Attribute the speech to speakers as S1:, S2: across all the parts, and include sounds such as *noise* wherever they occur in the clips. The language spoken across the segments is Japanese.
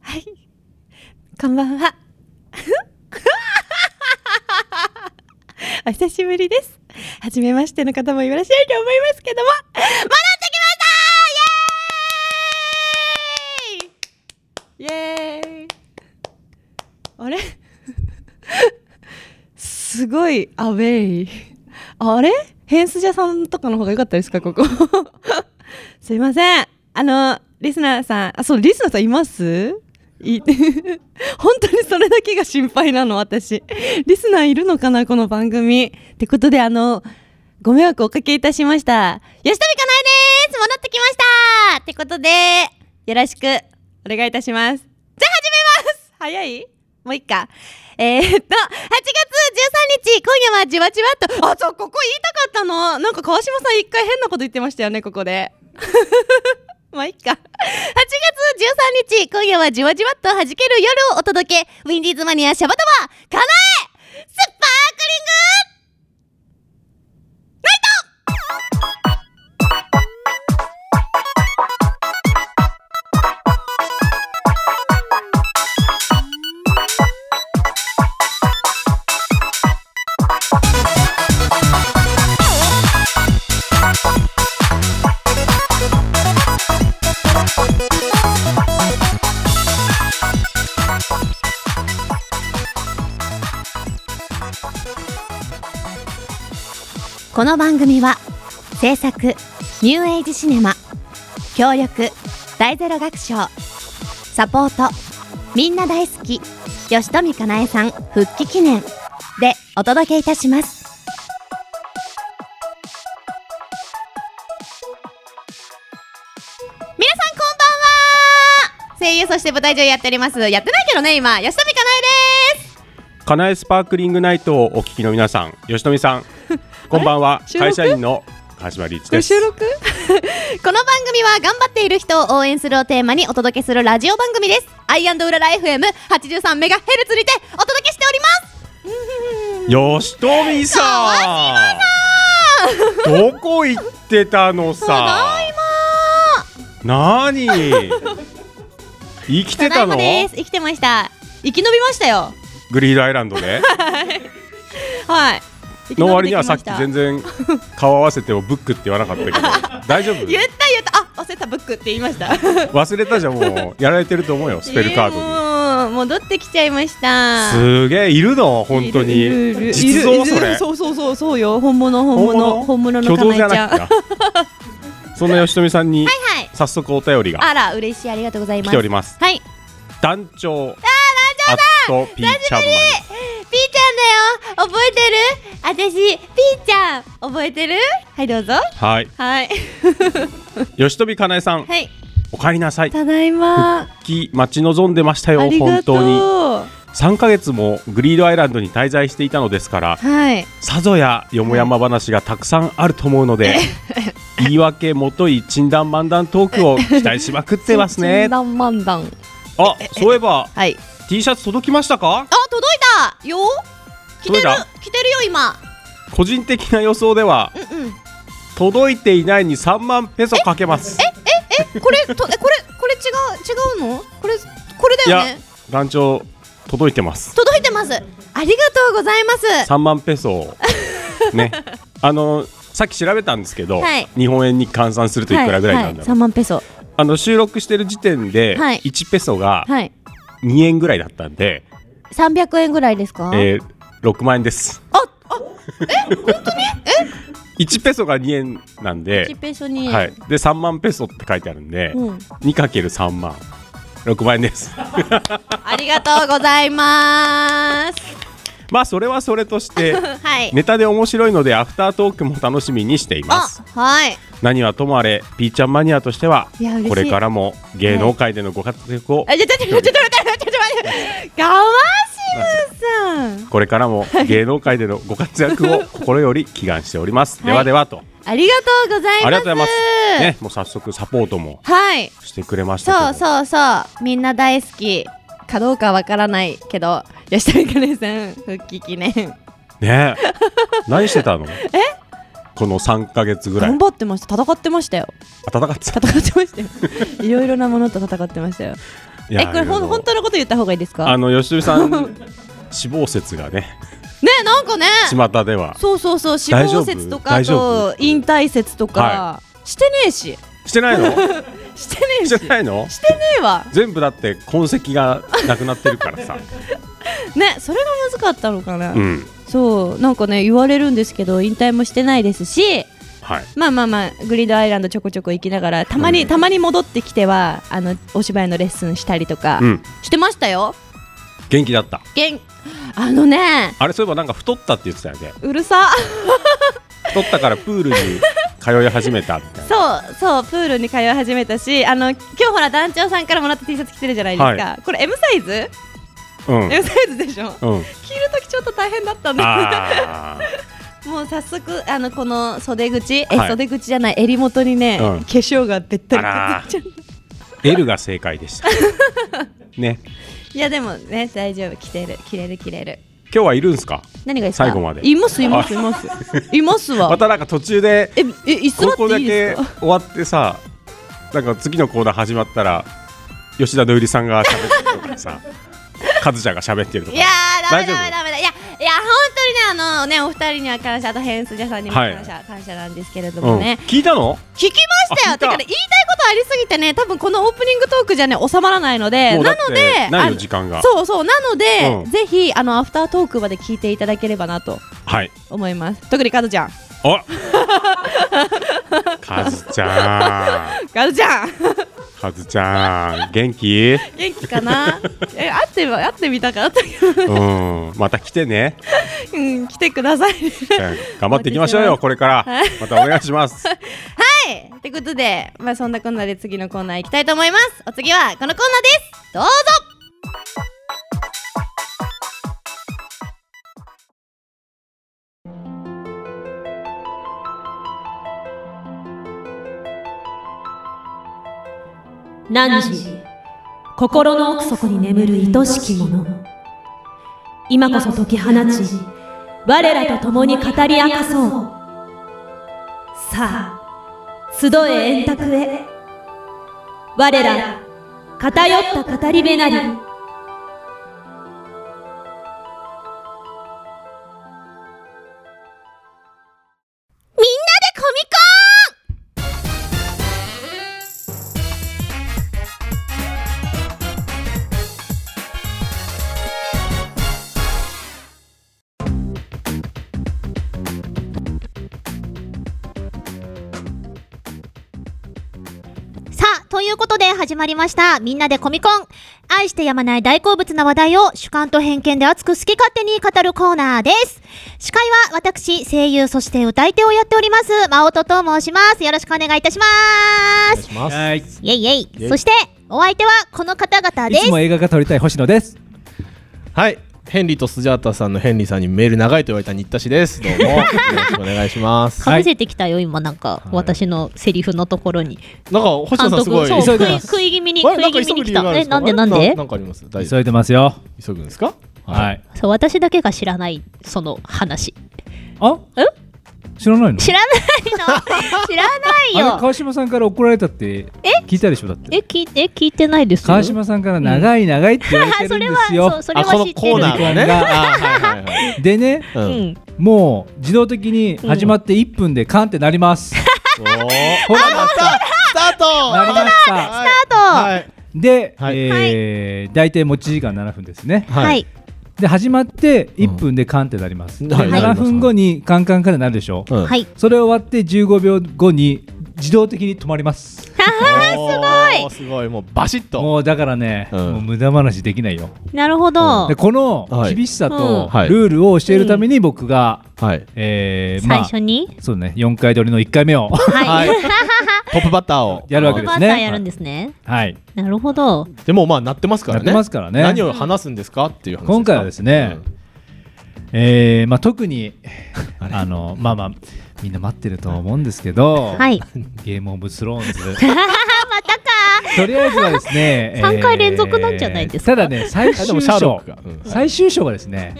S1: はい。こんばんは。 *laughs* お久しぶりです。初めましての方もいらっしゃると思いますけども、戻ってきましたイエーイイエーイあれすごいアウェイ。 *laughs* あれヘンスジャさんとかの方が良かったですか、ここ。 *laughs* すいません。あの、リスナーさん、あ、そう、リスナーさんいますい *laughs* 本当にそれだけが心配なの、私。リスナーいるのかな、この番組。ってことで、あの、ご迷惑おかけいたしました。吉富かなえです戻ってきましたってことで、よろしくお願いいたします。じゃあ始めます早いもういっか。えー、っと、8月13日、今夜はじわじわっと、あ、そう、ここ言いたかったの。なんか川島さん一回変なこと言ってましたよね、ここで。 *laughs* まあいっか。8月13日、今夜はじわじわっと弾ける夜をお届け、ウィンディーズマニアシャバダバ、かなえスパークリングこの番組は制作ニューエイジシネマ協力大ゼロ学賞サポートみんな大好き吉富かなえさん復帰記念でお届けいたします皆さんこんばんは声優そして舞台上やっておりますやってないけどね今吉富かなえです
S2: かなえスパークリングナイトをお聞きの皆さん、吉
S1: *laughs*
S2: 富さん、こんばんは。
S1: 収録
S2: 会社員の川島リーチです。
S1: 録 *laughs*
S3: この番組は頑張っている人を応援するをテーマにお届けするラジオ番組です。アイウララ FM83 メガヘルツにてお届けしております。
S2: 吉富さん。どこ行ってたのさ。
S1: *laughs*
S2: なに。生きてたの
S3: ただいま。です。生きてました。
S1: 生き延びましたよ
S2: グリードアイラン
S1: *laughs*
S2: ドで。
S1: はい
S2: の割にはさっき
S1: 生き延
S2: 全
S1: びてきまし
S2: 然顔合わせてもブックって言わなかったけど。
S1: *laughs*
S2: 大丈夫。
S1: 言った言ったあ忘れたブックって言いました
S2: *laughs* 忘れたじゃんもうやられてると思うよスペルカー
S1: *laughs*
S2: ドに。
S1: に戻ってきちゃいました
S2: すげえいるの本当
S1: いるいるい
S2: に
S1: る
S2: 実
S1: いる
S2: 像
S1: いる
S2: それ。
S1: そうそうそうそうよ本物本物本物のか
S2: 虚像じゃ
S1: なえちゃ
S2: なんくてなそんな吉富さんに
S3: はい。
S2: 早速お便りが
S3: あら嬉しいありがとうござい
S2: 来
S3: ま
S2: て
S3: す。
S2: おります
S3: はい。ピーち
S2: 団長あ団長だとピーチャンマ
S3: ゃんだよ。覚えてる？私ピーちゃん覚えてる？
S1: はいどうぞ
S2: ンはい
S1: はい
S2: 吉富かなえさん
S3: *laughs* はい。
S2: お帰りなさい
S1: ただいまあ
S2: 復帰待ち望んでましたよ
S1: り
S2: 本
S1: がとう
S2: 当に3ヶ月もグリードアイランドに滞在していたのですから
S1: はい
S2: さぞやよもやま話がたくさんあると思うので *laughs* 言い訳もといちんだんまんだんトークを期待しまくってますね
S1: だんまんだん
S2: あそういえば
S1: はい
S2: T シャツ届きましたか
S3: あ届いたよ。来て
S2: 届い
S3: る
S2: た
S3: 来てるよ今。
S2: 個人的な予想では
S3: うんうん。
S2: 届いていないに3万ペソかけます
S3: えこれとえこれこれ違う違うの？これこれだよね。
S2: 団長届いて
S3: *laughs*
S2: ます
S3: 届いてます。ありがとうございます。
S2: 3万ペソを
S3: *laughs*
S2: ねあのさっき調べたんですけど、
S3: はい
S2: 日本円に換算するといくらぐらいなんだろう、
S1: 3万ペソ
S2: あの収録してる時点で
S3: はい
S2: 1ペソが
S3: はい。
S2: 2円ぐらいだったんで、
S3: 三百円ぐらいですか？
S2: えー6万円ですあえ本当に1ペソが2円なんで
S3: 一ペソに。
S2: はい、で3万ペソって書いてあるんで、
S3: うん
S2: 2×3 万6万円
S3: *laughs*
S2: です
S3: ありがとうございます。 *laughs*
S2: まあそれはそれとして
S3: はい。
S2: ネタで面白いのでアフタートークも楽しみにしていま
S3: あ
S2: す、
S3: はい。
S2: 何はともあれピーちゃんマニアとしてはい
S1: や嬉しい
S2: これからも芸能界でのご活躍を
S1: あちょちょちょちょちょちょちょちょ待ってガワシムさん
S2: これからも芸能界でのご活躍を心より祈願しております、ではではと
S3: ありがとうございま
S2: あり
S3: す。
S2: がとうございますねもう早速サポートも
S3: はい。
S2: してくれましたけど
S3: そうそうそう。みんな大好き。
S1: かどうかわからないけど吉田かねさん復帰記念
S2: ね *laughs* 何してたのこの3ヶ月ぐらい
S1: 頑張ってま
S3: *laughs*
S1: した戦ってましたよ
S2: 暖かった
S1: 戦ってましたよいろいろなものと戦ってましたよ
S2: いや
S1: えこれほ
S2: あ
S1: ん
S2: の
S1: 本当のこと言った方がいいですか
S2: あの吉住さん死亡説がね
S1: ねなんかね
S2: 巷では
S1: そうそうそう死
S2: 大丈
S1: 亡
S2: 夫
S1: 説とかあ
S2: 大丈
S1: と引退説とか、
S2: は
S1: してねえし
S2: してないの
S1: してねえし
S2: してないの
S1: してねえわ
S2: 全部だって痕跡がなくなってるからさ
S1: ねそれが難かったのかな、
S2: うん
S1: そうなんかね言われるんですけど引退もしてないですし
S2: はい
S1: まあまあまあグリードアイランドちょこちょこ行きながらたまに、
S2: うん
S1: たまに戻ってきてはあのお芝居のレッスンしたりとか
S2: うん
S1: してましたよ、
S2: 元気だった
S1: げんあのね
S2: あれそういえばなんか太ったって言ってたよね
S1: うるさ
S2: 太ったからプールに通い始めたみたいな
S1: そうそうプールに通い始めたしあの今日ほら団長さんからもらった T シャツ着てるじゃないですか、
S2: は
S1: これ M サイズ、
S2: うん
S1: *laughs* M サイズでしょ
S2: うん
S1: 着るときちょっと大変だったんです
S2: あ
S1: *laughs* もう早速あのこの袖口、
S2: はい
S1: え袖口じゃない襟元にね、
S2: うん
S1: 化粧がべったり
S2: あら
S1: くっついちゃっ
S2: ー L が正解
S1: *laughs*
S2: でしたね
S1: たいやでもね大丈夫着てる着れる着れる
S2: 今日はいるんすか
S1: 何がいいですか
S2: 最後まで
S1: いますいますいますいますわ
S2: またなんか途中で
S1: ええ居座
S2: ここ
S1: って
S2: だ
S1: いいで
S2: け
S1: す
S2: *laughs*
S1: か
S2: 終わってさなんか次のコーナー始まったら吉田のゆりさんが喋ってると
S1: *laughs*
S2: かさカズちゃんが喋ってると
S1: い
S2: か
S1: やーダメ
S2: 大丈夫
S1: ダメダメだいやいや本当にねあのねお二人には感謝あとヘンスジャさんにも
S2: はい
S1: 感謝、感謝なんですけれど
S2: う
S1: も
S2: ん
S1: ね、
S2: 聞いたの
S1: 聞きました
S2: あ聞
S1: よて
S2: いた
S1: かね言いたいことありすぎてね多分このオープニングトークじゃね収まらないので
S2: もうだ
S1: な
S2: って
S1: ので
S2: ないよ
S1: あの
S2: 時間が
S1: そうそうなので、
S2: うん
S1: ぜひあのアフタートークまで聞いていただければなと
S2: はい
S1: 思います特にカズちゃん
S2: あ *laughs* カズちゃん
S1: *laughs* カズちゃん
S2: カズちゃん元気
S1: 元気かな *laughs* え会っては会ってみたかったけど、
S2: うんまた来てね
S1: うん、来てください
S2: 頑張っていきましょうよこれから
S1: はい
S2: またお願いします
S1: はいってことでまあそんなこんなで次のコーナー行きたいと思いますお次はこのコーナーですどうぞ
S3: 汝心の奥底に眠る愛しき者今こそ解き放ち我らと共に語り明かそうさあ集え円卓へ我ら偏った語り部なり
S4: コミコンさあ、ということで始まりました。みんなでコミコン。愛してやまない大好物な話題を主観と偏見で熱く好き勝手に語るコーナーです。司会は私、声優、そして歌い手をやっております、真音と申します。よろしくお願いいたします。
S5: はい。
S4: イェイイェ
S5: イェ
S4: イ。
S5: イ
S4: そして、お相手はこの方々
S5: い
S4: で
S5: つ
S4: す。
S5: も映画が撮りたい星野です。
S6: はい。ヘンリーとスジャータさんのヘンリーさんにメール長いと言われた新田氏です。ど
S5: *laughs*
S6: うもよろしくお願いします。
S7: か
S6: は
S7: ぶ
S6: い。
S7: せてきたよ、今なんか、
S6: はい
S7: 私のセリフのところに
S6: なんか星野さんすごい
S7: そう
S5: 急
S7: 食
S5: いで
S7: い
S5: ます
S7: 食い気味に
S6: あ
S7: 食
S6: れないんか
S7: 気味
S6: 急
S7: に来
S6: ぐ理由が
S7: た
S6: ある
S7: え
S6: す
S7: な
S6: か
S7: んで
S6: あれ
S7: なんで
S6: なんかあります。大丈
S5: 急いでますよ。
S6: 夫。急ぐんですか。
S5: はい。
S7: そう私だけが知らないその話
S5: あ？
S7: え？
S5: 知らないの？
S7: 知らないの知らない
S5: あれ
S7: よ
S5: 川島さんから怒られたって聞いたでしょだって。
S7: え聞いえ聞いてないですよ
S5: 川島さんから長い長いって言われてるんです
S7: そ
S5: よ
S7: う。それ
S6: あ
S7: は
S6: この
S7: 知って
S6: コー
S7: る
S6: ナーがね。あはいはいはい。
S5: でね、
S6: う。
S7: うんん、
S5: もう自動的に始まって1分でカンってなります。
S6: おー
S5: ほら
S6: あスタート。
S5: なりました。
S6: スタート。
S5: で、
S6: はい
S5: えー大体持ち時間7分ですね。
S6: は。
S4: はいい。
S5: で始まって1分でカンってなります。
S6: うん
S5: で
S6: はいなり
S5: 7
S6: ます
S5: 分後にカンカンからなるでしょ。
S6: うん
S4: はい。
S5: それ終わって15秒後に自動的に止まります。
S6: おーすごい。すごいもうバシッと。
S5: もうだからね、
S6: うん
S5: もう無駄話できないよ。
S7: なるほど、
S5: でこの
S6: はい
S5: 厳しさ
S6: うん
S5: と
S6: はい
S5: ルールを教えるために僕が、
S6: はい。
S5: えー、
S7: 最
S5: まあ
S7: 初に、
S5: そうね4回撮りの1回目を *laughs*
S6: はい。トップバッターを。
S5: やるわ
S7: ト
S5: け
S7: ップ
S5: で
S7: バッタ
S5: すね
S7: ーやるんですね
S5: はい
S7: なるほど
S6: でもまあなってますから
S5: や
S6: ね。
S5: ってますからね。
S6: 何を話すんですかっていう話。
S5: 今回はですねえーまあ
S6: *laughs*
S5: 特にあのまあまあみんな待ってると思うんですけど、
S7: はい
S5: ゲームオブスローンズ。
S7: *laughs*
S5: とりあえずはですね、えー
S7: 三回連続なんじゃないですか
S5: ただね、最
S6: あでも
S5: 終
S6: シャーロッ
S5: 章
S6: クがうん
S5: 最終章がですね、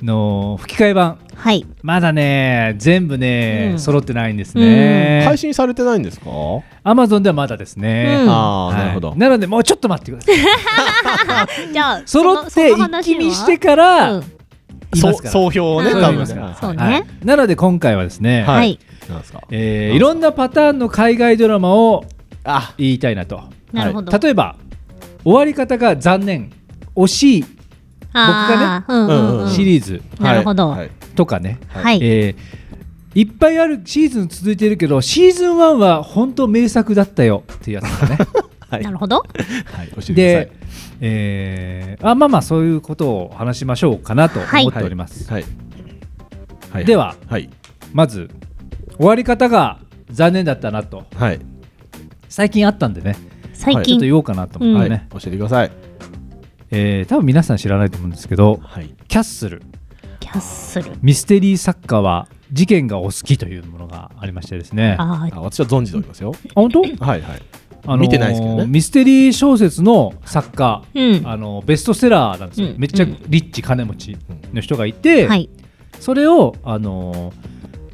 S7: うん
S5: の吹き替え版
S8: はい。
S5: まだね全部ね、
S4: うん
S5: 揃ってないんです
S6: 配
S5: ね。
S6: 信されてないんですか、
S5: アマゾンではまだですね。
S4: うん
S6: ああ
S5: はい
S6: なるほど
S5: なのでもうちょっと待ってください。
S4: じゃあ、
S5: 揃っ
S4: *laughs*
S5: て
S4: そのその
S5: 一
S4: 話
S5: 気
S4: は
S5: 見してから、
S4: うん
S5: 言い
S6: そ
S5: ま
S6: う
S5: すから
S6: 総評をね
S4: う
S6: 多
S4: ん
S6: 分
S5: そう言います
S4: そうね
S5: はいなので今回はですね、
S6: はい
S4: はい。
S6: なんですか
S5: えーいろんなパターンの海外ドラマを
S6: あ
S5: 言いたいなと。
S4: なるほど。
S5: 例えば終わり方が残念惜しい
S4: ああ、
S6: ね
S4: うんうんうん。
S5: シリーズ
S4: なるほど
S6: はい
S5: とかね、
S4: はい。
S5: えーいっぱいあるシーズン続いてるけどシーズン1は本当名作だったよっていうやつとかね。
S6: はい
S4: なるほど。
S6: はい教えてください
S5: で、えーあまあまあそういうことを話しましょうかなと思っております。
S6: はいはい
S5: では
S6: はい
S5: まず終わり方が残念だったなと
S6: はい
S5: 最近あったんでね
S4: 最
S5: ちょっと
S4: 近。
S5: 言おうかなと思っ
S6: は
S5: て
S6: い
S5: ね、
S6: 教えてください
S5: えー多分皆さん知らないと思うんですけど
S6: はい
S5: キャッスル
S4: キャッスル。
S5: ミステリー作家は事件がお好きというものがありましてですねあ
S4: ああ、
S6: あ私は存じておりますよ
S5: 本当、
S6: はいはい
S5: あのー
S6: 見てないですけどね
S5: ミステリー小説の作家、
S4: うん。
S5: あのベストセラーなんですよ、
S4: うん
S5: めっちゃ
S4: うん
S5: リッチ金持ちの人がいて、
S4: はい。
S5: それを、あのー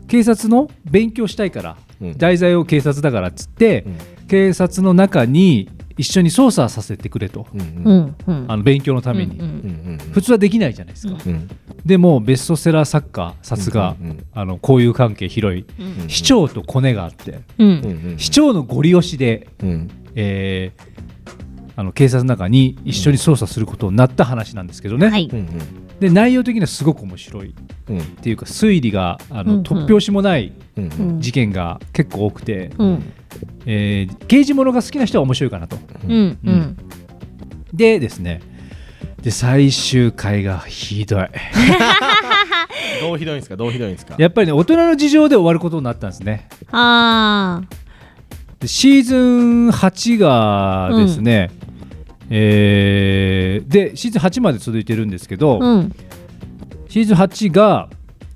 S5: 警察の勉強したいから、
S6: うん
S5: 題材を警察だからっつって、
S6: うん
S5: 警察の中に一緒に捜査させてくれと、
S6: うん
S4: う
S6: うん
S4: んうん。
S5: あの勉強のために、
S4: うんうん
S6: うんうん
S5: 普通はできないじゃないですか、
S6: うん
S5: でもベストセラー作家さすが、
S6: うんうん
S5: あの交友関係広い、
S6: うんうん
S5: 市長とコネがあって、
S4: うん
S6: うんうん
S5: 市長のご利用しで、
S6: うん
S5: えーあの警察の中に一緒に捜査することになった話なんですけどね、
S4: はい。
S6: うん
S5: で内容的にはすごく面白いっ
S6: うん
S5: ていうか推理があ
S4: うん
S5: の、
S4: うん
S5: 突拍子もない
S6: うんうん
S4: うん
S5: 事件が結構多くて、
S4: うん
S5: えー刑事ものが好きな人は面白いかなと。
S4: うんうん。
S5: でですねで最終回がひどい
S6: どうひどいんですかどうひどいんですか
S5: やっぱりね大人の事情で終わることになったんですね
S4: あ
S5: でシーズン8がですね、えーでシーズン8まで続いてるんですけど、
S4: あ、うん。
S5: シーズン8が、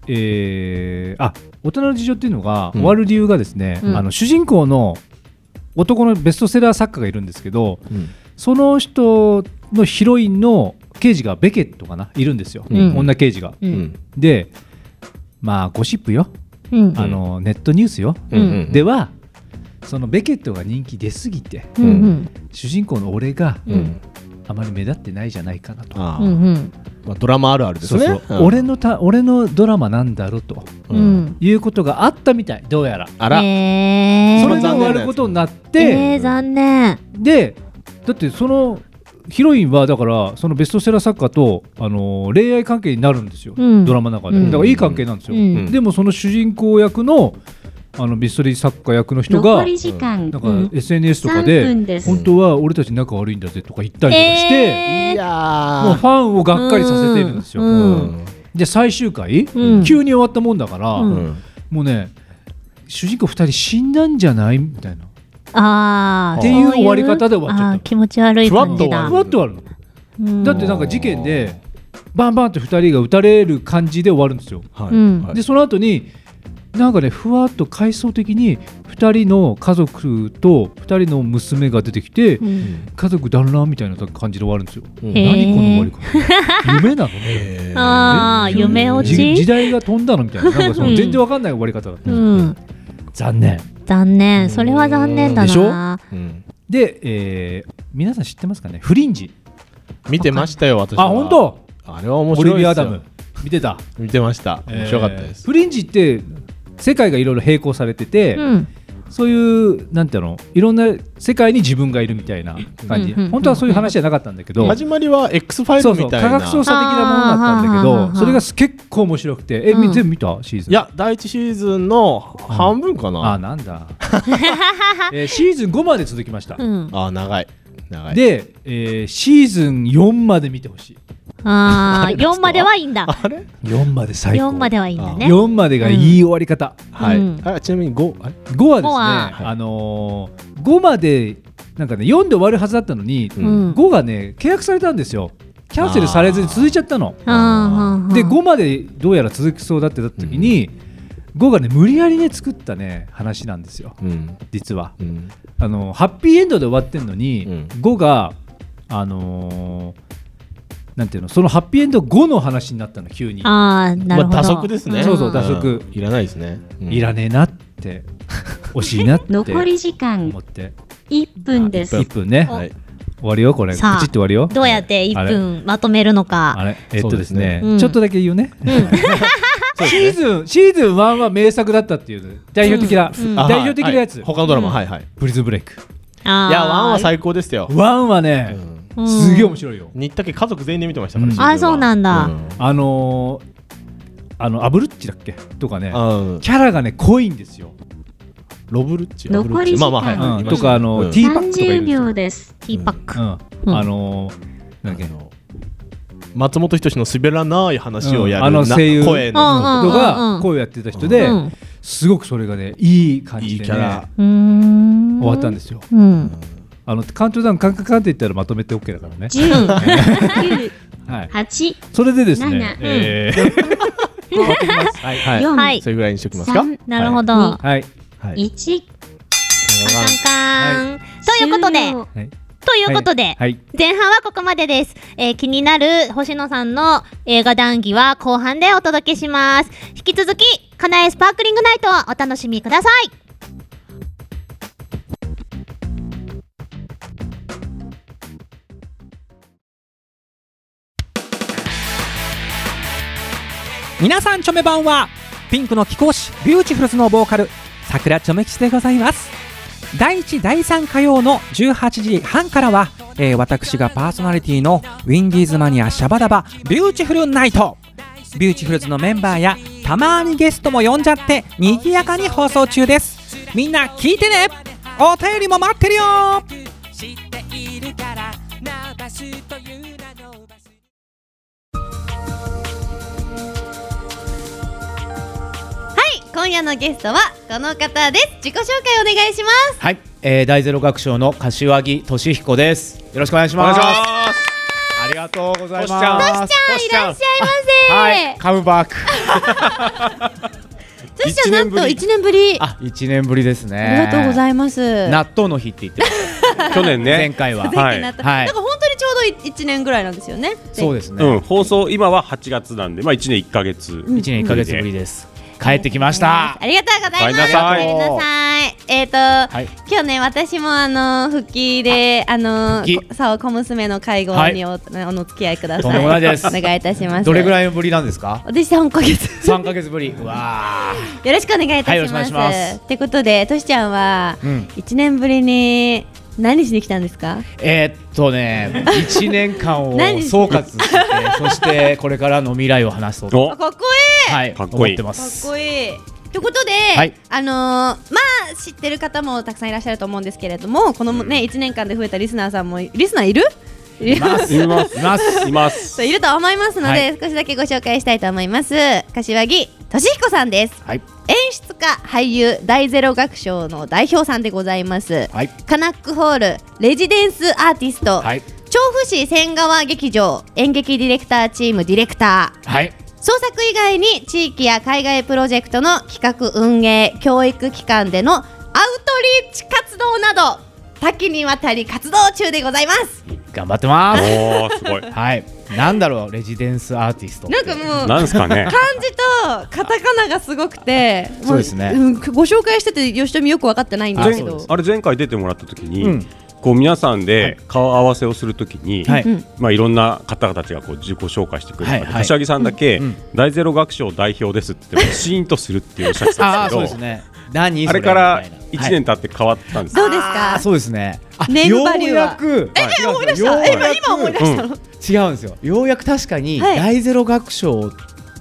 S5: えーあ大人の事情っていうのが
S6: うん
S5: 終わる理由がですね、
S4: うん
S5: あの主人公の男のベストセラー作家がいるんですけど
S6: うん
S5: その人のヒロインの刑事がベケットかないるんですよ、
S4: うん
S5: 女刑事が。
S4: う。
S6: うんん
S5: でまあゴシップよ、
S4: うん。
S5: あのネットニュースよ、
S6: うんうん
S5: ではそのベケットが人気出すぎて
S4: うんうん。
S5: 主人公の俺が
S6: うん
S5: あまり目立ってないじゃないかなと。
S6: あ
S4: うんう
S6: ー
S4: ん。
S6: まあドラマあるあるです
S5: そう
S6: ね
S5: そう
S6: うん
S5: 俺のた俺のドラマなんだろうと
S4: う
S6: うん
S4: ん。
S5: いうことがあったみたいどうやら
S6: あら
S4: え
S5: そ
S6: の
S5: れ
S4: ー。
S5: で終わることになっ
S4: え
S5: て
S4: ー、残念。
S5: でだってそのヒロインはだからそのベストセラー作家とあのー恋愛関係になるんですよ
S4: うん
S5: ドラマの中で
S4: うん
S5: だからいい関係なんですよ
S4: うん
S5: でもその主人公役のあのビストリー作家役の人が
S9: 残り時間
S5: なん
S9: うん
S5: か SNS とか
S9: 3
S5: で
S9: 分です
S5: 本当は俺たち仲悪いんだぜとか言ったりとかして
S6: いや
S5: もう
S6: ー
S5: ファンをがっかりさせてるんです
S4: う
S5: よ
S4: ん
S5: で最終回
S4: うん
S5: 急に終わったもんだから
S4: う
S6: うんん
S5: もうね主人公2人死んだんじゃないみたいな
S4: ああ。
S5: っていう終わり方で終わっちゃった
S4: あー気持ち悪い感じだ
S5: ふ。わっとあるの
S4: うん
S5: だってなんか事件でバンバンって2人が撃たれる感じで終わるんですよ
S6: は
S4: うん
S6: はい
S5: でその後になんかねふわっと回想的に2人の家族と2人の娘が出てきて
S4: うん
S5: 家族団らんみたいな感じで終わるんですよ
S6: うん
S4: へー
S5: 何この終わり方夢なのね
S6: えー
S4: ああ、夢落
S5: じ時
S4: ち
S5: 代が飛んだのみたいななんかその全然わかんない終わり方だった
S4: うん。
S5: 残念
S4: 残念。それは残念だ
S5: でしょ
S4: な。
S6: うん
S5: で、えー皆さん知ってますかねフリンジ
S6: 見てましたよ私は
S5: あ本当
S6: あれは面
S5: オ
S6: 白い
S5: リビア・ア
S6: です
S5: ダ
S6: よ
S5: ム見てた
S6: 見てました面白かったで
S5: えー
S6: す
S5: フリンジって世界がいろいろ並行されてて、
S4: うん。
S5: そういうなんていうのいろんな世界に自分がいるみたいな感じ、
S4: うんうん
S5: 本当はそういう話じゃなかったんだけど、
S6: 始まりは X ファイ
S5: そう
S6: ル
S5: そう
S6: みた
S5: 科
S6: いな
S5: 学捜査的なものだったんだけ
S4: あーはあはあは
S5: ど
S4: あ
S5: それがす結構面白くてえ、
S4: うん
S5: 全部見たシーズン
S6: いや第一シーズンの半分か
S5: あー
S6: な
S5: なん
S4: *laughs*
S5: だ、えーシーズン5まで続きました、
S4: うん。
S6: あー長い長い
S5: で、えーシーズン4まで見てほしい
S4: ああ、4まではいいんだ。
S6: あれ
S5: 4まで最高
S4: 4まではいいんだね。
S5: 4までがいい終わり方、
S6: はい
S4: うん
S6: あちなみに5あれ
S5: 5はですね
S4: 五は
S5: あのー、5までなんかね4で終わるはずだったのに、
S6: う
S4: うん。
S5: 5がね契約されたんですよキャンセルされずに続いちゃったの
S4: あー
S5: で5までどうやら続きそうだってなった時に、5がね無理やりね作ったね話なんですよ
S6: うん
S5: 実は
S6: うん
S5: あのハッピーエンドで終わってんのに、
S6: うん
S5: 5があのー
S10: なんていうのそのハッピーエンド後の話になったの急に
S4: ああ、なるほど。
S6: まあ、打足ですね。
S10: そうそう打足
S6: んいらないですね。うん
S10: いらねえなって惜しいなって
S11: 残り時間
S10: 思って
S11: 1分です。
S10: 1分ね
S6: はい。
S10: 終わるよこれプチ
S4: さ
S10: っ
S4: あ
S10: て終わるよ
S4: どうやって1
S10: あれ
S4: 分まとめるのか。
S10: あれえっとですね
S4: そうですねうん
S10: ちょっとだけ言う *laughs* ねシーズンシーズン1は名作だったっていう代表的な
S4: うん
S6: あ
S10: 代表的なやつ
S6: はい他のドラマ、はいはい。い
S10: プリズンブレイク
S4: あ
S6: やワンは
S4: さ
S6: 最高でしたよ。
S10: 1はね
S4: うん
S10: すげえ面白いよ
S6: 新田家家族全員で見てましたから
S10: うん
S6: シーズンは。
S4: あそうなんだ
S10: あのーあのアブルッチだっけとかね
S6: うん。あ
S10: キャラがね濃いんですよ
S6: ロブルッチ。
S11: 残り
S6: ロブルッチ
S11: 時間
S6: まあまあはいは
S10: うん
S6: いいま
S10: と
S6: した
S10: かあの
S6: うん
S10: ティーパックとかいるん
S11: 30
S10: ですよ
S11: 秒です。
S4: ティーパック。
S10: うん、あのー、なんだっけ、
S6: あの松本人志の滑らない話をや
S10: うんあ
S6: る
S10: の
S6: な
S10: 声優
S6: 声
S4: うん
S6: の
S10: 人
S4: うんうんう
S10: が
S4: ん
S10: 声をやってた人で、
S4: うん
S10: すごくそれがね、いい感
S6: い
S10: じ
S6: い
S10: で、
S6: キ
S10: ね、
S6: ャラ。
S4: うーん。
S10: 終わったんですよ。
S4: うん。
S10: あの、カウントダウン、カンカンカンって言ったらまとめて OK だからね。
S11: 10、9、
S10: はい。
S11: 8、
S10: それでですね
S11: 七、
S10: えー、変わってきますはい。はい。
S11: 4、
S4: はい。
S6: それぐらいにしておきますか。
S11: 3、
S4: なるほど。カン
S10: はい。
S6: はい。
S11: 1、
S4: カン。ということで、
S11: 終
S10: はい。
S4: ということで、
S10: はい。
S4: 前半はここまでです、えー気になる星野さんの映画談義は後半でお届けします引き続きかなえスパークリングナイトをお楽しみください
S12: 皆さんチョメ版はピンクの貴公子ビューティフルズのボーカル桜チョメ吉でございます第1第3火曜の18時半からは、えー私がパーソナリティのウィンディーズマニアシャバダバビューティフルナイトビューティフルズのメンバーやたまーにゲストも呼んじゃってにぎやかに放送中ですみんな聞いてねお便りも待ってるよ
S1: 今夜のゲストはこの方です自己紹介お願いしま
S5: はい、えー、大ゼロ学賞の柏木俊彦です。よろしくお願いし
S2: お願
S5: ま
S2: い
S5: す。
S2: します
S5: ありがとうございま
S2: ト
S5: す。
S2: シちゃん
S4: あいらっしゃい
S5: はい、カムバック。
S1: すそしてなんと一年ぶり
S5: あ、一年ぶりですね。
S1: ありがとうござ
S5: い
S1: います
S5: 納豆の日って言ってました
S2: 去年ね
S5: 前回は。
S2: は
S1: 前回なっ
S2: い、
S1: た、
S5: はい
S1: なんか本当にちょうどい一年ぐらいなんですよね
S5: そうですね。
S2: うん、放送今は8月なんでまあ1年1か月、
S5: 一年一ヶ月ぶりです。帰ってきまし
S1: あ
S5: た。
S1: りがとうございます。
S2: お
S1: お
S2: かえ
S1: 帰
S5: り
S1: り
S5: なさい
S1: なさい。えっ、と、
S5: はい
S1: 今日ね、私もあの復帰で、あの
S5: 復帰
S1: こさお小娘の介護にお、 *laughs* おお付き合いください。
S5: とんでもないです
S1: お願いいたします。
S5: どれぐ
S1: い？
S5: らいのぶりなんですか。
S1: 私三ヶ
S5: *laughs*
S1: 月。
S5: 三ヶ月ぶり。うわー
S1: よろしくお願いいた
S5: はいよ
S1: し
S5: ろしくお願
S1: ま
S5: い
S1: す。
S5: します
S1: ってことで、としちゃんは
S5: うん
S1: 一、年ぶりに何しに来たんですか？
S5: えーっと
S1: *laughs*
S5: ね、一年間を
S1: 何
S5: 総括して、そしてこれからの未来を話そうと。
S2: お
S1: あかっこ
S5: はい、
S2: かっこいい
S5: 思ってま
S1: いい。かっ
S5: す。
S1: こいい。ということで、
S5: はい
S1: あのーまあ知ってる方もたくさんいらっしゃると思うんですけれども、このね一、年間で増えたリスナーさんもリスナーいる？います
S2: います
S5: います。
S2: います
S1: そういると思いますので、
S5: はい
S1: 少しだけご紹介したいと思います柏木俊彦さんです
S5: はい。
S1: 演出家俳優大ゼロ学賞の代表さんでございます
S5: はい。
S1: カナックホールレジデンスアーティスト、
S5: はい。
S1: 調布市千川劇場演劇ディレクターチームディレクター
S5: はい。
S1: 創作以外に地域や海外プロジェクトの企画運営教育機関でのアウトリーチ活動など多岐にわたり活動中でございます
S5: 頑張ってます。
S2: おーすごい
S5: はい。なんだろう、レジデンスアーティストっ
S1: な
S5: て。
S1: んかもう
S2: なんすかね
S1: 漢字とカタカナがすごくて、も
S5: *laughs* そうですね
S1: んご紹介してて吉富よく分かってないんですけど、
S2: あれ前回出てもらった時に、
S5: うん
S2: こう皆さんで顔合わせをするときに、
S5: はい
S2: いまあ、いろんな方たちがこう自己紹介してくれる中で、
S5: はいはい
S2: 柏木さんだけ、
S5: うん
S2: 大ゼロ学賞代表ですって言ってもシーンとするっていうおっしゃって
S5: あ
S2: たん
S5: *laughs* あ、
S2: ですけ
S5: そうで
S2: ど
S5: すね。何
S2: あれから
S5: そみたいな
S2: 1年経って変わったんです、
S1: どうです
S5: あー
S1: か
S5: そうですね。あ
S1: ネームバリューは
S5: ようやく。え、思い出。
S1: したえ今思い出した
S5: 違うんですよ。ようやく確かに、
S1: はい
S5: 大ゼロ学賞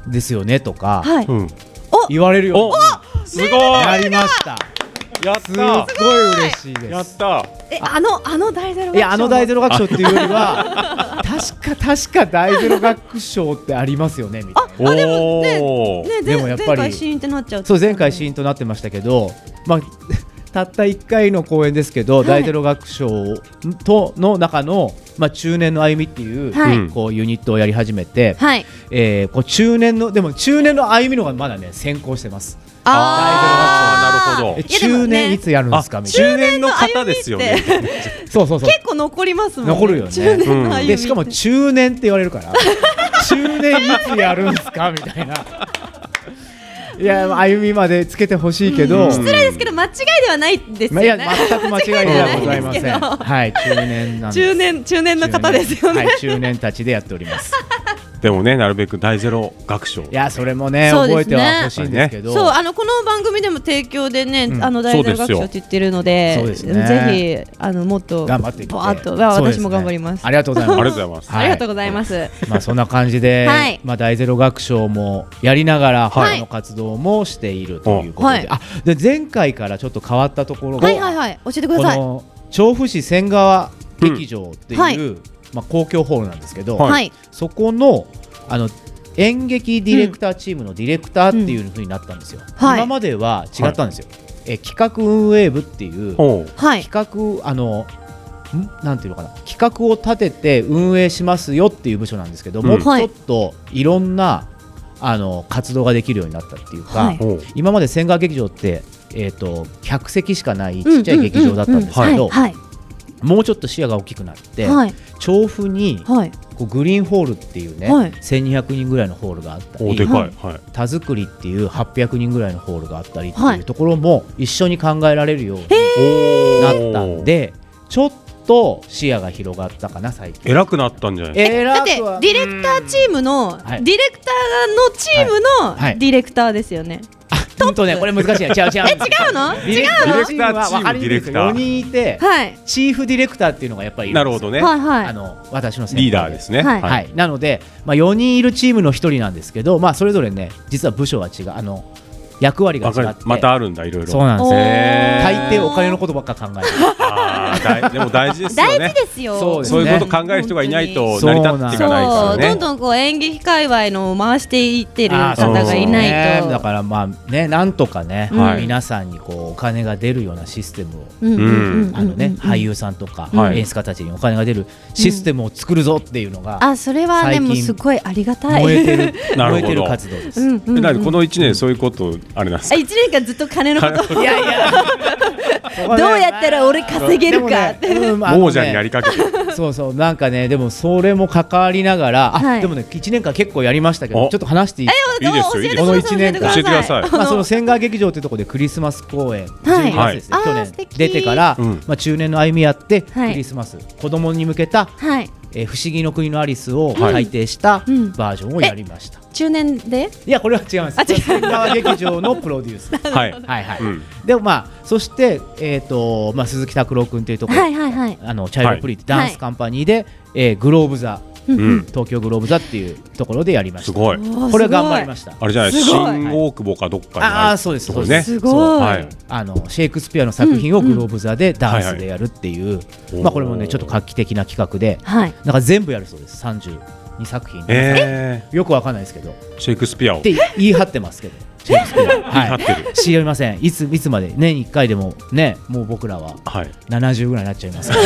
S5: ですよねとか、
S1: はい、
S2: うん、
S5: 言われる
S2: お
S5: よ
S2: すごいう
S5: になりました。
S2: やっ
S5: すっご
S2: た
S5: い嬉しいで
S2: や
S5: す
S2: っ。た
S1: えあのあの大ゼロ
S5: いや、あの大ゼロ学賞っていうよりは、確か確か大ゼロ学賞ってありますよねみたいな。
S2: おおー、
S1: ね
S5: でも
S1: 前
S5: やっぱ
S1: 前
S5: り
S1: 回シーンってなっちゃう
S5: そう前回シーンとなってましたけど、まあ、 *laughs* たった1回の公演ですけど、大ゼロ学賞との中の、まあ、中年の歩みっていう,、
S1: はい
S5: こうユニットをやり始めて、
S1: はい
S5: えーこう中年のでも中年の歩みの方がまだね先行してます。
S1: あ
S2: あなるほど
S5: え中年いつやるんですかみたい
S2: 中年の方ですよね。
S5: なそうそうそう
S1: 結構残りますもんね
S5: 残るよね
S1: 中年の歩み
S5: でしかも中年って言われるから
S1: *laughs*
S5: 中年いつやるんですかみたいないや歩みまでつけてほしいけど、
S1: 失礼ですけど間違いではないですよ
S5: まあい
S1: ね
S5: や全く間違いではございません。
S1: 間違いではないですけど
S5: はい、中年なんです。
S1: 中年中年の方ですよね、
S5: はい、中年たちでやっております。
S2: でもね、なるべく大ゼロ学賞。
S5: いや、それもね、
S1: そう
S5: 覚
S1: で
S5: え
S1: す
S5: て
S1: ね
S5: はほしいんですけど。
S1: そうあのこの番組でも提供でね、
S5: うん
S1: あの大学学賞って言ってるので
S5: そうですね
S1: ぜひあのもっと
S5: 頑張っていって
S1: バーッと、まあ
S5: そうで
S1: 私
S5: すね
S1: も頑張ります
S5: ありがとうござい
S2: ありがと
S5: ま
S2: うご
S5: す。
S2: ざいます。
S1: ありがとうございます、
S5: まあそんな感じで、
S1: はい
S5: まあ大ゼロ学賞もやりながら、
S2: はい
S5: 他の活動もしているということで、
S1: はい
S5: あ、で前回からちょっと変わったところが、
S1: はいはいはい教えてくだ
S5: こ
S1: さい
S5: の調布市千川劇場っていう、
S1: うんはい
S5: まあ公共ホールなんですけど、
S2: はい
S1: はい
S5: そこのあの演劇ディレクターチームのディレクターっていう風になったんですよ、
S1: はい
S5: 今までは違ったんですよ、え企画運営部っていう
S2: おう
S1: はい
S5: 企画あのんなんていうのかな企画を立てて運営しますよっていう部署なんですけど、
S2: うん
S5: もうちょっといろんなあの活動ができるようになったっていうか、
S1: はい
S2: おう
S5: 今まで千川劇場って、えー、と100席しかないちっちゃい劇場だったんです
S1: は
S5: け
S1: い
S5: ど
S1: はい
S5: もうちょっと視野が大きくなって、
S1: はい
S5: 調布に
S1: はい
S5: こうグリーンホールっていうね、
S1: はい
S5: 1200人ぐらいのホールがあった
S2: おう
S5: り
S2: でかい。はい。
S5: 田作りっていう800人ぐらいのホールがあったりって
S1: はいいう
S5: ところも一緒に考えられるようにな
S2: お
S5: ったん
S2: で。
S5: で、ちょっと視野が広がったかな最近。
S2: 偉くなったんじゃないですか。
S5: え
S1: だってディレクターチームの、
S5: はい
S1: ディレクターのチーム
S5: はいは
S1: の
S5: い
S1: ディレクターですよね、
S5: 本当ねこれ難しいな違う違う。
S1: 違うの
S5: 違う
S2: の
S5: ディレクターチームは分かりに
S2: デ
S5: くいですよ
S2: ィレクター
S5: 4人いて、
S1: はい
S5: チーフディレクターっていうのがやっぱりい
S2: な
S5: るん
S2: る
S5: で
S2: ほ
S5: すよ
S2: どね。
S1: はいはい
S5: あの私の先輩
S2: リーダーですね。
S1: はい
S5: はい、なので、まあ、4人いるチームの1人なんですけど、まあ、それぞれね実は部署は違うあの役割が違
S2: わ
S5: って
S2: かる。またあるんだいろいろ。
S5: そうなんですよ
S2: へー
S5: 大抵お金のことばっか考えてる
S2: あーだいでも大事ですよ
S1: 大
S2: ね
S1: 事。ですよ
S5: そうです
S2: そう
S5: ね
S2: いうこと考える人がいないと成り立っていかない
S1: そう、
S2: から
S1: ど
S2: ね
S1: ん。どんこう演劇界隈の回していってる
S5: あー
S1: 方がいない
S5: そうですねだ
S1: と。
S5: からまあねなんとかね、
S2: はい
S5: 皆さんにこうお金が出るようなシステムを、
S1: うんうんうんうん
S5: あのね、俳優さんとか、
S2: はい
S5: 演出家たちにお金が出るシステムを作るぞっていうのが、
S1: あ、それはね、
S5: 最近
S1: もうすごいありがたい。
S5: 燃えて
S2: *laughs*
S5: る
S2: なるほど
S5: 燃えてる活動です。
S1: うんうん
S2: えなんでこの一年そういうことあれなんです
S1: あ
S2: か。
S1: 一年間ずっと金のこと
S5: いやいや
S1: *laughs* どうやったら俺稼げるかって。
S5: でもねうんあのね
S2: 王者になりかけてる。
S5: *laughs* そうそうなんかねでもそれも関わりながら、あ
S1: はい
S5: でもね1年間結構やりましたけど
S2: お
S5: ちょっと話していい
S2: いいですよいいです
S5: よ
S1: 教えてください
S5: この一年間
S2: 教えてください
S5: まあ、その千川劇場っていうところでクリスマス公演、12月ですね、
S1: はいあー
S5: 去
S1: 素
S5: 年
S1: 敵
S5: 出てから、
S2: うん
S5: まあ、中年の歩みやって、
S1: はい
S5: クリスマス子供に向けた、
S1: はい。
S5: えー不思議の国のアリス」を改訂したバ
S1: うん
S5: ージョンをやりました、
S1: 中年で。
S5: いやこれは違います
S1: あ違う
S5: 千川劇場のプロデュ
S1: *laughs*
S5: ース
S2: はい。
S5: はいはい、
S2: うん
S5: でもまあそして、えーとまあ、鈴木拓郎君っていうところ、
S1: いはいはい。
S5: あのチャイルドプリってダンスカンパニーで、えーグローブ座
S2: うん。
S5: 東京グローブ座っていうところでやりまし
S2: す
S5: た
S2: ごい。
S5: これは頑張りま
S1: し
S5: した
S2: あれじゃない
S1: すごい
S2: 新大久保かどっかに
S5: あ
S2: あ
S5: あ
S2: る
S5: そうです
S2: と
S5: そ
S2: こ
S5: う
S2: ろ
S5: で
S2: ね。
S5: す
S1: すごい
S5: そう
S2: はい
S5: あのシェイクスピアの作品をグローブ座でダンスでやるっていう、
S2: はい
S5: まあこれもねちょっと画期的な企画で
S1: はい。
S5: なんか全部やるそうです32作品、
S2: え
S5: よくわかんないですけどっ
S2: ーシェイクスピアを
S5: て言い張ってますけどシェイクスピア
S1: *laughs*
S2: 言い張
S5: は
S2: っ
S5: い
S2: てる。
S5: 知りませんいついつまで年1回でもねもう僕らは
S2: はい。
S5: 70ぐらいになっちゃ
S2: *laughs*
S5: いますか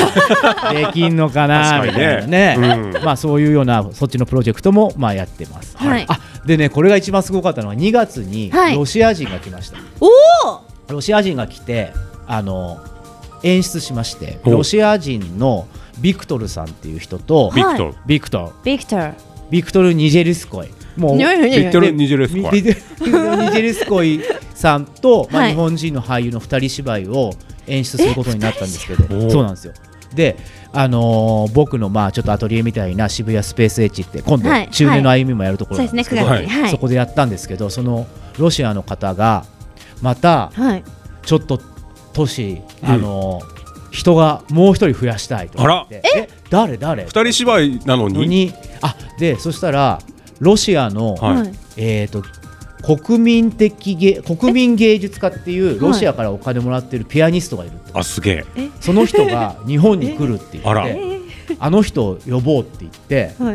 S5: らできんのかなみ
S2: 確かに
S5: たいな
S2: ね
S5: ね
S2: うん
S5: まあそういうようなそっちのプロジェクトもまあやってます、
S1: はい
S5: あでねこれが一番すごかったのは2月に
S1: はい
S5: ロシア人が来ました、
S1: おお。
S5: ロシア人が来てあの演出しまして
S2: お
S5: ロシア人のビクトルさんっていう人と
S2: ビクトル。
S5: ビクトル
S1: ビクター。
S5: ビクトル・ニジェルスコイもう
S1: いやいやいや
S2: ビクトル・ニジェルスコア。
S5: ビクトルニジェルスコイさん
S1: *laughs*
S5: と、ま
S1: は
S5: あ、
S1: い
S5: 日本人の俳優の二人芝居を演出することになったんですけど
S2: お
S5: そうなんですよで、あのー僕のまあちょっとアトリエみたいな渋谷スペース H って今度
S1: はい
S5: 中年の歩みもやるとこ
S1: そう
S5: ろ
S1: で
S5: なん
S1: す
S5: で
S1: ね、
S5: す
S1: 九月
S5: けど、
S1: に。は
S5: そ
S1: い。
S5: こでやったんですけどそのロシアの方がまた
S1: はい。
S5: ちょっと都市、
S2: うん
S5: あの人がもう一人増やしたいと思ってえ誰誰
S2: 二人芝居なのに。
S5: にあでそしたらロシアの、
S2: はい
S1: はい。
S5: えー、と国民的芸国民芸術家っていうロシアからお金もらってるピアニストがいると、
S2: あすげえ。
S5: その人が日本に来るって言って
S2: あら
S5: あの人を呼ぼうって言って
S1: は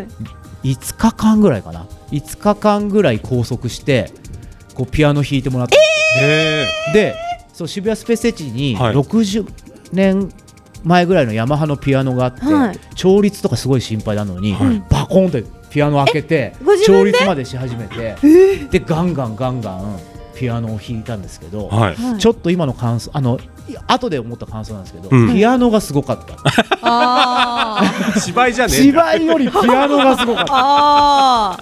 S1: い。
S5: 5日間ぐらいかな5日間ぐらい拘束してこうピアノ弾いてもらって
S2: へ
S5: でそう渋谷スペースエッジに
S2: はい
S5: 60年前ぐらいのヤマハのピアノがあって、
S1: はい
S5: 調律とかすごい心配なのに、
S2: はい
S5: バコンってピアノ開けて
S1: ご自
S5: 調
S1: 分で
S5: 律までし始めて、でガンガンガンガンピピアノを弾いたんですけど、
S2: はいはい
S5: ちょっと今の感想あのい後で思った感想なんですけど、
S2: うん
S5: ピアノがすごかった
S2: *laughs* 芝居じゃねえんだ
S5: 芝居よりピアノがすご
S2: *laughs*
S5: かった
S1: ああ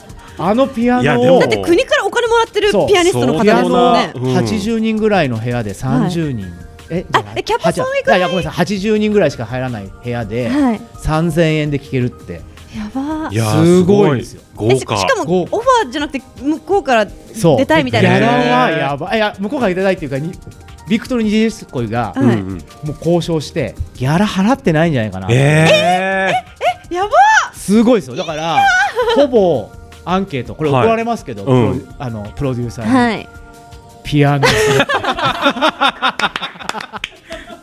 S5: あのピア
S2: いやで
S5: ノを
S2: も
S1: だって国からお金もらってるピアニストの方
S5: ピ
S1: で
S5: ア
S1: す
S5: ノ
S1: もん
S5: を
S1: ね
S2: うん
S5: 80人ぐらいの部屋で30人、えじゃない
S1: えキャパそのぐらい
S5: はじゃあいやごめんなさい80人ぐらいしか入らない部屋で、
S1: はい
S5: 3000円で聴けるって
S1: やばー
S2: いや
S5: すごいですよ
S2: ご
S1: え
S2: い
S1: しし
S2: 豪華
S1: かも
S5: 豪
S1: オ
S5: 華
S1: ファーじゃなくて向こうから
S5: そう
S1: 出たいみたい
S5: ギャ
S1: な
S5: ラ
S2: ね
S5: はやばいいや向こうからいただいていうかにビクトル・ニジェスコイが、
S1: う
S2: うん
S1: はい
S2: うん
S5: もう交渉してギャラ払ってないんじゃないかな、
S2: え
S1: やば
S5: すごいですよ
S2: *laughs*
S5: だからほぼアンケートこれ怒
S2: はい
S5: られますけど、
S2: うん
S5: プロあのプロデューサーに、
S1: はい
S5: ピアノ
S2: *laughs* ー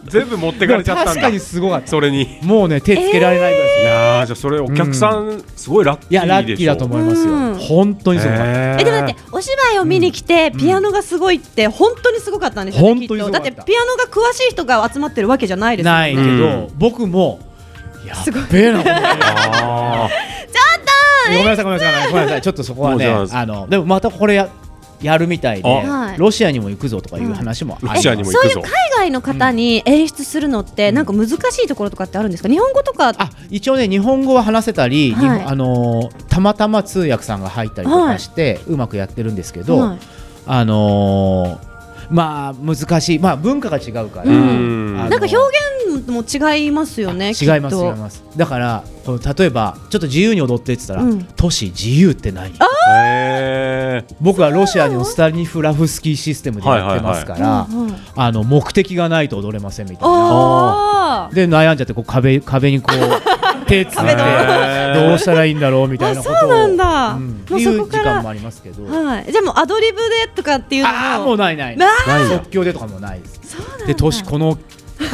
S2: 全部持ってかれちゃったん
S5: 確
S2: だ
S5: かにすごかった
S2: それに
S5: もうね手つけられないぐらいです
S2: いやーじゃあそれお客さんすごいラッキーでしょ
S5: いやラッキーだと思いますよ、
S1: うん
S5: 本当にすごかった
S2: え
S1: えでもだってお芝居を見に来てピアノがすごいって本当にすごかったんですよねきっ
S5: 本当に
S1: と
S5: すご
S1: だ
S5: か
S1: っ
S5: った
S1: てピアノが詳しい人が集まってるわけじゃないですもんね
S5: ないけど、
S2: うん
S5: 僕もや
S1: すごい
S5: っべえなこれ
S2: あ
S5: ごめんなさいごめんなさいごめんなさいちょっとそこはね
S2: もうじゃあ
S5: あのでもまたこれややるみたいで、
S2: あ
S1: はい
S5: ロシアにも行くぞとかいう話もあり
S2: ー
S5: ま
S2: ロ
S5: す
S2: シアにも
S1: そ
S2: 行
S1: う
S2: く
S1: いう
S2: ぞ
S1: 海外の方に演出するのってなんか難しいところとかってあるんですか日本語とか
S5: あ一応ね日本語は話せたり、
S1: はい
S5: 日本あのーたまたま通訳さんが入ったりとかして、うまくやってるんですけど、
S1: はい
S5: あのーまあ難しいまあ文化が違うから、
S2: ーうん
S5: あの
S1: なんか表現も違いますよね
S5: 違います
S1: きっ
S5: 違い
S1: と
S5: ますだからこの例えばちょっと自由に踊ってって言ったら、
S1: うん
S5: 都市自由って何
S2: へー
S5: 僕はロシアのスタニフラフスキーシステムでやってますから、
S1: うんうん
S5: あの目的がないと踊れませんみたいな
S1: あー
S5: で悩んじゃってこう壁壁にこう手ついて
S2: 壁ドン
S5: どうしたらいいんだろうみたいなことを
S1: あそうなんだ
S5: うん
S1: もう
S5: い
S1: そうこ
S5: 時
S1: から
S5: 間もありますけど、
S1: はいじゃあもうアドリブでとかっていうのも
S5: ああもうないない
S1: な
S2: ないんだ
S5: 即興でとかもないですで年この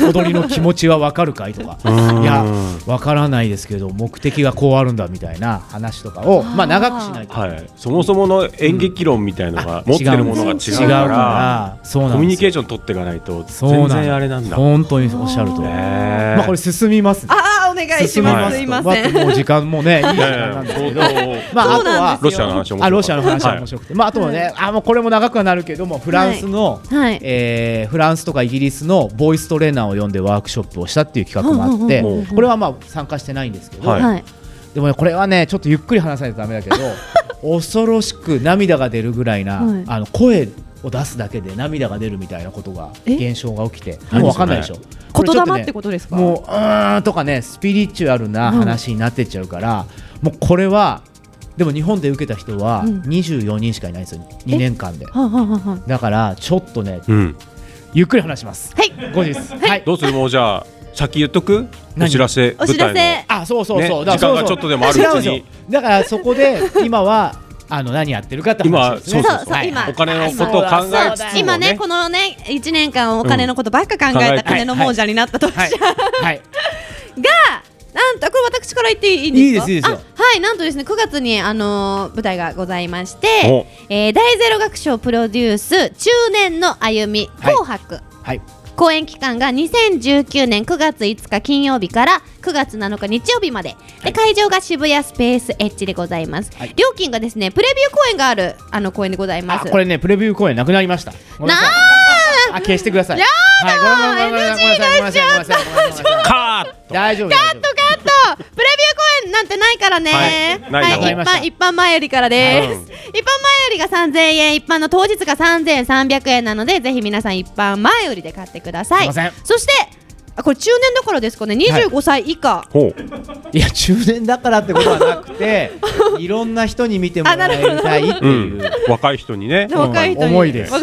S5: 踊りの気持ちはわかるかいとか
S2: うん
S5: いやわからないですけど目的がこうあるんだみたいな話とかをまあ長くしないと、
S2: はい、そもそもの演劇論みたいのが、持ってるものが違う
S5: 違
S2: から
S5: うからそうなんですよ
S2: コミュニケーション取っていかないと
S5: そうな
S2: 全
S5: ん
S2: 然あれなんだ。
S5: 本当におっしゃると、
S2: ねえ
S5: まあこれ進みますね
S1: ああお願いし
S5: 進み
S1: ま
S5: ますす
S1: すい
S5: と
S1: ま
S5: ま
S1: せ
S5: あ
S1: ん
S5: もう時間
S2: *laughs*
S5: もねいい時
S2: いや
S5: 間
S2: い
S5: な
S2: や
S5: ん *laughs* ですけど
S2: 相当
S5: まあ
S1: そ
S5: あ
S1: う
S5: と
S1: なん
S5: は
S1: です
S2: ロシアの話面白かった
S5: あロシアの話は面
S2: はい
S5: 白くて、まああとはね、あもうこれも長くはなるけどもフランスの、
S1: はい
S5: えーフランスとかイギリスのボイストレーナーを呼んでワークショップをしたっていう企画もあって、
S2: うんうんうん
S5: これはまあ参加してないんですけど、
S2: はい
S1: はい
S5: でもねこれはねちょっとゆっくり話さないとダメ
S1: *laughs*
S5: だけど恐ろしく涙が出るぐらいな、
S1: はい
S5: あの声を出すだけで涙が出るみたいなことが
S1: え
S5: 現象が起きて
S2: 何
S5: もうわかんないでしょ。これ
S1: 言
S5: ちょと
S1: 霊
S5: ね
S1: ってことですか
S5: もううーんとかねスピリチュアルな話になってっちゃうから、もうこれはでも日本で受けた人は
S1: うん
S5: 24人しかいないんですよ、2年間で
S1: はあはあはあはあ
S5: だからちょっとね
S2: うん、
S5: ゆっくり話します
S1: はい
S5: 後日はい
S2: どうするもうじゃあ先言っとく？お
S5: 何
S2: 知らせ
S1: お知
S2: 舞
S1: ら
S2: 台
S1: せ
S2: の。
S5: あそうそうそう、
S2: ね
S5: だから
S2: 時間が
S5: そうそう
S2: ちょっとでもあるうちに
S5: 違んですよだからそこで今はあの何やってるかって話
S2: 今
S5: ですね
S2: そう
S1: そうそう
S5: はい
S1: 今
S2: お金のことを考えつつもね。
S1: 今ねこのね1年間お金のことばっか考
S2: う
S1: え
S2: ん考
S1: た
S2: えて
S1: 金の亡者になったと
S5: はいはい
S1: *laughs* なんとこれ私から言っていいんですか
S5: いいですいいですよ
S1: あはいなんとですね9月にあのー舞台がございまし
S2: お
S1: て、えー、大ゼロ学賞プロデュース中年の歩み
S5: はい
S1: 紅白、
S5: はい
S1: 公演期間が2019年9月5日金曜日から9月7日日曜日までで会場が渋谷スペースエッジでございます、
S5: はい
S1: 料金がですねプレビュー公演があるあの公演でございま
S5: あ
S1: す
S5: これねプレビュー公演なくなりましたごめんなさいあ消してくださいやだはい、ごめんなさいごめんなさいごめんなさいごめんなさいごめんなさいごめんなさい
S2: カーッと。
S5: 大丈夫
S1: カ
S5: 大
S1: ット
S5: 丈
S1: カットプレビュー公演なんてないからね
S2: はいない
S5: ないわかりま
S1: 一般一般前よりからです、
S2: うん
S1: 一般前よりが3000円一般の当日が3300円なのでぜひ皆さん一般前よりで買ってください
S5: すいません
S1: そしてあこれ中年だからですかね25歳以下、
S2: ほう。
S5: 夫いや中年だからってことはなくていろんな人に見てもらいたいって
S2: う
S5: い
S2: ん
S5: う。
S2: 若い人にね。
S1: 若い人に
S5: 思いです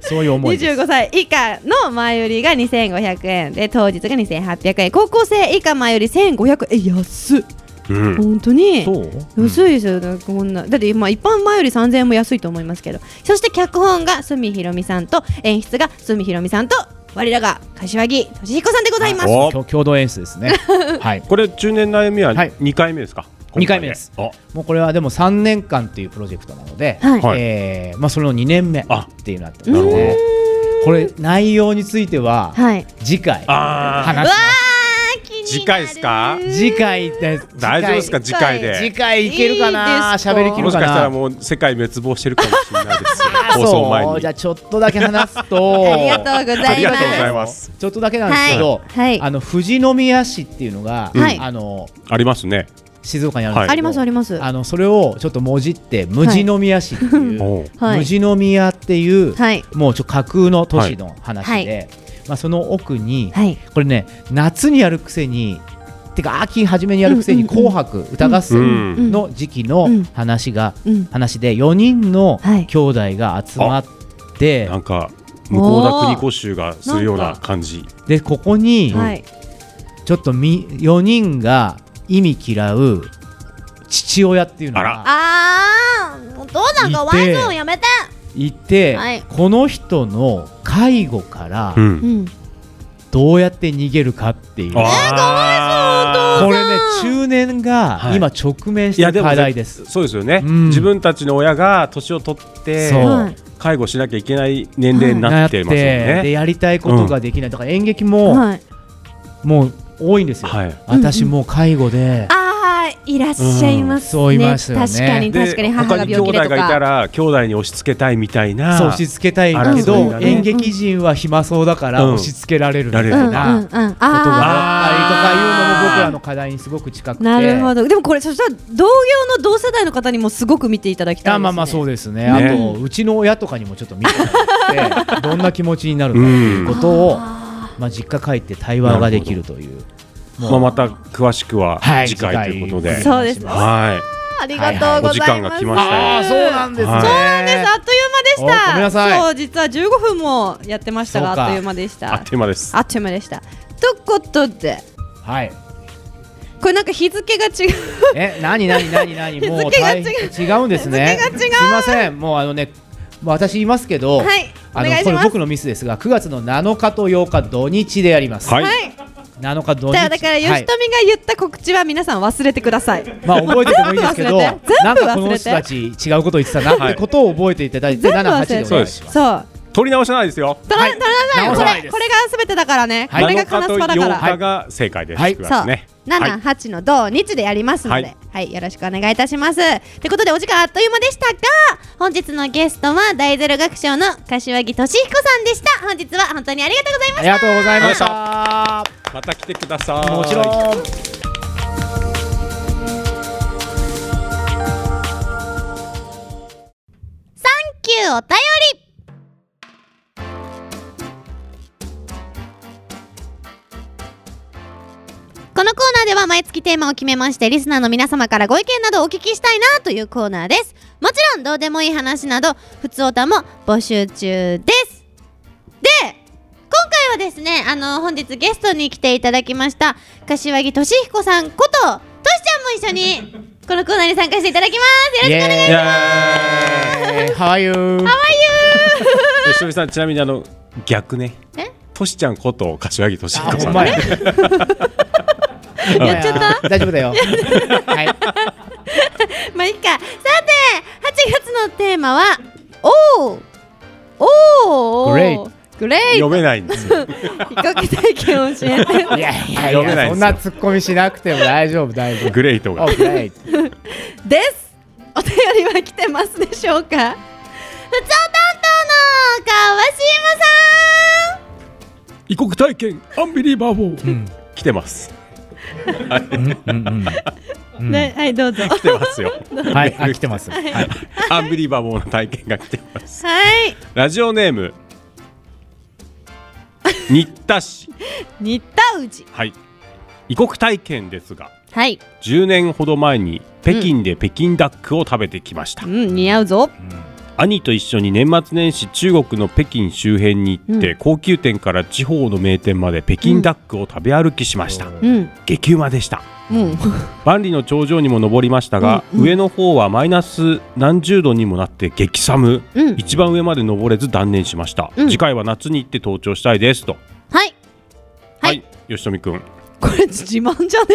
S5: そういう思いです
S1: 25歳以下の前よりが2500円で当日が2800円高校生以下前より1500円え安っ
S2: うん。
S1: 本当に
S5: そう
S1: 安いですよ、なんかこんなだって今一般前より3000円も安いと思いますけどそして脚本が角ひろみさんと演出が角ひろみさんと我らが柏木俊彦さんでございます
S2: お
S5: 共共同演出ですねはい
S2: これ中年の歩みは
S5: はい
S2: 二回目ですか？
S5: 二回目です
S2: 今回
S5: もうこれはでも3年間っていうプロジェクトなので、
S1: はい
S2: はい
S5: えーまあ、それの2年目っ
S2: あ
S5: ていうなってるの
S2: なる
S5: でこれ内容については
S1: はい
S5: 次回
S2: あ。ああ。
S5: 話します
S1: あー気に
S2: 次回ですか
S5: 次回です
S2: 大丈夫ですか次回で
S5: 次回いけるかな
S1: い
S5: い
S1: ですか
S5: 喋りき
S2: も
S5: る
S2: し
S5: か
S2: かしたら
S5: な
S2: もう世界滅亡してるかもしれない
S1: *laughs*
S2: ですよ放送前
S5: そう
S2: に
S5: じゃあちょっとだけ話すと
S1: ありがとうございますありがとうござい
S2: ます
S5: ちょっとだけなんですけど、
S1: はい
S5: あの富士宮市っていうのが、
S1: はい
S5: あの
S2: ありますね
S5: 静岡にあるんですけど、
S1: ありますあります
S5: あのそれをちょっともじって無地宮市っていう、
S2: おう
S1: はい
S5: 無地宮っていう、
S1: はい
S5: もうちょっと架空の都市の話で、
S1: は
S5: まあその奥に、
S1: はい
S5: これね夏にやるくせにてか秋初めにやるくせに「紅白歌合戦」の時期の
S1: うん
S5: 話が、
S1: うん
S5: 話で4人の
S1: はい
S5: 兄弟が集まって、
S2: なんか向こうだ国五州がするような感じ
S5: でここに
S1: はい
S5: ちょっとみ4人が意味嫌う父親っていうの
S2: あ
S5: が
S2: ら
S3: あーお父さんがワイゾーンやめて
S5: いて、
S3: はい
S5: この人の介護から
S2: うん
S1: うん
S5: どうやって逃げるかっていう、
S2: あ
S5: これね中年が
S2: はい
S5: 今直面してる課題です。
S2: そうですよね、
S5: うん
S2: 自分たちの親が年を取って
S5: そう
S1: はい
S2: 介護しなきゃいけない年齢になってますよ
S5: なってで
S2: ね。
S5: やりたいことができない、だから演劇も、
S1: はい
S5: もう多いんですよ、
S2: はい
S5: 私もう介護で、
S1: あーいらっしゃいます
S5: うんそう
S1: ね,、
S5: いますよね
S1: 確かに確かに母
S2: 他
S1: が
S2: に兄
S1: 病気
S2: 弟
S1: で
S2: が
S1: と
S2: いた
S1: から
S2: 兄弟に押し付けたいみたいな
S5: そう押し付けたい
S2: あら
S5: け
S2: そう
S5: ど、
S2: だね
S5: 演劇人は暇そうだから
S2: うん
S5: 押し付けられるみたい
S2: られる
S5: なこと
S1: うんうんうん
S5: があったりとかいうのも
S2: あー
S5: 僕らの課題にすごく近くて
S1: なるほどでもこれそしたら同業の同世代の方にもすごく見ていただきたいです、ね、
S5: あまあまあそううですね
S2: ね
S5: あとうちの親とかにもちょっと見てもら *laughs* ってどんな気持ちになるかっていうことを、まあ、実家帰って対話ができるという
S2: まあ、また詳しくは
S5: はい
S2: 次回ということで。
S5: 次回
S1: そうです
S5: は
S2: はい、
S1: ありがとうございます、
S2: お時間が来ましたよ
S5: ああそうなんですね、
S2: はいそう
S1: そうですあっという間でした
S5: おごめんなさい
S1: そう実は15分もやってましたが
S5: そうか
S1: あっという間でした
S2: あっという間です
S1: あ。っという間でしたということで
S5: はい
S1: これなんか日付が違う
S5: え、なになにな
S1: *laughs*
S5: になに、もう
S1: 日付が違う
S5: 大変違うんですね。
S1: 日付が違う
S5: すみません、もうあのね、まあ私言いますけど、
S1: はい
S5: あ
S1: お願い
S5: の
S1: し
S5: これ
S1: ます
S5: 僕のミスですが、9月の7日と8日土日でやります。
S2: はい、
S5: 7日土日。
S1: だだから吉
S5: は
S1: 富
S5: い
S1: が言った告知は皆さん忘れてください、
S5: まあ覚えててもいいですけ
S1: *laughs*
S5: ど、
S1: 全部忘れて
S5: なんかこ
S1: 全部忘
S5: の
S1: れ
S5: 人
S1: て
S5: たち違うこと言ってたなっ
S2: は
S5: て
S2: い
S5: ことを覚えていただいて、
S1: 全部
S5: 7、
S1: 忘れ
S5: 8
S1: て
S5: でお願いします。
S1: そう
S2: 取り直さないですよ。
S1: 取ら取ら
S5: 直さ
S1: な
S5: ない
S1: い
S5: で
S1: これ
S5: す
S1: これがすべてだからね、
S2: はい、
S1: これ
S2: 7
S1: が
S2: 日
S1: 金
S2: と
S1: スパだから、
S2: 8日が正解です。
S5: はい
S2: 宿
S1: そ
S2: 題
S1: う、
S2: ですね
S1: 7、8の同日でやりますので、
S2: は
S1: はいい、よろしくお願いいたします。ということでお時間あっという間でしたが、本日のゲストは大ゼロ学賞の柏木俊彦さんでした。本日は本当にありがとうございま
S5: あ
S1: し
S5: りがとうございまし
S2: あ
S5: た。
S2: また来てください。
S5: もちろん。
S3: 9お便りこのコーナーでは毎月テーマを決めましてリスナーの皆様からご意見などをお聞きしたいなというコーナーですもちろんどうでもいい話などふつおたも募集中ですで今回はですねあの本日ゲストに来ていただきました柏木俊彦さんこととしちゃんも一緒にこのコーナーに参加していただきますよろしくお願いします
S5: イエ
S2: イエ
S5: ーイ。ハワイユー。
S2: ーイ吉富さん、ちなみにあの逆ね。としちゃんこと柏木とし
S5: あ、
S2: こ
S5: ほ
S2: さ
S5: ん
S2: ん
S5: ま
S2: ね *laughs*
S5: や。。。
S1: やっちゃった
S5: 大丈夫だよ。はい。
S1: た。まあいいか。さて、8月のテーマは、おうおう
S5: グレイト
S1: グレイ
S2: 読
S1: ト
S2: めないんですよ。
S1: 比較体験を教えて。
S5: いやいやいや
S2: 読めないですよ
S5: そんな突っ込みしなくても大丈夫大丈夫
S2: グレイトが
S5: オ。ッケー
S1: ですお便りは来てますでしょうか
S3: 普通担当の川島さん
S2: 異国体験アンビリーバーボー、来てます
S1: ねはいどうぞ
S2: 来てます *laughs* よ
S5: はいあ来てますはい
S2: アンビリーバーボーの体験が来てます
S1: はい
S2: ラジオネーム新田氏
S1: 新田氏
S2: はい異国体験ですが
S1: はい
S2: 10年ほど前に北京で北京ダックを食べてきました、
S1: うん似合うぞ
S2: 兄と一緒に年末年始中国の北京周辺に行って、高級店から地方の名店まで北京ダックを食べ歩きしました、
S1: うん
S2: 激うまでした
S1: うん *laughs*
S2: 万里の頂上にも登りましたが、上の方はマイナス何十度にもなって激寒、
S1: うん
S2: 一番上まで登れず断念しました、
S1: うん
S2: 次回は夏に行って登頂したいですと
S3: はいはい
S2: 吉富君
S1: これ自慢じゃね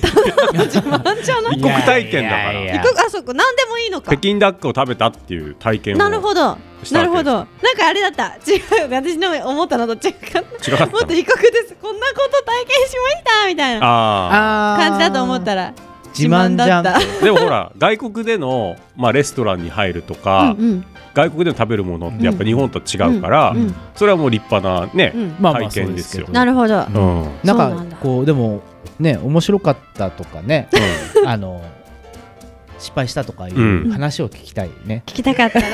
S1: *laughs* ただの自慢じゃない
S2: 異国体験だから
S1: 異国あそこ何でもいいのか
S2: 北京ダックを食べたっていう体験を
S1: なるほど
S2: した
S1: な
S2: わ
S1: る
S2: け
S1: ほどなんかあれだった違う私の思ったのと違うかった
S2: 違かった
S1: もっと異国ですこんなこと体験しましたみたいな
S2: あ
S5: あ
S1: 感じだと思ったら
S5: 自慢じゃ
S1: 自慢
S5: ん
S1: だっ
S2: あでもほら外国での、まあ、レストランに入ると
S1: た
S2: か、
S1: うんうん
S2: 外国での食べるものってやっぱ日本と違うから、
S1: うんうん
S2: それはもう立派なね、
S1: うん
S5: まあまあ
S2: 体験ですよ
S5: そうですけど
S1: なるほど
S2: う、
S5: うん
S2: うん
S5: な
S1: そ
S5: ん
S1: うなんだ
S5: かこうでもね面白かったとかねあの失敗したとかい
S2: うん
S5: う話を聞きたいね。
S1: 聞きたかった
S5: *laughs*
S1: な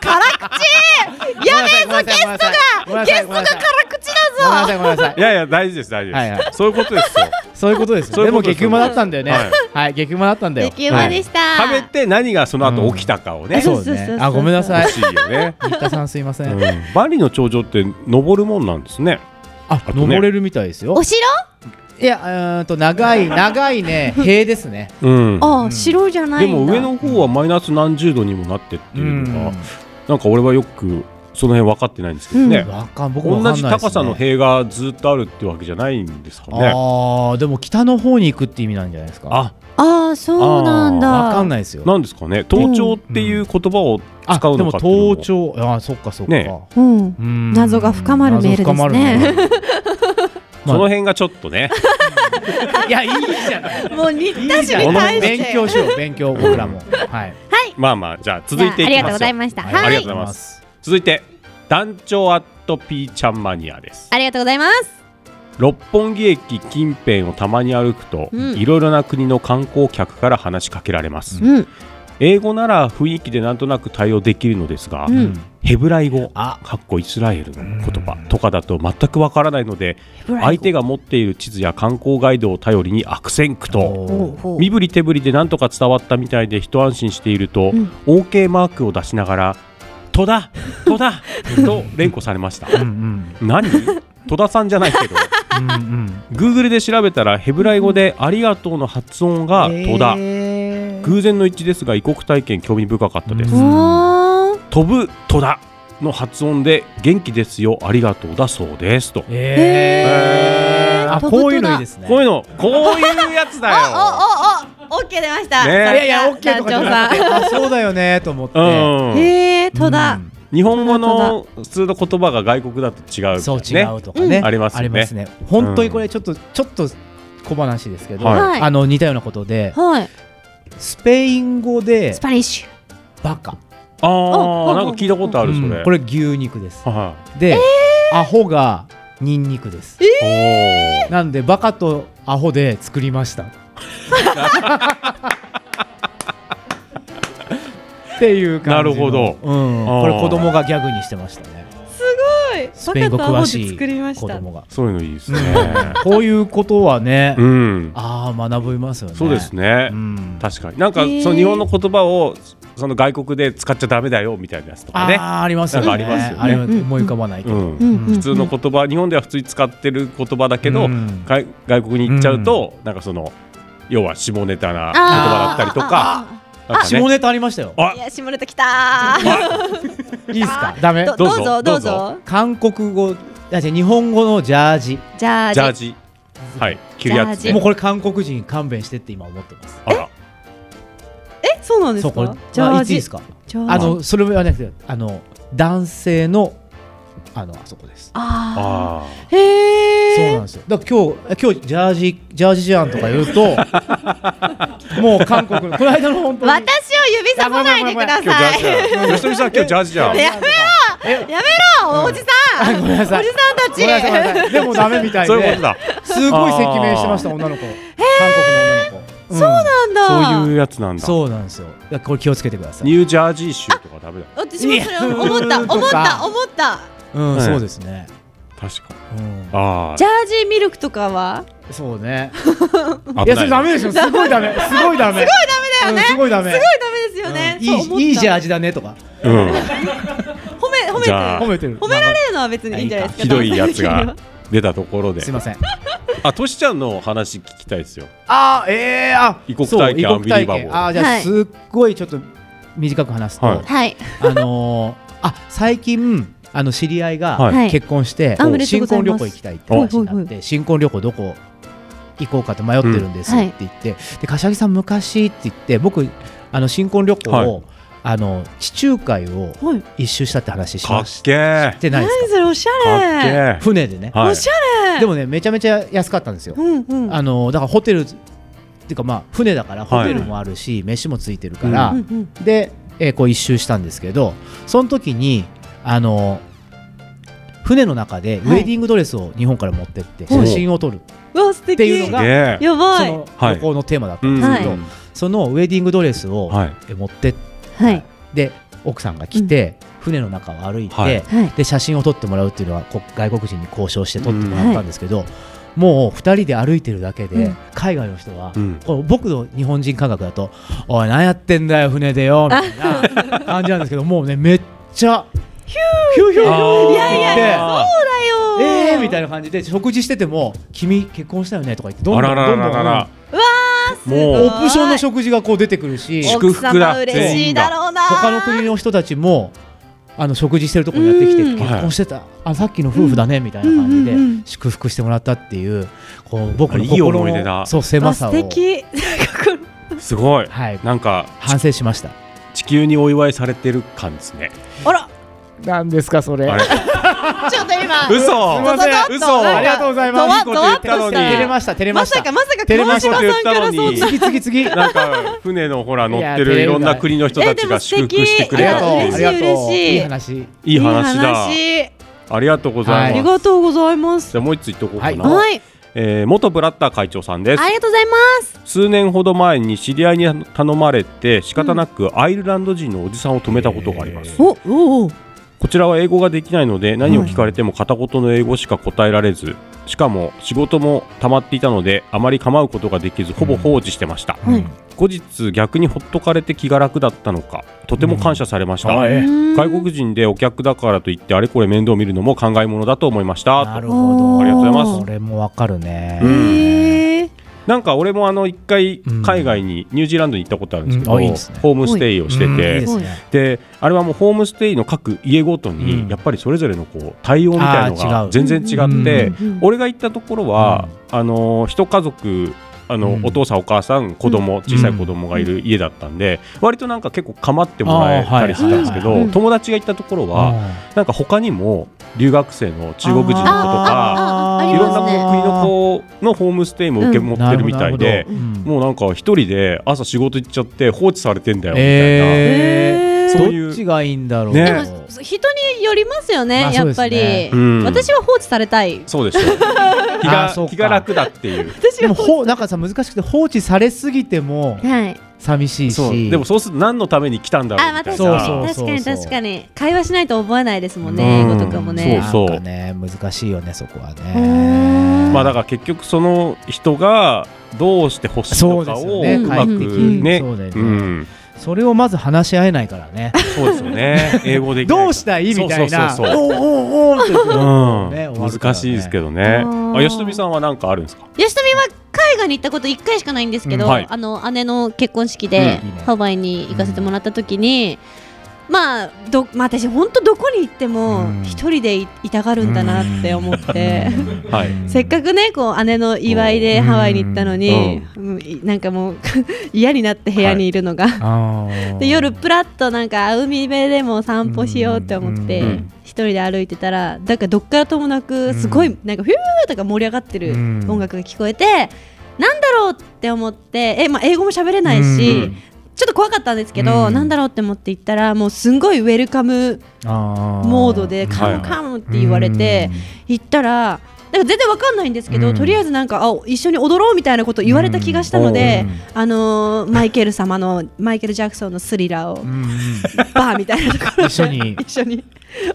S1: 辛口やべえぞゲストがゲストが辛口
S5: ごめ
S1: だぞ
S5: んなさいごめんなさい
S2: い。やいや大事です大事です、
S5: はいはい
S2: そういうことですよ
S5: そういうことです
S2: そう
S5: よ。
S2: い
S5: で
S2: うこ
S5: も
S2: とです
S5: 激うまだったんだよね
S2: はい。
S5: はい、激うまだったんだよ。
S1: 激うまでした、
S2: 食べて何がその後起きたかを
S1: う
S2: ね、
S1: ん
S2: 欲
S5: そう
S1: そうそうそう
S5: ね。
S1: そう
S5: あ、ごめんなさい。
S2: しいよね、
S5: 新田さんすいませ
S2: うん
S5: ん。
S2: バリの頂上って登るもんなんですね
S5: あ、
S2: とね
S5: 登れるみたいですよ
S4: お。城
S5: いや、うーんと長い長いね塀ですね。
S2: うん
S1: あ、白じゃない
S2: で
S1: んだ
S2: も上の方はマイナス何十度にもなってっていうのが、
S5: うん
S2: なんか俺はよくその辺分かってないんですけどね、
S5: わかん僕もわかん
S2: 同
S5: ない
S2: じ
S5: ですね
S2: 高さの塀がずっとあるってわけじゃないんですかね
S5: ああ、でも北の方に行くって意味なんじゃないですか。
S2: あ
S1: ああそうなんだ
S5: わかんないですよ。
S2: なんですかね盗聴っていう言葉を
S5: あ、
S2: 使う
S5: で
S2: の
S5: も
S2: かっていうのも
S5: 盗聴、あー、そっかそっか。
S2: ね
S1: うん
S5: うん
S1: 謎が深まるメールですね
S5: 謎深まるね
S2: その辺がちょっとね
S5: いやいいじゃない。
S1: もう新田
S5: い
S1: 氏
S5: いじゃ
S1: に
S5: な
S1: 対し
S5: い。
S1: て
S5: 勉強しよう勉強僕らも。はい。
S2: まあまあじゃあ続いていきますよ
S4: ありがとうございました。
S2: あ
S4: は
S2: りが
S4: い
S2: とう。ございます続いて団長アットピーちゃんマニアです
S4: ありがとうございます。
S2: 六本木駅近辺をたまに歩くと、
S4: うん
S2: いろいろな国の観光客から話しかけられます、
S1: うん
S2: 英語なら雰囲気でなんとなく対応できるのですが、
S1: うん
S2: ヘブライ語
S5: あ
S2: かっこイスラエルの言葉とかだと全くわからないので相手が持っている地図や観光ガイドを頼りに悪戦苦闘
S5: おー
S2: 身振り手振りでなんとか伝わったみたいで一安心していると、
S1: うん
S2: OK マークを出しながら「戸田戸
S5: *laughs*
S2: 田」と連呼されました
S5: うんうん
S2: 何戸田さんじゃないけど
S5: うんうん。
S2: Google で調べたらヘブライ語で「ありがとう」の発音が「戸田」偶然の一致ですが異国体験興味深かったです、
S5: うん
S1: おー
S2: 飛ぶ「戸田」の発音で「元気ですよありがとう」だそうですと、
S5: えー。あ、こういうのいいですね。
S2: こういうのこういうやつだよ
S1: おおおオッケー出ました
S2: ね
S5: いやいや、オッケーとかじゃなくて、
S1: 団
S5: あそうだよねと思って。
S2: うん、
S1: へえ戸田
S5: うん
S2: 日本語の普通の言葉が外国だと違うからね
S5: そう違うとかね、
S2: うんありますよね
S5: 本当にこれちょっと、ちょっと小話ですけど、
S2: はい
S4: はい
S5: あの似たようなことで、
S1: はい
S5: スペイン語で
S4: スパニッシュ。
S5: バカ、
S2: あ
S1: あ
S2: あなんか聞いたことあるそれ、
S5: うんこれ牛肉です。
S2: は
S5: で、アホがニンニクです。
S2: い、おー
S5: なんでバカとアホで作りました。っていう感じの
S2: なるほど
S5: うん、
S2: あー
S5: これ子供がギャグにしてましたね。
S1: す
S5: ス
S1: ご
S5: ペイ
S1: い
S5: ン語
S1: バカとアホ
S5: 詳
S1: で
S5: し
S1: 作りま
S5: い
S1: し
S5: 子
S1: た
S5: 供が。
S2: そういうのいいですね
S5: こういうことはね、
S2: うん
S5: ああ学びますよね。
S2: そうですね、
S5: うん
S2: 確かになんか
S1: へー
S2: その日本の言葉をその外国で使っちゃダメだよみたいなやつとかね、
S5: あーありますよね。
S2: なんかありますよね
S5: あれは思い浮かばないけ
S2: う
S5: ど。
S2: ん
S1: うんうんうん
S2: 普通の言葉日本では普通に使ってる言葉だけど、
S5: うん
S2: 外外国に行っちゃうと、なんかその要は下ネタな言葉だったりとかなんかね
S5: 下ネタありましたよ。
S2: あ
S1: いや下ネタきた
S5: いいですか。ダメ
S1: ー。ど
S2: ど
S1: ど
S2: う
S1: うぞ
S2: ぞど
S1: ど
S2: う
S1: う
S2: ぞ
S1: ぞ
S5: 韓国語、あじゃあ日本語のジャージ。
S1: じゃあ
S2: ジャージはい着るやつ
S1: ジャえ
S2: ね
S1: ー
S5: もうこれ韓国人勘弁してって今思ってます。
S2: あら
S1: えそうなんです
S5: そうこれ
S1: か。ジャ
S5: あ
S1: ー
S5: いつい
S1: ジ
S5: いですか。
S1: ジャージ
S5: あのそれはなくてあの男性のあのあそこです。
S1: あ
S2: あ
S1: ーへ
S5: そう
S1: え
S5: なんですよ。だから今日え今日ジャージジャージじゃんとか言う *laughs* と、もう韓国のこの間の本当に。
S1: 私を指ささないでくだ
S2: ー今日ジャ
S1: さ
S2: ー
S1: い
S2: ジだよ吉富さん今日ジャージじゃん
S1: ややめろおじさ
S5: あ
S1: ん
S5: ごめんなさい
S1: おじさんた
S5: ごめんなさいごめんな
S1: ち
S5: さいでもダメみたい
S2: そういうこ
S5: で
S2: と。だ
S5: すごい赤面してました女の子。韓国の女の子。そうなん
S2: そういううやつなんだ
S5: そうなんですよ。だからこれ気をつけてくださ
S2: ニ
S5: い。
S2: ュージャージー州とかダメだ
S1: 私もそれ *laughs* 思った
S5: いや
S1: 思った思った
S5: うん、
S2: はい
S5: そうですね。
S2: 確かに
S5: うん、
S2: あ
S1: ジャージーミルクとかは
S5: そうね。
S2: あ
S5: いやそれダメでしょ。すごいダ *laughs* メ。すごいダメ。すごいダメだよね。すごいダメ。す
S1: ダメですよね
S5: い
S1: そう思っ
S5: いいいジャ
S1: た
S5: ージだねとか
S2: うん
S1: 褒め褒めて
S2: じゃあ
S5: 褒めてる。
S1: 褒められるのは別にいいんじゃないですか
S2: ひどいやつが出たところです
S5: いません。
S2: あとしちゃんの話聞きたいですよ
S5: あーええー、あ
S2: 異国
S5: そう
S2: 体験
S5: 異国体
S2: アンビリバボー
S5: あーじゃあ、
S4: はい
S5: すっごいちょっと短く話すと、
S2: はい
S4: はい。
S5: あのー、あ最近あの知り合いが
S2: はい
S5: 結婚して、
S1: あおめでとうご
S5: 新
S1: ざい
S5: 婚
S1: ます
S5: 旅行行きたいって話になって新婚旅行どこ行こうかと迷ってるんです
S1: うん
S5: って言って、で柏木さん昔って言って僕あの新婚旅行を、
S2: はい
S5: あの地中海を
S1: はい
S5: 一周したって話し
S2: かっ
S5: まし
S2: けー
S5: てないです
S1: 何それおし
S2: かっ
S1: ゃ
S2: け
S1: れ
S2: ー
S5: 船でね、
S2: はい
S1: おしゃれ
S5: でもねめちゃめちゃ安かったんですよ、
S1: うんうん
S5: あのだからホテルっていうかまあ船だからホテルもあるし、飯もついてるから、
S1: うんうん
S5: で、えーこう一周したんですけどその時にあの船の中でウ
S1: はい
S5: ェディングドレスを日本から持ってって
S2: ほう
S5: 写真を撮る
S1: うわ素敵
S5: っていうのが
S2: すげえ
S1: やばい
S5: その
S2: はい
S5: 旅行のテーマだった
S2: うんん
S5: ですけど、
S1: は
S5: そのウェディングドレスを
S2: はい
S5: えー持ってっ
S1: はい
S5: で奥さんが来て、船の中を歩いて、
S2: はい
S1: はい
S5: で写真を撮ってもらうっていうのはこ外国人に交渉して撮ってもらったんですけど、もう2人で歩いてるだけで、
S1: うん
S5: 海外の人は、
S2: うん
S5: こう僕の日本人感覚だと「おい何やってんだよ船でよ」みたい *laughs* な感じなんですけどもうねめっちゃヒューヒューヒュー
S2: い
S5: って言っ
S1: そ
S5: て
S1: うだよ
S5: えーみたいな感じで食事してても「君結婚したよね」とか言ってどんどん
S2: あらら
S5: どんど
S2: らららら
S5: ん
S1: ご
S2: も
S1: いう
S5: オプションの食事がこう出てくるし
S2: 祝福だ
S1: 奥様嬉しいだろうな
S5: 他の国の人たちもあの食事してるところにやってきて
S1: うん
S5: 結婚してた、あさっきの夫婦だねみたいな感じで祝福してもらったっていうこう僕
S2: い
S5: の
S2: い
S5: 心
S2: 思い出
S5: の
S2: だ
S5: そう狭
S1: わ
S5: さ
S1: 素
S5: を
S1: 敵
S2: すごい
S5: はい
S2: なんか
S5: 反省しました
S2: 地球にお祝いされてる感ですね
S1: あら
S10: なんですかそれ
S5: *laughs*
S2: あれ
S1: ちょっと今ちょっとちょ
S2: 嘘
S1: っとなん
S2: 嘘
S1: か
S2: ありがとうございます
S1: ゾワ
S2: いいこと
S1: ゾ
S2: 言
S1: ワっ
S2: っ
S1: と
S2: たの
S1: し
S2: に
S5: 照れ
S1: た
S5: ました照れま
S1: ま
S5: した
S1: さかまさか
S5: 照れ
S1: 川
S5: ました
S1: 島さんからそんな
S2: 照
S5: 次次次
S2: なんか船のほら乗って
S10: いや
S2: るいろんな
S10: 照れる
S2: 国の人たちが祝福してくれたって
S1: えでも
S2: いう
S1: 素敵嬉しい嬉しい
S2: い
S5: いい話
S2: い話だ
S1: いい話
S2: ありがとうござ
S1: あ
S2: い
S1: り
S2: ます
S1: がとうございます
S2: じゃあもう一つ言っとこうかな、
S1: はい
S2: えー元ブラッター会長さんです
S1: ありがとうございます
S2: 数年ほど前に知り合いに頼まれて仕方なくアイルランド人のおじさんを止めたことがあります、
S1: おおお
S2: こちらは英語ができないので何を聞かれても片言の英語しか答えられず、しかも仕事も溜まっていたのであまり構うことができずほぼ放置してました、
S1: はい
S2: 後日逆にほっとかれて気が楽だったのかとても感謝されました、外国人でお客だからといってあれこれ面倒見るのも考えものだと思いました
S5: な
S2: と
S5: るほ
S1: お
S5: ど
S1: ーありがとうござい
S2: ます
S5: それもわかるね、
S2: うん
S1: へー
S2: なんか俺もあの一回
S5: うん
S2: 海外にニュージーランドに行ったことあるんですけど、
S5: うんあいいですね
S2: ホームステイをして
S5: うんいい
S2: て、
S5: ですね
S2: であれはもうホームステイの各家ごと
S5: うん
S2: にやっぱりそれぞれのこう対応みたいの
S5: あー違
S2: が
S5: う
S2: 全然違って、
S1: うんうんうん
S2: 俺が行ったところは、あのー一家族あの、
S5: うん
S2: お父さんお母さん子供小さい子供がいる家だったんで、割となんか結構構ってもらえたりしてたんですけど、
S1: は
S5: あー
S1: いはいはい
S2: 友達が行ったところは、なんか他にも留学生の中国人の子と
S1: あー
S2: か
S1: あーあーあ
S2: い
S1: り
S2: ろん
S1: ます
S2: な
S1: ね
S2: 国の子のホームステイも受け持ってるみたいで、
S5: う
S2: もうなんか一人で朝仕事行っちゃって放置されてんだよみたいな。
S5: え
S2: ー
S5: ー、
S2: そういう
S5: どっちがいいんだろう、
S2: ね
S1: でもそ人によりますよね、
S5: まあ
S1: やっぱり、
S5: そうです
S2: うん
S1: 私は放置されたい
S2: そうでしょう気
S5: あ
S2: が
S5: そうか
S2: 気が楽だっていう
S1: 私
S5: でも
S1: は
S5: ほうなんかさ難しくて放置されすぎても
S1: はい
S5: 寂しいし
S2: そうでもそうすると何のために来たんだろう
S1: あ、ま
S2: み
S1: あ、
S2: たい
S1: 確
S5: そう
S1: か
S2: な
S5: そう
S1: に確かに確かに会話しないと覚えないですもん
S5: う
S1: ね、英
S5: ん
S1: 語とかもね
S2: そう
S5: なんかね難しいよねそこは
S1: う
S5: ね
S2: まあだから結局その人がどうしてほしいのか
S5: そう
S2: を
S5: です
S1: よね
S2: うまく
S1: うん
S5: うん
S2: ね
S5: そうだよね
S2: うん
S5: それをまず話し合えないからね
S2: そうですよね英語できないから
S5: どうしたいみたいな
S2: そうそうそう
S5: おおおおって
S2: う
S5: ね
S2: ん
S5: 終わるか
S2: 難
S5: らね
S2: しいですけどね
S1: うん
S2: あ吉富さんは何かあるんですか
S4: 吉富は海外に行ったこと1回しかないんですけど、
S2: うんはい
S4: あの姉の結婚式で
S5: うんいいね
S4: ハワイに行かせてもらった時に、まあどまあ私本当どこに行って
S5: う
S4: も
S5: ん
S4: 一人でいいたがるんだなって思って、
S2: はい
S4: せっかくねこう姉の祝いでハワイに行ったのに、うんいなんかもう *laughs* 嫌になって部屋にいるのが、 *laughs* で夜プラッとなんか海辺でも散歩しようって思って、
S2: うん
S4: 一人で歩いてたらなんかどっからともなくすごいなんかフューとか盛り上がってる
S5: うん
S4: 音楽が聞こえて、なんだろうって思ってえ、まあ、英語も喋れないし、
S2: うん
S4: ちょっと怖かったんですけど、
S5: うん
S4: なんだろうって思って行ったらもうすんごいウェルカムモ
S5: モ
S4: ードで「カ
S2: は
S4: ム
S2: い
S4: カム」って言われて行ったら。なんか全然わかんないんですけど、
S5: うん
S4: とりあえずなんかあ一緒に踊ろうみたいなこと言われた気がしたので、あのーマイケル様のマイケル・ジャクソンのスリラーをバーみたいなところで
S5: 一緒に
S4: 一緒に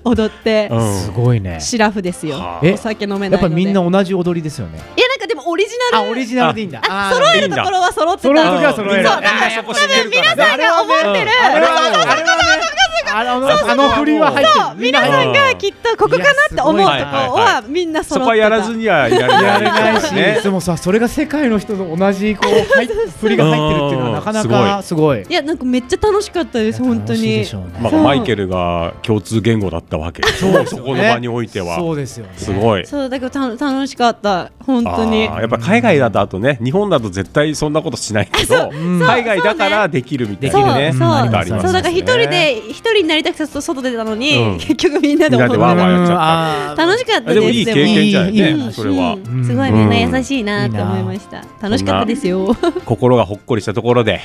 S4: 踊って、
S2: うん
S5: すごいね
S4: シラフですよ
S2: はあ
S5: え
S4: お酒飲め
S5: や
S4: ないので
S5: っぱみんな同じ踊りですよ
S4: い
S5: ね
S4: やなんかでもオリジナ
S5: あ
S4: ル
S5: オリジナルでいいんだあー
S4: 揃え
S2: いい
S4: る
S2: ん
S4: と
S2: だ
S4: ころは揃ってた
S5: 揃えるとこ
S2: あ
S5: は
S2: ー
S5: 揃える
S2: みんなそこ知ってるからね
S5: あれは
S2: う
S5: ね
S2: ん
S5: あれはねあれはねあのあの
S13: 振りは入ってる
S14: そう皆さんがきっとここかなって思うとこ
S2: いやすごいな
S14: はみんな
S2: そ
S14: 揃っ
S2: こ
S14: てた
S2: はやらずにはや
S13: や
S2: れ
S13: れ
S2: な
S13: な
S2: いで
S13: い
S2: す
S13: し、
S2: ね
S13: でもさそれが世界の人と同じこう入っ振りが入ってるっていうのはなかなかすごい
S1: いやなんかめっちゃ楽しかったです本当
S13: いい
S1: に
S13: でしょうね
S2: *laughs* まあ、
S1: そう
S2: マイケルが共通言語だったわけそう
S13: ですよね
S2: そこの場においては
S13: そうですよね
S2: すごい
S1: そうだけどた楽しかった本
S2: あ
S1: 当に
S2: ーやっぱ海外だとあとね日本だと絶対そんなことしないけど海外だからできるみたい
S1: そう
S2: なね
S1: そう
S2: 何かあります
S1: そうだから一人
S2: ね
S1: で一人になりたくて外出てたのに、
S2: うん
S1: 結局みんなで
S2: みんなでわーわーやっちゃっ
S13: あー
S1: 楽しかった
S2: た
S1: で
S2: あ
S1: す
S2: でもいい経験じゃん
S13: いいい
S2: ね
S13: い
S2: それは
S1: うんすごいみんな優しいなって思いました、楽しかったですよ
S2: 心がほっこりしたところで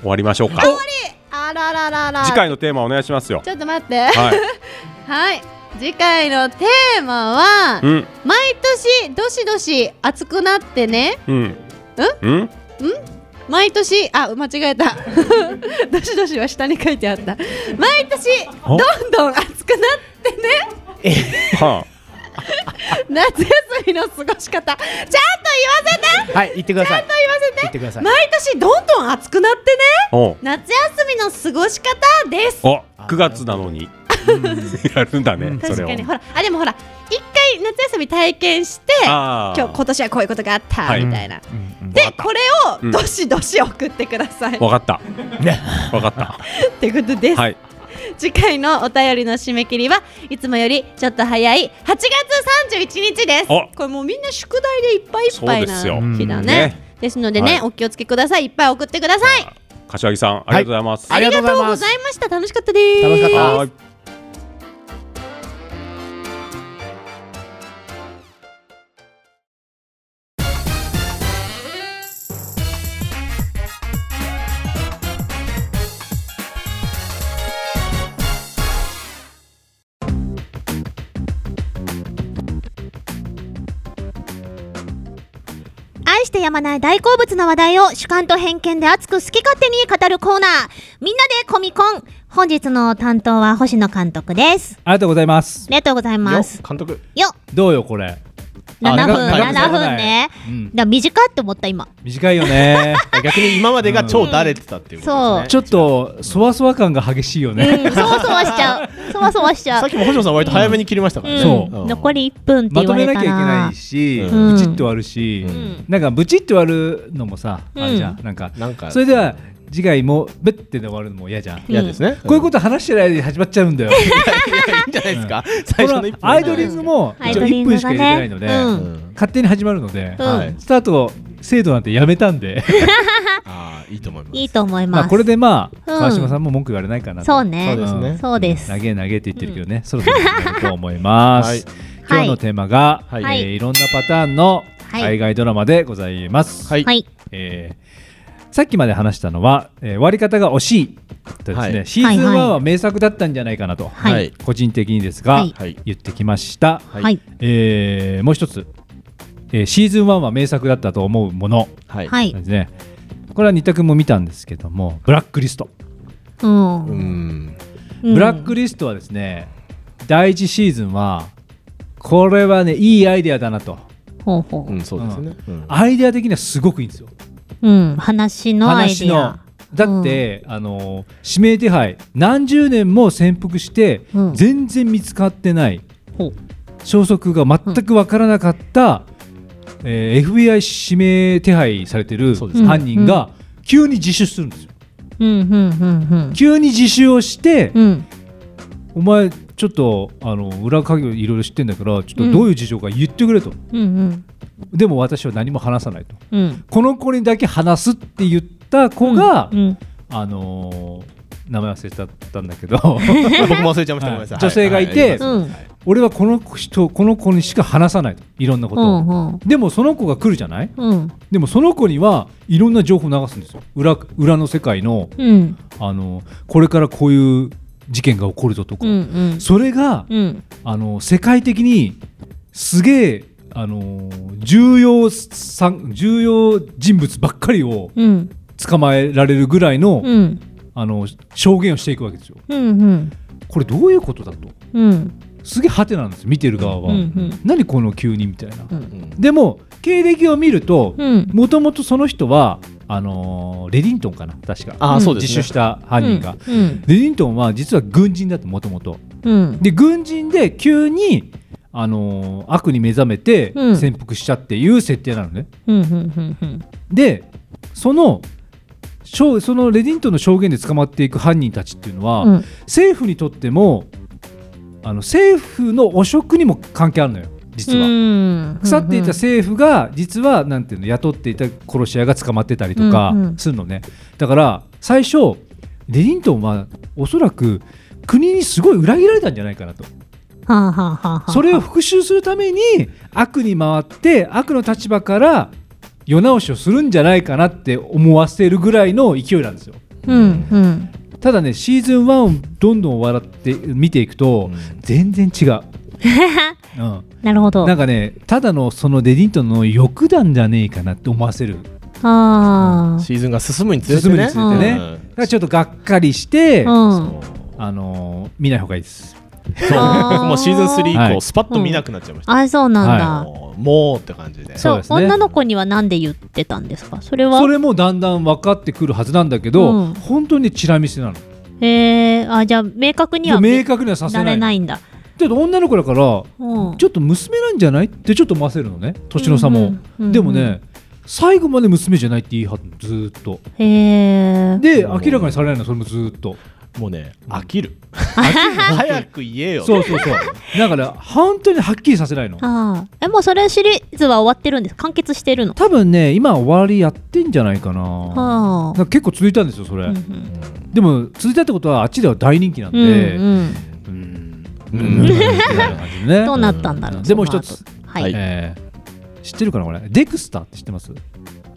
S2: 終わりましょうか
S4: あらららら。
S2: 次回のテーマお願いしますよ
S1: ちょっと待って
S2: はい
S1: はい次回のテーマは
S2: うん
S1: 毎年どしどし暑くなってね
S2: うんうん
S1: 毎年あ間違えた *laughs* どしどしは下に書いてあった毎年
S2: お
S1: どんどん暑くなってね
S2: は
S1: 夏休みの過ごし方ちゃんと言わせて
S13: はい言ってください
S1: 言わせて
S13: 言ってください
S1: 毎年どんどん暑くなってね
S2: あお
S1: 夏休みの過ごし方です
S2: お9月なのに *laughs* やるんだねそ
S1: 確
S2: れを
S1: かにほらあでもほら一回夏休み体験して
S2: あー
S1: 今日今年はこういうことがあった、
S2: はい
S1: みたいな、
S13: うん
S1: でこれ
S2: うん
S1: をどしどし送ってください、
S2: わかった
S1: *laughs*
S2: わかった
S1: ってことです、
S2: はい
S1: 次回のお便りの締め切りはいつもよりちょっと早い8月31日です
S2: あ
S1: これもうみんな宿題でいっぱいいっぱいな
S2: そうですよ
S1: 日だね
S2: ね
S1: ですのでね、
S2: はい
S1: お気をつけくださいいっぱい送ってください
S2: 柏木さんありがとうございます
S13: はいありがとうございます
S1: ありがとうございました楽しかったです
S13: 楽しかった
S2: はーい
S4: 愛してやまない大好物の話題を主観と偏見で熱く好き勝手に語るコーナー。みんなでコミコン。本日の担当は星野監督です。
S15: ありがとうございます
S4: ありがとうございます。
S6: 監督
S4: よっ、
S5: どうよこれ、
S4: 7分、
S5: あ
S4: 7
S5: 長く
S4: 分ね。
S5: うん、
S4: だ短いって思った今。
S5: 短い
S4: *laughs*
S5: よね
S6: 逆に今までが超だれてたっていうことですね
S5: ちょっとそわそわ感が激しいよ
S4: う
S5: ね、
S4: ん、そわそわしちゃう。そわそわしちゃ
S6: さ
S4: う
S6: っ。きも星野さん割と早めに切りましたからね
S5: そ
S4: うん、残り1分って
S5: ま
S4: 言
S5: と
S4: わ
S5: め
S4: れ
S5: なきゃ
S4: た
S5: いけ
S4: な
S5: ない。し、
S4: うん
S5: ブチッと割るし、
S4: ん
S5: なんかブチッと割るのもさ、あれじゃんなんか
S6: なんか
S5: それでは次回もベッてで終わるのも嫌じゃん、
S6: 嫌ですね
S5: こういうこと話してる間に始まっち
S4: *laughs*
S5: ゃうんだよ
S6: といいんじゃないですか最
S5: こ
S6: 初の一
S5: の
S6: 歩
S5: アイドリングも
S4: アイド
S5: 一応
S4: リン
S5: 1
S4: グ
S5: 分し
S4: が
S5: か入
S4: ね。
S5: れてないので、
S4: うん。
S5: 勝手に始まるので、
S4: うん
S6: はい
S5: スタート制度なんてやめたんで
S6: ああいいと思います
S4: いいと思い
S5: *laughs* ま
S4: ま
S5: あ
S4: す。
S5: これでまあ、
S4: うん
S5: 川島さんも文句言われないかなと
S4: そうね。
S6: そうですね
S4: そうです
S5: 投げ投げって言ってるけどね、そろそろやると思います、
S6: はい
S5: 今日のテーマが、
S6: はいい
S5: えーいろんなパターンの
S4: はい
S5: 海外ドラマでございます、
S6: はい
S4: はい。
S5: えーさっきまで話したのは、えー終わり方が惜しいとですね、
S6: はい
S5: シーズン1
S4: はいはい
S5: は名作だったんじゃないかなと、
S4: はい
S6: はい
S5: 個人的にですが、
S4: はい
S6: はい
S5: 言ってきました、
S6: はい
S4: はい。
S5: えーもう一つ、えーシーズン1は名作だったと思うもの
S6: はい
S4: はい。
S5: ですねこれは二択も見たんですけどもブラックリスト、
S4: うん。
S6: う
S4: うんん
S5: ブラックリストはですね第一シーズンはこれはねいいアイデアだなと
S4: ほうほ
S6: うんそうですねうん
S5: アイデア的にはすごくいいんですよ
S4: う。うん。話のアイデ
S5: 話
S4: ィ
S5: の
S4: ア。
S5: だって、あの指名手配何十年も潜伏して、
S4: うん
S5: 全然見つかってない
S4: ほう
S5: 消息が全く分からなかった、えー FBI 指名手配されてる
S6: そうです
S4: ね
S5: 犯人が急に自首するんですよ、
S4: うんうんうん
S5: 急に自首をして、
S4: うん。うん。
S5: お前ちょっとあの裏稼業いろいろ知ってんだからちょっとどういう事情か言ってくれと、
S4: うんうん。
S5: でも私は何も話さないと
S4: うん。
S5: この子にだけ話すって言った子が、
S4: うん。
S5: あのー名前忘れちゃったんだけど
S6: 僕も忘れちゃいましたごめん *laughs* なさい
S5: *laughs* 女性がいて
S6: は
S4: うん
S6: はい
S5: 俺はこの人この子にしか話さないといろんなこ
S4: う
S5: とを、
S4: ん。
S5: でもその子が来るじゃない
S4: うん。
S5: でもその子にはいろんな情報流すんですよ裏裏の世界の、
S4: うん。
S5: あのこれからこういう事件が起こるぞとか、
S4: うん。うん。
S5: それが、
S4: うん。
S5: あの世界的にすげえあの重要さん重要人物ばっかりを
S4: うん。
S5: 捕まえられるぐらいの,、
S4: うん。
S5: あの証言をしていくわけですよ。
S4: うん。
S5: これどういうことだと
S4: うん。
S5: すげえハテナなんですよ見てる側は、
S4: うんうん
S5: 何この急にみたいな、
S6: うん
S5: でも経歴を見ると
S4: うん。
S5: もともとその人はあのーレディントンかな確か
S6: ああそうですね
S5: 自首した犯人が、
S4: うん。
S5: レディントンは実は軍人だともともと
S3: うん
S5: で軍人で急にあのー悪に目覚めて
S3: うん
S5: 潜伏しちゃっていう設定なのね。
S3: うんうんうんうん
S5: でそのしょうそのレディントンの証言で捕まっていく犯人たちっていうのは、
S3: うん
S5: 政府にとってもあの政府の汚職にも関係あるのよ実は。
S3: は
S5: 腐っていた政府が実はなんていうの雇っていた殺し屋が捕まってたりとか
S3: うんうん
S5: するのね、だから最初レディントンはおそらく国にすごい裏切られたんじゃないかなと
S3: はあはあはあはあ
S5: それを復讐するために悪に回って悪の立場から世直しをするんじゃないかなって思わせるぐらいの勢いなんですよ
S3: うんうん
S5: ただねシーズン1をどんどん笑って見ていくと全然違う、うん、
S3: なるほど
S5: なんかねただのそのデディントンの欲なんじゃねえかなって思わせる
S3: あ
S6: シーズンが進むにつれて
S5: 進むに
S6: ね
S5: つれてね、
S6: う
S5: だ
S6: ん
S5: からちょっとがっかりして、
S3: うん
S5: あのー見ない方がいいです
S6: そう
S3: あー
S6: *laughs* 僕もシーズン3以
S5: はい
S6: 降スパッと見なくなっちゃいました、
S3: あそうなんだ
S6: もうもうって感じで
S3: そう
S5: そうですね
S3: 女の子にはなんで言ってたんですかそれは
S5: それもだんだん分かってくるはずなんだけど、
S3: うん
S5: 本当にチラ見せなの
S3: えーあじゃあ明確には
S5: 明確にはさせ
S3: な
S5: な
S3: れ
S5: い
S3: ないんだ
S5: だって女の子だからち
S3: うん
S5: ょっと娘なんじゃないってちょっと思わせるのね年の差も、
S3: うんうん
S5: でもね最後まで娘じゃないって言い張るのずーっと
S3: へえ
S5: で明らかにされないのそれもずーっと
S6: もうね飽きる
S5: 早
S6: *laughs* 早く言えよ
S5: そうそうそうだから本当にはっきりさせないの
S3: ああえもうそれシリーズは終わってるんです完結してるの
S5: 多分ね今終わりやってんじゃないかな,、
S3: はあ
S5: なんか結構続いたんですよそれ、
S3: うんうん
S5: でも続いたってことはあっちでは大人気なん
S3: うん
S5: で
S3: うん
S5: うんうんみたいな感じでね
S3: どうなったんだろう
S5: でも一つ
S3: その後は
S6: はいい
S5: えー知ってるかなこれデクスターって知ってます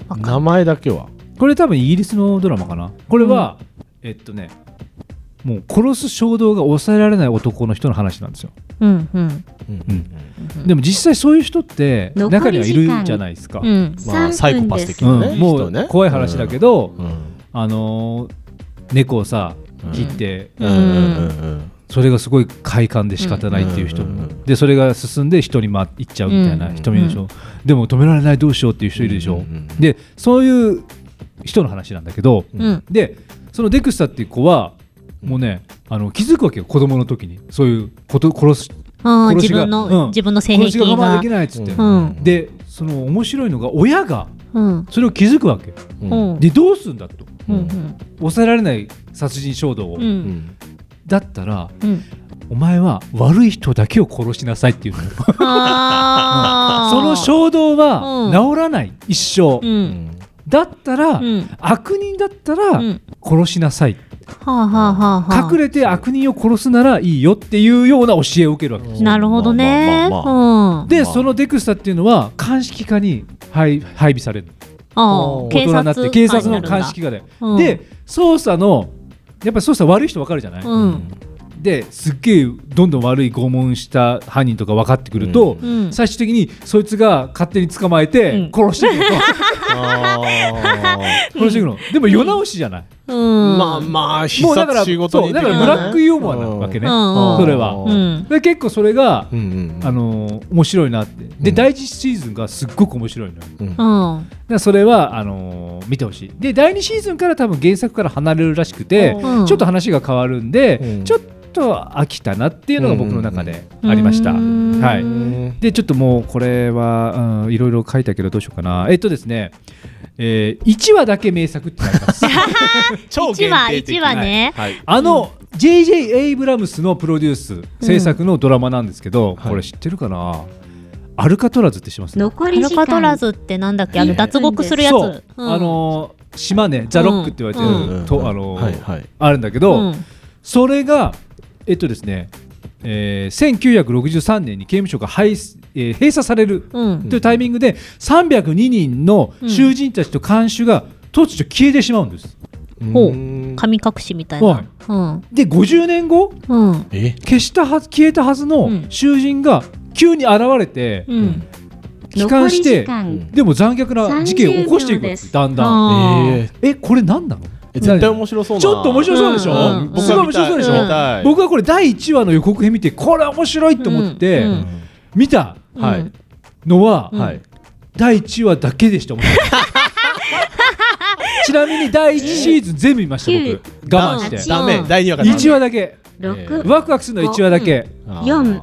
S3: わかん
S6: 名前だけは
S5: これ多分イギリスのドラマかなこれは、えっとねもう殺す衝動が抑えられない男の人の話なんですよ、
S3: うんうん
S5: でも実際そういう人って
S4: 残り
S5: 中にはいるじゃないですか、
S3: うん
S6: まあサイ
S4: 3
S6: コ
S4: 分
S6: パ
S4: で
S6: ス
S4: す
S6: 的。なね、
S5: うん
S6: 人
S5: も
S6: はね
S5: う怖い話だけ、ど、
S6: うんうん
S5: あのー猫をさ
S6: うん
S5: 切って、
S6: うんうんうん
S5: それがすごい快感で仕方ないっていう人も、
S6: うんうん
S5: でそれが進んで人にま行っちゃうみたいな
S6: うん
S5: 人もいるでしょ、でも止められないどうしようっていう人いるでしょ、
S6: うんうんうん
S5: でそういう人の話なんだけど、
S3: うん
S5: でそのデクスタっていう子はもうねあの気づくわけよ子供の時にそういうこと殺す
S3: ああ
S5: 殺
S3: 自
S5: しが
S3: 分の、
S5: うん
S3: 自分の性
S5: 殺し
S3: 癖
S5: が我慢
S3: が
S5: できないっつって、
S3: うん
S5: でその面白いのが親が
S3: うん
S5: それを気づくわけ
S6: う
S3: うんん
S5: でどうすんだと
S3: うんうん
S5: 抑えられない殺人衝動を、
S3: う
S6: うんん
S5: だったら
S3: うん
S5: お前は悪い人だけを殺しなさいっていうのそ *laughs*
S3: ああ
S5: の衝動は
S3: う
S5: 治らない、一
S3: う
S5: 生、
S6: うんん
S5: だったら、
S3: うん
S5: 悪人だった
S3: う
S5: ら
S3: ん
S5: 殺しなさい、
S3: はあはあはあはあ
S5: 隠れて悪人を殺すならいいよっていうような教えを受けるわけです、
S3: なるほどね
S6: まあまあまあまあ
S3: うん
S5: で
S6: まあ
S5: そのデクスタっていうのは鑑識課に配配備される
S3: ああ
S5: 大人になって警察の鑑識課で、
S3: うん
S5: で捜査のやっぱり捜査悪い人分かるじゃない、
S3: うん
S5: ですっげえどんどん悪い拷問した犯人とか分かってくると、
S6: うん
S3: うん
S5: 最終的にそいつが勝手に捕まえて殺していく
S3: *laughs*
S5: の、
S6: あ
S5: 殺していくのでも世直しじゃない、
S3: う
S6: ー
S3: ん
S6: まあまあ必
S5: もうだから
S6: 殺仕事
S5: そう
S6: に
S5: だからブラックユーモアなわけね、
S3: うんうん
S5: それは、
S3: うん
S5: で結構それが、
S6: うん
S5: あのー面白いなってで、
S6: うん
S5: 第一シーズンがすっごく面白いのよだか
S3: うん
S5: らそれはあのー見てほしいで第二シーズンから多分原作から離れるらしくて、
S3: うん
S5: ちょっと話が変わるんで、
S6: うん
S5: ちょっと飽きたなっていうのが僕の中でありました、
S3: うん
S5: はい、
S6: うん
S5: でちょっともうこれは、うん、いろいろ書いたけどどうしようかなえっとですね、え1話だけ名作ってなります
S3: *laughs*
S6: 超
S3: 一
S6: 限
S3: 話
S6: 定的
S3: 一話ね
S6: はい
S5: あの、JJ エイブラムスのプロデュース制作のドラマなんですけど、
S6: はい
S5: これ知ってるかなアルカトラズってします
S4: 残
S3: ア
S4: り
S3: ル
S4: 時
S3: カトラ
S4: 間
S3: ズってなんだっけあの
S6: ええ
S3: 脱獄するやつ
S5: そう、
S3: うん
S5: あのー島ねザ・ロックって言われてる、
S6: うん
S5: とあのー
S6: はいはい
S5: あるんだけど、
S3: うん
S5: それがえっとですね、えー1963年に刑務所が廃、えー閉鎖される
S3: うん
S5: というタイミングで302人の囚人たちと看守が突如消えてしまうんです。
S3: ほう
S6: うん
S3: 神隠しみたい
S5: はい
S3: なうん
S5: で50年後
S3: うん
S6: え
S5: 消したはず消えたはずの
S3: うん
S5: 囚人が急に現れて、
S3: うん
S5: 帰還
S4: 残り時
S5: して
S4: 間
S5: でも残虐な事件を起こしていく
S4: 30秒
S5: わけ
S4: です
S5: だんだん。
S3: あー
S6: えー
S5: えこれ何なの
S6: え絶対面白そうな
S5: ちょっと面白そうでしょ、
S3: うんうん
S5: すごい面白そうでしょ、
S3: 見
S6: たい
S5: 僕はこれ第1話の予告編見てこれ面白いと思って
S3: うん
S5: 見た
S3: うん
S6: はい
S5: のは、
S3: うん
S6: はい
S5: 第1話だけでした
S3: *laughs*
S5: 面白いちなみに第1シーズン全部見ました僕我慢して
S4: ダ
S6: ダ
S4: メ
S6: メ第二話から
S5: 1話だけ
S11: 六、
S10: ワクワクするのは1話だけ。
S11: 四、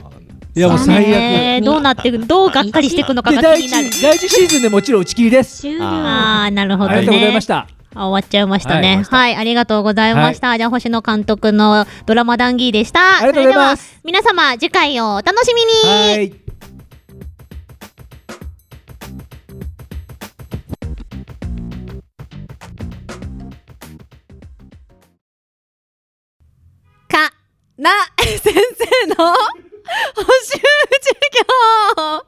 S10: いやもう最悪。
S3: ねどうなっていくどうがっかりしていくのか
S10: で
S3: が
S10: 第
S3: 気に
S10: 一
S3: なる
S10: 第一シーズンでもちろん打ち切りです。
S11: 終了。
S3: ああなるほ
S10: あり
S3: どね
S10: がとうございました。
S3: あ終わっちゃいました
S10: はい終わり
S3: ね
S10: ました
S3: はいありがとうございました、じゃあ星野監督のドラマ談義でした
S10: ありがとうございます
S3: それでは皆様次回をお楽しみに
S10: はい。
S1: かな *laughs* 先生の補習授業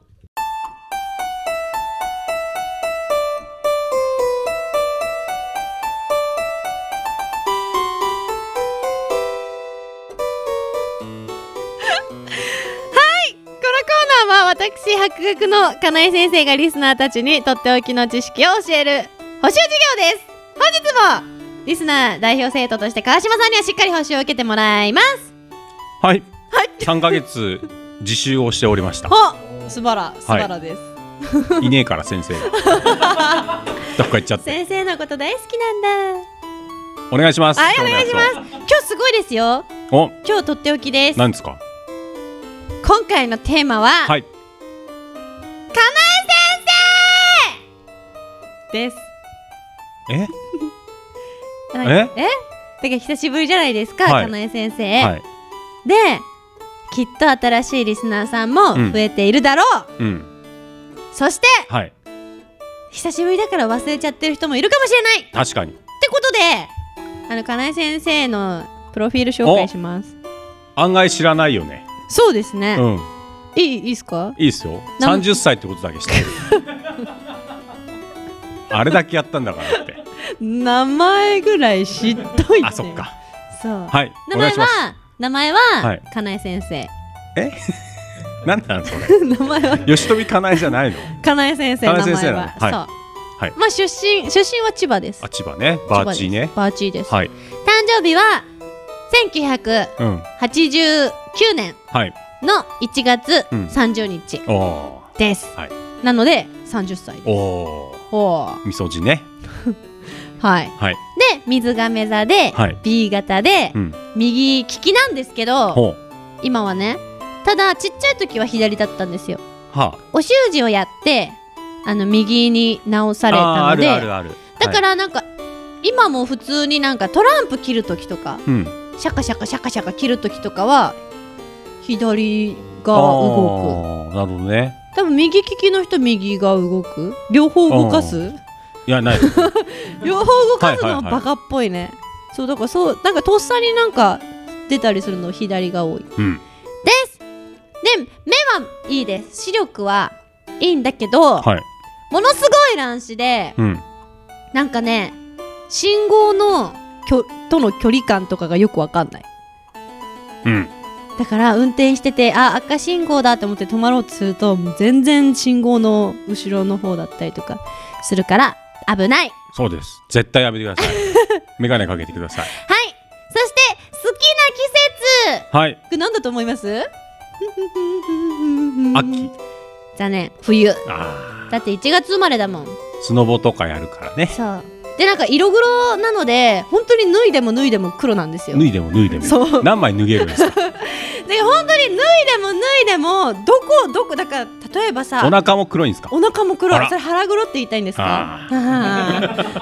S1: このコーナーは私博学のかなえ先生がリスナーたちにとっておきの知識を教える補習授業です本日もリスナー代表生徒として川島さんにはしっかり補習を受けてもらいます
S2: はい、3ヶ月自習をしておりま
S1: *laughs*
S2: した
S1: ほすばらすばらです、
S2: いねえか
S1: *laughs*
S2: ら先生がどっか行っちゃって
S1: 先生のこと大好きなんだ
S2: お願いします
S1: はいお願いします今日すごいですよ
S2: お
S1: 今日とっておきです
S2: なんですか
S1: 今回のテーマは、
S2: はい
S1: かなえ先生です
S2: え
S1: ええだから久しぶりじゃないですか、
S2: はい
S1: かなえ先生、
S2: はい
S1: できっと新しいリスナーさんも
S2: うん
S1: 増えているだろう、
S2: うん
S1: そして
S2: はい
S1: 久しぶりだから忘れちゃってる人もいるかもしれないっ
S2: 確かに
S1: てことであのかなえ先生のプロフィール紹介します
S2: 案外知らないよね
S1: そうですね、
S2: うん
S1: いいいいですか
S2: いいっすよ
S1: なん
S2: 30歳ってことだけして
S1: *laughs*
S2: あれだけやったんだか
S1: *laughs*
S2: らって
S1: 名前ぐらい知っといて
S2: あそっか
S1: そう
S2: はい
S1: 名
S2: お
S1: 前
S2: 願いします
S1: は名前は、
S2: はい
S1: かなえ先生 *laughs*
S2: なんなんそれ
S1: 名前は
S2: 吉富かなえじゃないの
S1: かなえ先生
S2: か
S1: 名
S2: なえ
S1: 前は
S2: 先生なのはい
S1: そう、
S2: はい
S1: まあ出身出身は千葉です
S2: あ千葉ねバーチ
S1: 千葉
S2: ー
S1: で
S2: ね
S1: すバーチーです、
S2: はい
S1: 誕生日は
S2: うん
S1: 1989年
S2: はい
S1: の1月
S2: うん
S1: 30日
S2: おお
S1: です、
S2: はい
S1: なので30歳です
S2: おお
S1: ほう
S2: みそじね
S1: はい
S2: はい
S1: で水亀座で、
S2: はい
S1: B 型で、
S2: うん
S1: 右利きなんですけど
S2: ほう
S1: 今はねただちっちゃい時は左だったんですよ
S2: は
S1: お習字をやってあの右に直
S2: あ
S1: され
S2: あー
S1: た
S2: あ
S1: ので
S2: るあるある
S1: だか
S2: はい
S1: らなんか、今も普通になんかトランプ切る時とか
S2: うん
S1: シャカシャカシャカシャカ切る時とかは左が動く
S2: あーなるほどね
S1: 多分右利きの人右が動く両方動かす
S2: いやない
S1: 両方動かすの
S2: は
S1: はい
S2: はいは
S1: バ
S2: い
S1: カっぽいね、そうだからそうなんかとっさになんか出たりするの左が多い
S2: うん
S1: ですで目はいいです視力はいいんだけど、
S2: はい
S1: ものすごい乱視で
S2: うん
S1: なんかね信号のきょとの距離感とかがよくわかんない
S2: うん
S1: だから運転しててあ赤信号だと思って止まろうとするともう全然信号の後ろの方だったりとかするから危ない
S2: そうです絶対やめてくださいメガネかけてください
S1: はいそして好きな季節
S2: はい
S1: これ何だと思います
S2: *laughs* 秋
S1: 残念冬
S2: あ
S1: だって1月生まれだもん
S2: ースノボとかやるからね
S1: そうでなんか色黒なので本当に脱いでも脱いでも黒なんですよ
S2: 脱いでも脱いでも
S1: そう
S2: 何枚脱げるんですか
S1: で本当に脱いでも脱いでもどこどこだから例えばさ
S2: お腹も黒いんですか
S1: お腹も黒
S2: あ
S1: い
S2: ら
S1: それ腹黒って言いたいんですかは
S2: あ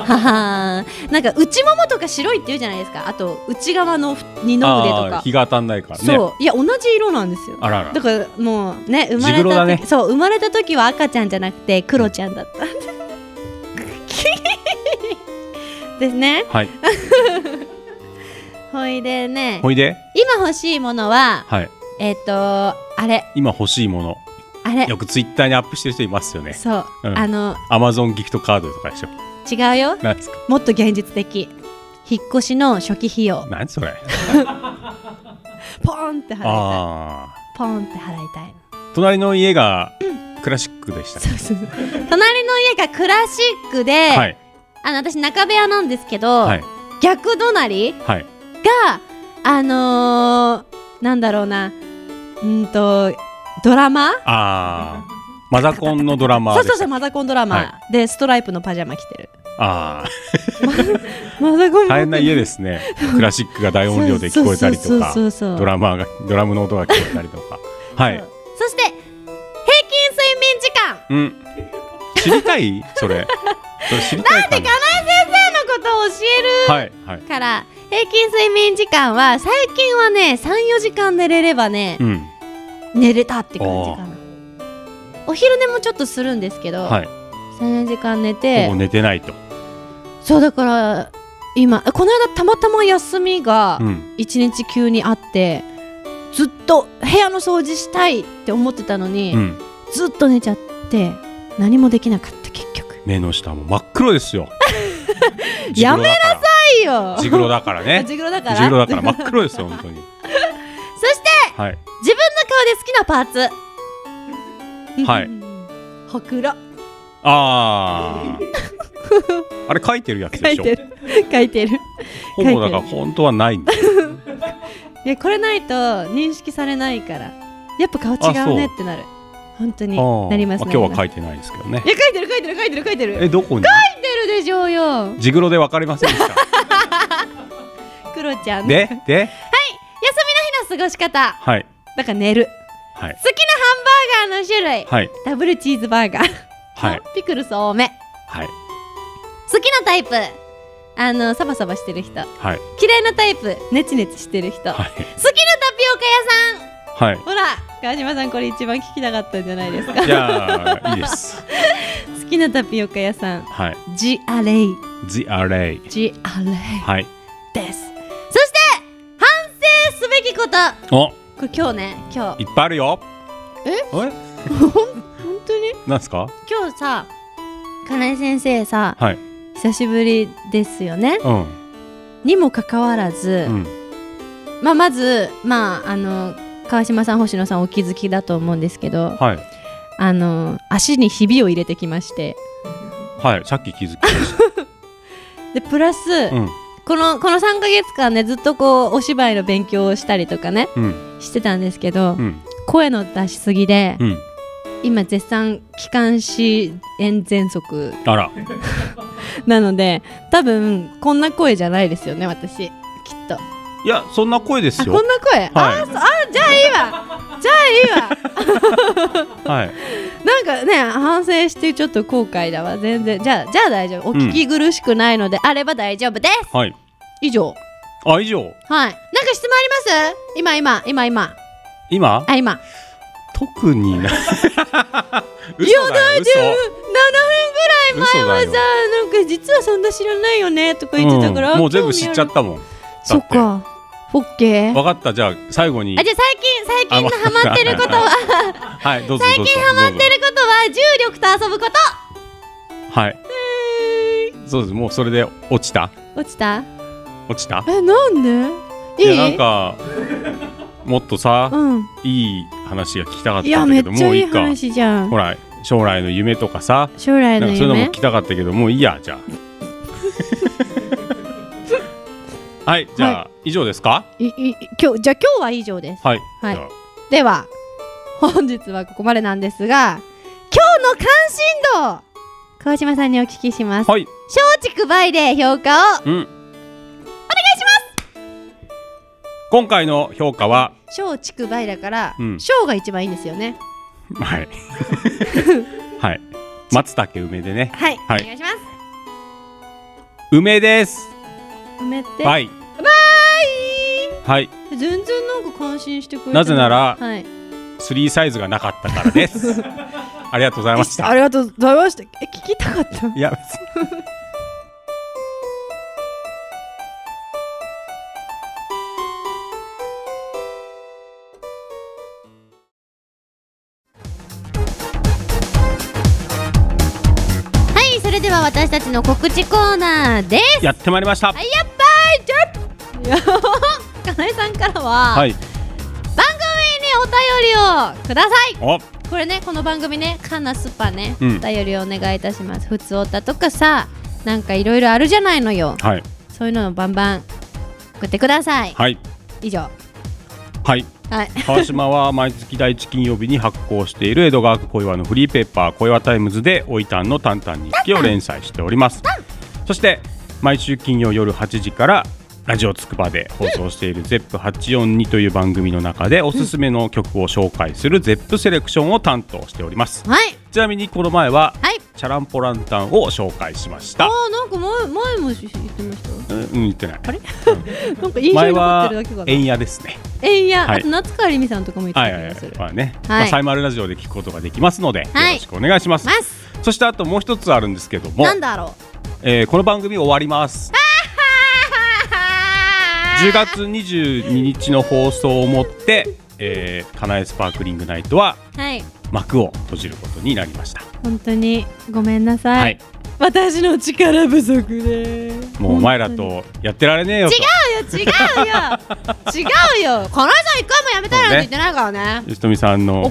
S1: ははは *laughs* なんか内ももとか白いって言うじゃないですかあと内側の二の腕と
S2: あー
S1: か
S2: 日が当たんないからね
S1: そういや同じ色なんですよ
S2: あらら
S1: だからもうね生ま
S2: ジ
S1: れ
S2: グロ
S1: た
S2: だ
S1: 時、
S2: ね
S1: そう生まれた時は赤ちゃんじゃなくてクロちゃんだった *laughs* ですね
S2: はい
S1: ほいでね
S2: ほいで
S1: 今欲しいものは
S2: はい
S1: えっ、とあれ
S2: 今欲しいもの
S1: あれ
S2: よくツイッターにアップしてる人いますよね
S1: そう、
S2: うん
S1: あの
S2: アマゾンギフトカードとかでしょ
S1: 違うよ
S2: なんですか
S1: もっと現実的引っ越しの初期費用
S2: 何それ
S1: ポーンって払いたい
S2: ああ
S1: ポーンって払いたいの
S2: 隣の家がクラシックでしたね
S1: そうそうそう隣の家がクラシックで、
S2: はい
S1: あの私中部屋なんですけど、
S2: はい
S1: 逆隣
S2: はい
S1: があのー、なんだろうなうんとドラマ
S2: ああマザコンのドラマ
S1: そう
S2: で
S1: そう
S2: し
S1: そ
S2: た
S1: うマザコンドラマ、
S2: は
S1: でストライプのパジャマ着てる *laughs*
S2: ああ
S16: まさごも
S2: 大変な家ですねクラシックが大音量で聞こえたりとか
S16: そうそうそうそうそう
S2: ドラマーがドラムの音が聞こえたりとかはい
S1: そして、平均睡眠時間。
S2: うん知りたいそれそれ知りたいかな
S1: 金井先生のことを教える
S2: はいはい
S1: から、平均睡眠時間は、最近はね、3、4時間寝れればね、
S2: うん
S1: 寝れたって感じか
S2: あ
S1: な。お昼寝もちょっとするんですけど、
S2: あはい
S1: 3、4時間寝
S2: ほ
S1: て
S2: ぼ、寝てないと
S1: そうだから、今、この間たまたま休みが
S2: うん
S1: 1日急にあって、ずっと部屋の掃除したいって思ってたのに、
S2: うん
S1: ずっと寝ちゃって、何もできなかった結局。
S2: 目の下も真っ黒です
S1: *laughs*
S2: よ
S1: やめな
S2: さ
S1: いいよ
S2: ジグロだからね
S1: *laughs* ジグロだから
S2: ジグロだから真っ黒ですよ本当に
S1: *laughs* そして
S2: はい
S1: 自分の顔で好きなパーツ
S2: はい
S1: *laughs* ほくろ
S2: ああ
S1: *laughs*
S2: あれ書いてるやつ
S16: 書
S2: で
S16: い
S2: しょ
S16: てる書いてる
S2: ほぼだから本当はないんだ
S16: いやこれないと認識されないからやっぱ顔違うねってなる本当に
S2: あ
S1: *laughs*
S2: ー
S16: なります
S2: あ今日は書
S16: い
S2: いてないですけどね
S16: いや書いてる書いてる書いてる書いてる書
S2: え
S16: い
S2: どこに
S16: てるでしょうよ
S2: ジグロでわかりませんで
S1: *laughs*
S2: した
S16: クロちゃん
S2: で
S1: 休
S2: で
S1: みの日の過ごし方
S2: はい
S16: だから寝る
S2: はい
S1: 好きなハンバーガーの種類
S2: はい
S16: ダブルチーズバーガー
S2: はい
S1: *laughs* ピクルス多め
S2: はい
S1: 好きなタイプあのサバサバしてる人
S2: はい
S1: 嫌いなタイプネチネチしてる人、好
S2: は
S1: きなタピ
S2: い
S1: オカ屋さん
S2: はい
S16: ほら川島さんこれ一番聞きたかったんじゃないですか
S2: じゃ
S1: *laughs*
S2: あいいです
S16: 好きなタピオカ屋さん
S2: はい
S16: ジアレイ
S2: The Array
S16: ジアレイ
S2: はい
S16: です
S1: そして反省すべきこと
S2: お
S1: これ今日ね今日
S2: いっぱいあるよ
S1: え
S2: え
S1: 本当に
S2: なんですか
S1: 今日さ金井先生さ
S2: はい
S1: 久しぶりですよね
S2: うん
S1: にもかかわらず、
S2: うん
S1: まあ、まず、まあ、あの川島さん星野さんお気づきだと思うんですけど
S2: はい
S1: あの足にひびを入れてきまして
S2: はいさっき気づきまし
S1: でプラス、
S2: たうん
S1: このこの3ヶ月間ねずっとこうお芝居の勉強をしたりとかね
S2: うん
S1: してたんですけど、
S2: うん
S1: 声の出しすぎで、
S2: うん
S1: 今絶賛気管支炎喘息
S2: あら
S1: なので多分こんな声じゃないですよね私きっとあ
S2: いやそんな声です
S1: こ
S2: よ
S1: んな声、あ
S2: は
S1: あじゃあいいわじゃあいいわ
S2: いはい
S1: なんかね反省してちょっと後悔だわ全然じゃあじゃあ大丈夫お聞き苦しくないのであれば大丈夫です、
S2: はい
S1: 以上はい
S2: あ以上
S1: なんか質問あります今今今今
S2: 今
S1: あ今
S2: 特に *laughs* な
S1: いや7分ぐらい前
S2: 嘘だよ嘘
S1: はさな
S2: 嘘だよ
S1: んか実はそんな知らないよねとか言ってたから、
S2: うんもう全部知っちゃ
S1: た
S2: ったもん
S1: そっ
S2: だ
S1: かオッケ
S2: て
S1: ー
S2: わかったじゃあ最後に
S1: あじゃあ最近最近の
S2: あ
S1: ハマってることはハ
S2: *laughs* はいどうぞ最近ハマっ
S1: マってることは重力と遊ぶこと
S2: はいそうですもうそれで落ちた
S1: 落ちた
S2: 落ちた
S1: えなんでいい
S2: やなんかもっとさ
S1: うん
S2: いい話が聞きたか
S1: い
S2: ったんだけど
S1: やめっち
S2: も
S1: ゃ
S2: う
S1: い
S2: い
S1: い
S2: いか
S1: 話じゃん
S2: ほら将来の夢とかさ
S1: 将来
S2: なん
S1: の
S2: かそういうのも
S1: 夢
S2: 聞きたかったけどもういいやじゃあはいじゃあ、以上ですか
S1: いい今日じゃあ今日は以上です
S2: はい、
S1: はい
S2: じゃあ
S1: では本日はここまでなんですが今日の関心度川島さんにお聞きします
S2: はい
S1: 松竹梅で評価を
S2: うんお願いします今回の評価は
S1: 松竹梅だから
S2: うん
S1: 松、が一番いいんですよね
S2: はい。はい。松茸梅でね。
S1: はい、
S2: はい
S1: お願いします
S2: 梅です。
S1: 梅って、
S2: はい。はい。
S1: 全然なんか感心してくれてい
S2: なぜなら
S1: はい、
S2: スリーサイズがなかったからです。ありがとうございました。
S16: ありがとうございましたえ聞きたかった
S2: いや、
S1: はい、それでは私たちの告知コーナーです
S2: やってまいりました。
S1: はいやっばいじゃっかなえさんからは、
S2: はい。
S1: 番組にお便りをください
S2: お、
S1: これねこの番組ねカンナスパね、
S2: うん
S1: お便りをお願いいたします普通おたとかさなんかいろいろあるじゃないのよ
S2: はい。
S1: そういうのをバンバン送ってください
S2: はい。
S1: 以上
S2: はい。
S1: はい
S2: 川島は毎月第一金曜日に発行している江戸川区小岩のフリーペーパー小岩タイムズでおいたんのタンタン日記を連載しておりますそして毎週金曜夜8時からラジオつくばで放送している ZEP842 という番組の中でおすすめの曲を紹介する ZEP セレクションを担当しております、
S1: はい
S2: ちなみにこの前は、
S1: はい
S2: チャランポランタンを紹介しました
S1: ああなんか前前も言ってま
S2: *laughs*
S1: した
S2: うんうん言ってない
S1: なんか印象
S2: 前
S1: に残っ
S2: は
S1: てるだけかな
S2: 円谷ですね
S1: えいや、
S2: は
S1: あ
S2: い
S1: と夏川りみさんとかも言って
S2: は
S1: た
S2: い
S1: 気
S2: はいは
S1: がす
S2: い
S1: る、
S2: まあね、まあサイマルラジオで聞くことができますので、よろしくお願いします
S1: ます
S2: そしてあともう一つあるんですけども
S1: なんだろ
S2: えーこの番組終わります10月22日の放送をもって、えー、かなえスパークリングナイトは
S1: うはい
S2: 幕を閉じることになりました
S1: 本当にごめんなさい、
S2: はい
S1: 私の力不足で
S2: もうお前らとやってられねえよと
S1: 違うよ違うよ違うよこの人一回もやめたらって言ってないからね
S2: 吉富さんの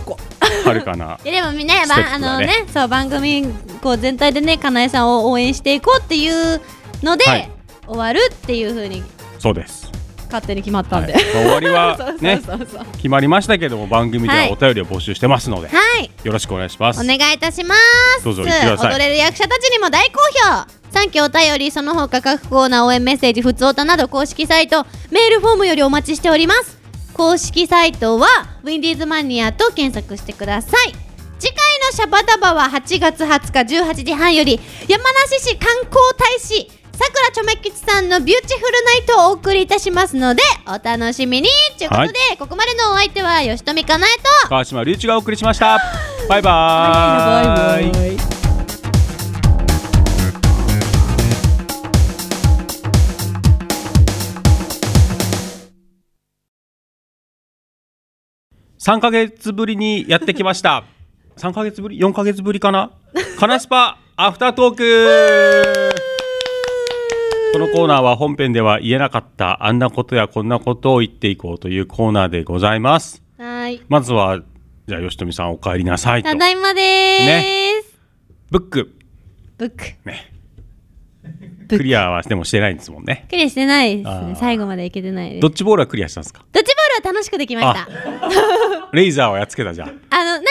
S2: はるかない
S1: やでもみんなや
S2: ステ
S1: ば
S2: ップ
S1: あ
S2: だ
S1: の
S2: ね
S1: ねそう番組こう全体でねかなえさんを応援していこうっていうの *laughs* で、
S2: はい
S1: 終わるっていうふうに
S2: そうです、
S1: 勝手に決まった
S2: は
S1: ん
S2: い
S1: で、
S2: まあ、終わ
S1: *laughs*
S2: り
S1: そうそ
S2: は
S1: う
S2: ね
S1: そうそう
S2: 決まりましたけども番組ではお便りを募集してますので、
S1: はい
S2: よろしくお願いします
S1: お願いいたします
S2: どうぞ言ってください
S1: 踊れる役者たちにも大好評三期お便りその他各コーナー応援メッセージふつおたなど公式サイトメールフォームよりお待ちしております公式サイトはウィンディーズマニアと検索してください次回のシャバダバは8月20日18時半より山梨市観光大使さくらちょめきちさんのビューティフルナイトをお送りいたしますのでお楽しみにということで、ここまでのお相手は吉富かなえと
S2: 川島隆一がお送りしましたバイバーイ3ヶ月ぶりにやってきました3ヶ月ぶり4ヶ月ぶりかなカナスパアフタートークこのコーナーは本編では言えなかったあんなことやこんなことを言っていこうというコーナーでございます
S1: はい
S2: まずはじゃあ吉富さんお帰りなさいと
S1: ただいまでーす、
S2: ブック
S1: ブック
S2: クリアはでもしてないんですもんね
S1: クリアしてないで
S2: あ
S1: すね
S2: ー
S1: 最後までいけてないです
S2: ド
S1: ド
S2: ッジボールはクリアしたんですか
S1: ッジボールは楽しくできました
S2: レイザーはやっつけたじゃん
S1: あのなんか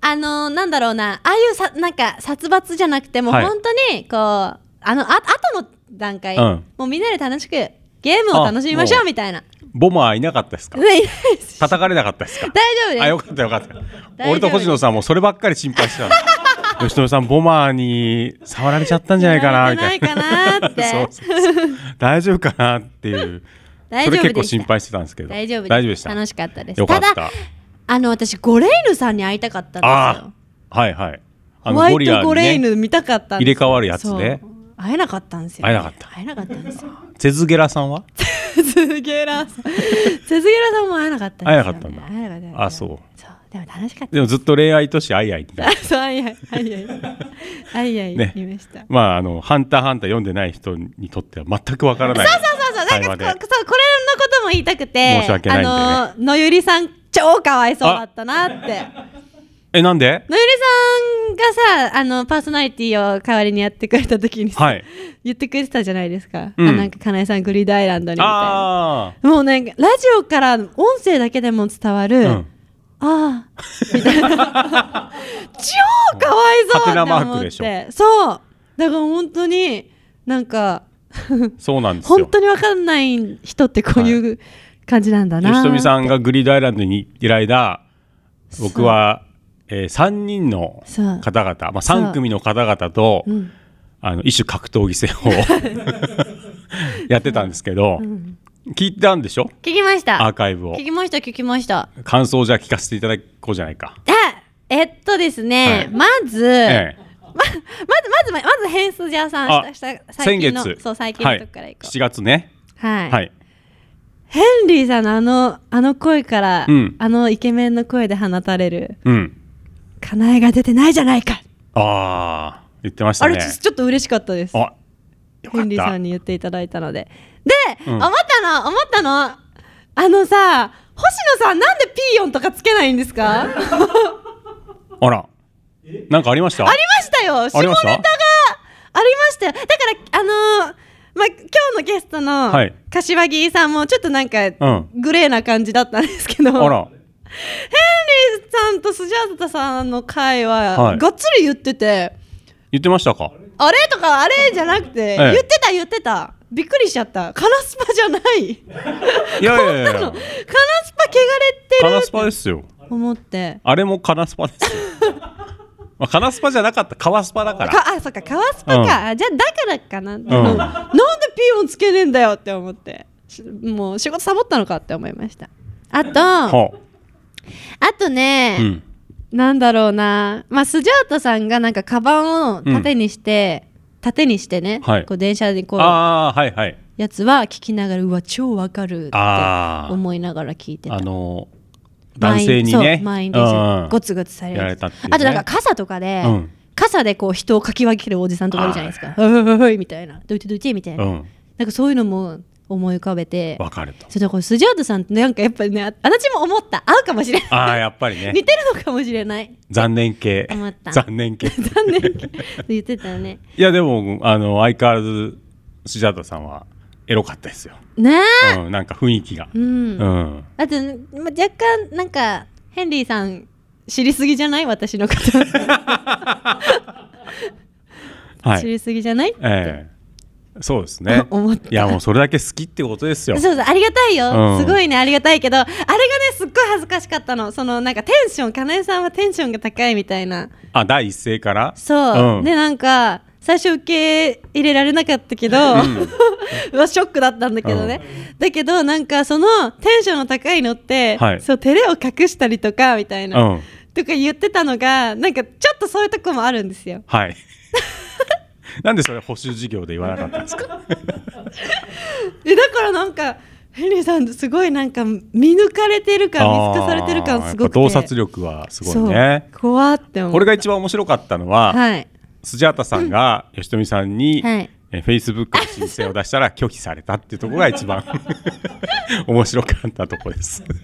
S1: あのなんだろうなああいうさなんか殺伐じゃなくてもう
S2: はい
S1: 本当にこう、あのあ後の段階、
S2: うん
S1: もうみんなで楽しくゲームを楽しみましょ
S2: あも
S1: う
S2: う
S1: みたいな
S2: ボマーいなかったですか
S1: ねいないです
S2: 叩かれなかったですか
S1: 大丈
S2: あ
S1: 夫
S2: よ
S1: で
S2: かったよかった
S1: 夫です
S2: 俺と星野さんもそればっかり心配してたの吉富さんボマーに触られちゃったんじゃないかなみたいな
S1: やられてないかなって
S2: そうそうそう大丈夫かなっていう
S1: 大丈夫でし
S2: それ
S1: た
S2: 結構心配してたんですけ
S1: す
S2: ど
S1: 大丈夫です
S2: 大丈夫でした
S1: 楽しかったです
S2: よかった
S1: だあの私ゴレイヌさんに会いたかったんですよ
S2: ああはいはいあ
S1: ホワイト
S2: に
S1: ゴレイ
S2: ね
S1: ヌ見たかったん
S2: 入
S1: で
S2: れ
S1: す
S2: 替わるやつね
S1: そう会えなかったんですよ、
S2: 会えなかった
S1: 会えなかったんですよ *laughs*
S2: ゼズゲラさんは
S1: 鈴木らさん鈴木らさんも会えなかったんですよ
S2: 会えなかったんだ
S1: 会えなかった
S2: あそう
S1: そうでも楽しかった *laughs*
S2: でもずっと恋愛としあいあいみたいな
S1: あそうあいあいあいあいあいあい
S2: ね
S1: 言いました、
S2: まああの「ハンターハンター」読んでない人にとっては全くわからない
S1: そうそうそうそうなん
S2: 会話
S1: か
S2: で
S1: こそうこれのことも言いたくて
S2: 申し訳ないんでね
S1: あののゆりさん超かわいそうだったなって
S2: えなんで
S1: のゆりさんがさあのパーソナリティを代わりにやってくれた時にさ、
S2: はい
S1: 言ってくれてたじゃないですか、
S2: うん
S1: あなんかかなえさんグリードアイランドにみたいな
S2: あ
S1: もうなんかラジオから音声だけでも伝わる、
S2: あうん
S1: ああ、みたいな。超かわいそうって思って。
S2: ハテナマークでしょ
S1: そう。だから本当に、なんか、
S2: そうなんですよ
S1: 本当にわかんない人ってこういう感じなんだな。
S2: 吉富さんがグリードアイランドにいる間僕は、えー、3人の
S1: そう
S2: 方々、まあ、3組の方々と、
S1: うん。
S2: あの一種格闘技戦を
S1: *laughs*
S2: やってたんですけど、
S1: うん
S2: 聞いたんでしょ
S1: 聞きました。
S2: アーカイブを
S1: 聞きました、聞きました。
S2: 感想をじゃあ聞かせていただこうじゃないか、
S1: あえっとですね、
S2: はい
S1: まず、
S2: ええ
S1: まず、まず、まず、まず、変数じゃさん、
S2: あ
S1: 下下
S2: 先
S1: 最近の
S2: 月
S1: そう、最近のとこからいこ
S2: はい、7月ね
S1: う。は。
S2: はいい、
S1: ヘンリーさんのあの、あの声から、
S2: うん
S1: あのイケメンの声で放たれる、
S2: うん
S1: かなえが出てないじゃないか。
S2: ああ言ってました
S1: あれ、
S2: ね
S1: ちょちょっと嬉しかったです。
S2: あ
S1: ヘ
S2: よかっ
S1: ンリーさ
S2: た
S1: んに言っていただいたので。で、
S2: うん
S1: 思ったの、思ったの。あのさ、星野さん、なんでピーヨンとかつけないんです
S2: *laughs*
S1: かありま
S2: あらなんかありました
S1: したよ下
S2: あ
S1: ネ
S2: りまし
S1: タ
S2: た
S1: がありましたよ。だから、あのーまあ、今日のゲストの
S2: はい
S1: 柏木さんもちょっとなんか、
S2: うん
S1: グレーな感じだったんですけど
S2: あら
S1: ヘンリーさんとスジャータさんの会は、
S2: はい
S1: がっつり言ってて
S2: 言ってましたか
S1: あれとかあれじゃなくて、
S2: ええ
S1: 言ってた言ってたびっくりしちゃったカナスパじゃないカナ
S2: いやいやいや
S1: スパ汚
S2: カ
S1: れ
S2: ナ
S1: て
S2: スパですよ
S1: る思って
S2: あれもカナスパですよ
S1: *laughs*
S2: まあカナスパじゃなかったカワスパだから
S1: かあそっかカワスパか、じゃあだからかな、
S2: ん
S1: なんでピー音つけねえんだよって思ってしもう仕事サボったのかって思いましたあとあ
S2: は
S1: とね、
S2: あうん
S1: なんだろうな、まあ、スジャータさんがなんかカバンを縦にして、縦にしてね、
S2: はい
S1: こう電車にこう
S2: ああはいはい
S1: やつは聞きながらうわ超わかるって
S2: あー
S1: 思いながら聞いてた
S2: あの男性にね
S1: そう満員電車
S2: うん
S1: ゴツゴツされる
S2: やられたっていうね
S1: あとなんか傘とかで、
S2: うん
S1: 傘でこう人をかき分けるおじさんとかいるじゃないですか「おいおいおい」みたいな「どいてどいて」みたいな、
S2: うん
S1: なんかそういうのも思い浮かべて
S2: 分かると
S1: そうだからスジャータさんってなんかやっぱりねあ私も思った合うかもしれない
S2: ああやっぱり
S1: 似
S2: *laughs* ね
S1: てるのかもしれない
S2: 残念系
S1: 思った
S2: 残念系
S1: 残念言ってたね
S2: いやでもあの相変わらずシジャータさんはエロかったですよ、
S1: ね
S2: うん、なんか雰囲気が
S1: えうん、
S2: うん
S1: あとま若干なんかヘンリーさん知りすぎじゃない私のこと
S2: は
S1: 知
S2: い
S1: りすぎじゃない、
S2: ええそうですね
S1: *laughs* 思った
S2: いやもうそれだけ好きってことですよ
S1: そうそうありがたいよ、
S2: うん
S1: すごいねありがたいけどあれがねすっごい恥ずかしかったのそのなんかテンションかなえさんはテンションが高いみたいな
S2: あ第一声から
S1: そう、
S2: うん
S1: でなんか最初受け入れられなかったけど、 *laughs* うわショックだったんだけどね、だけどなんかそのテンションの高いのって、
S2: はい
S1: そう照れを隠したりとかみたいな、
S2: うん
S1: とか言ってたのがなんかちょっとそういうとこもあるんですよ
S2: はい *laughs* なんでそれ補習授業で言わなかったんですか
S1: えだからなんかヘンリーさんすごいなんか見抜かれてる感見透かされてる感すごくて
S2: あーやっぱ洞察力はすごいね
S1: そう怖って思う
S2: これが一番面白かったのは、
S1: はい
S2: スジャータさんが吉富さんに、
S1: はい
S2: えフェイスブックの申請を出したら拒否されたっていうところが
S1: *laughs*
S2: 一番面白かったとこです。
S1: そう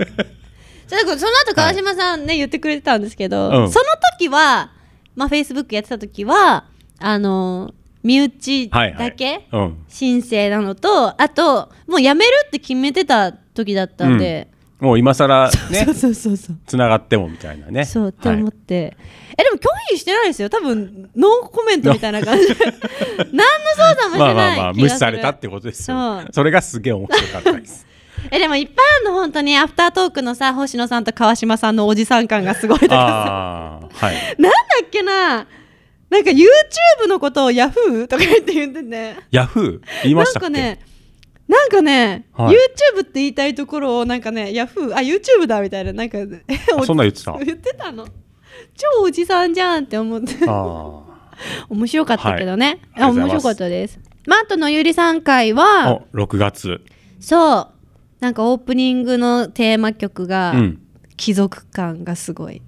S1: だからその後川島さんね、言ってくれてたんですけど、
S2: うん
S1: その時はまあフェイスブックやってた時はあの身内
S2: はいは
S1: だ
S2: い
S1: け
S2: うん、
S1: 申請なのと、あともう辞めるって決めてた時だったんで、
S2: もう今更ね
S1: *laughs* そうそうそうそう
S2: つながってもみたいなね。
S1: そうって思っ
S2: はい
S1: て、えでも拒否してないですよ多分ノーコメントみたいな感じ
S2: *laughs*
S1: で何の操作もして
S2: ま
S1: な
S2: あ
S1: い
S2: まあまあ
S1: 気がす
S2: 無視
S1: る
S2: されたってことですよ
S1: そう
S2: それがすげえ面白かっ
S1: *laughs*
S2: たです。
S1: えでもいっぱいあるの本当にアフタートークのさ星野さんと川島さんのおじさん感がすごいとか
S2: ああはい。
S1: さなんだっけななんか YouTube のことをヤフーとか言って言ってね
S2: ヤフー言いましたっけ？
S1: なんかねなんかね、
S2: はい
S1: YouTube って言いたいところをなんかねヤフーあ YouTube だみたいななんか *laughs* えお
S2: あそんなん言ってた。あ
S1: 言ってたの超おじさんじゃんって思って
S2: あ
S1: *laughs* 面白かったけどね、
S2: は
S1: あ
S2: いありがと
S1: 面
S2: うございます
S1: 白かったですマートのゆりさん会
S2: ー。
S1: は
S2: お6月。
S1: そうなんかオープニングのテーマ曲が、
S2: うん。
S1: 貴族感がすごい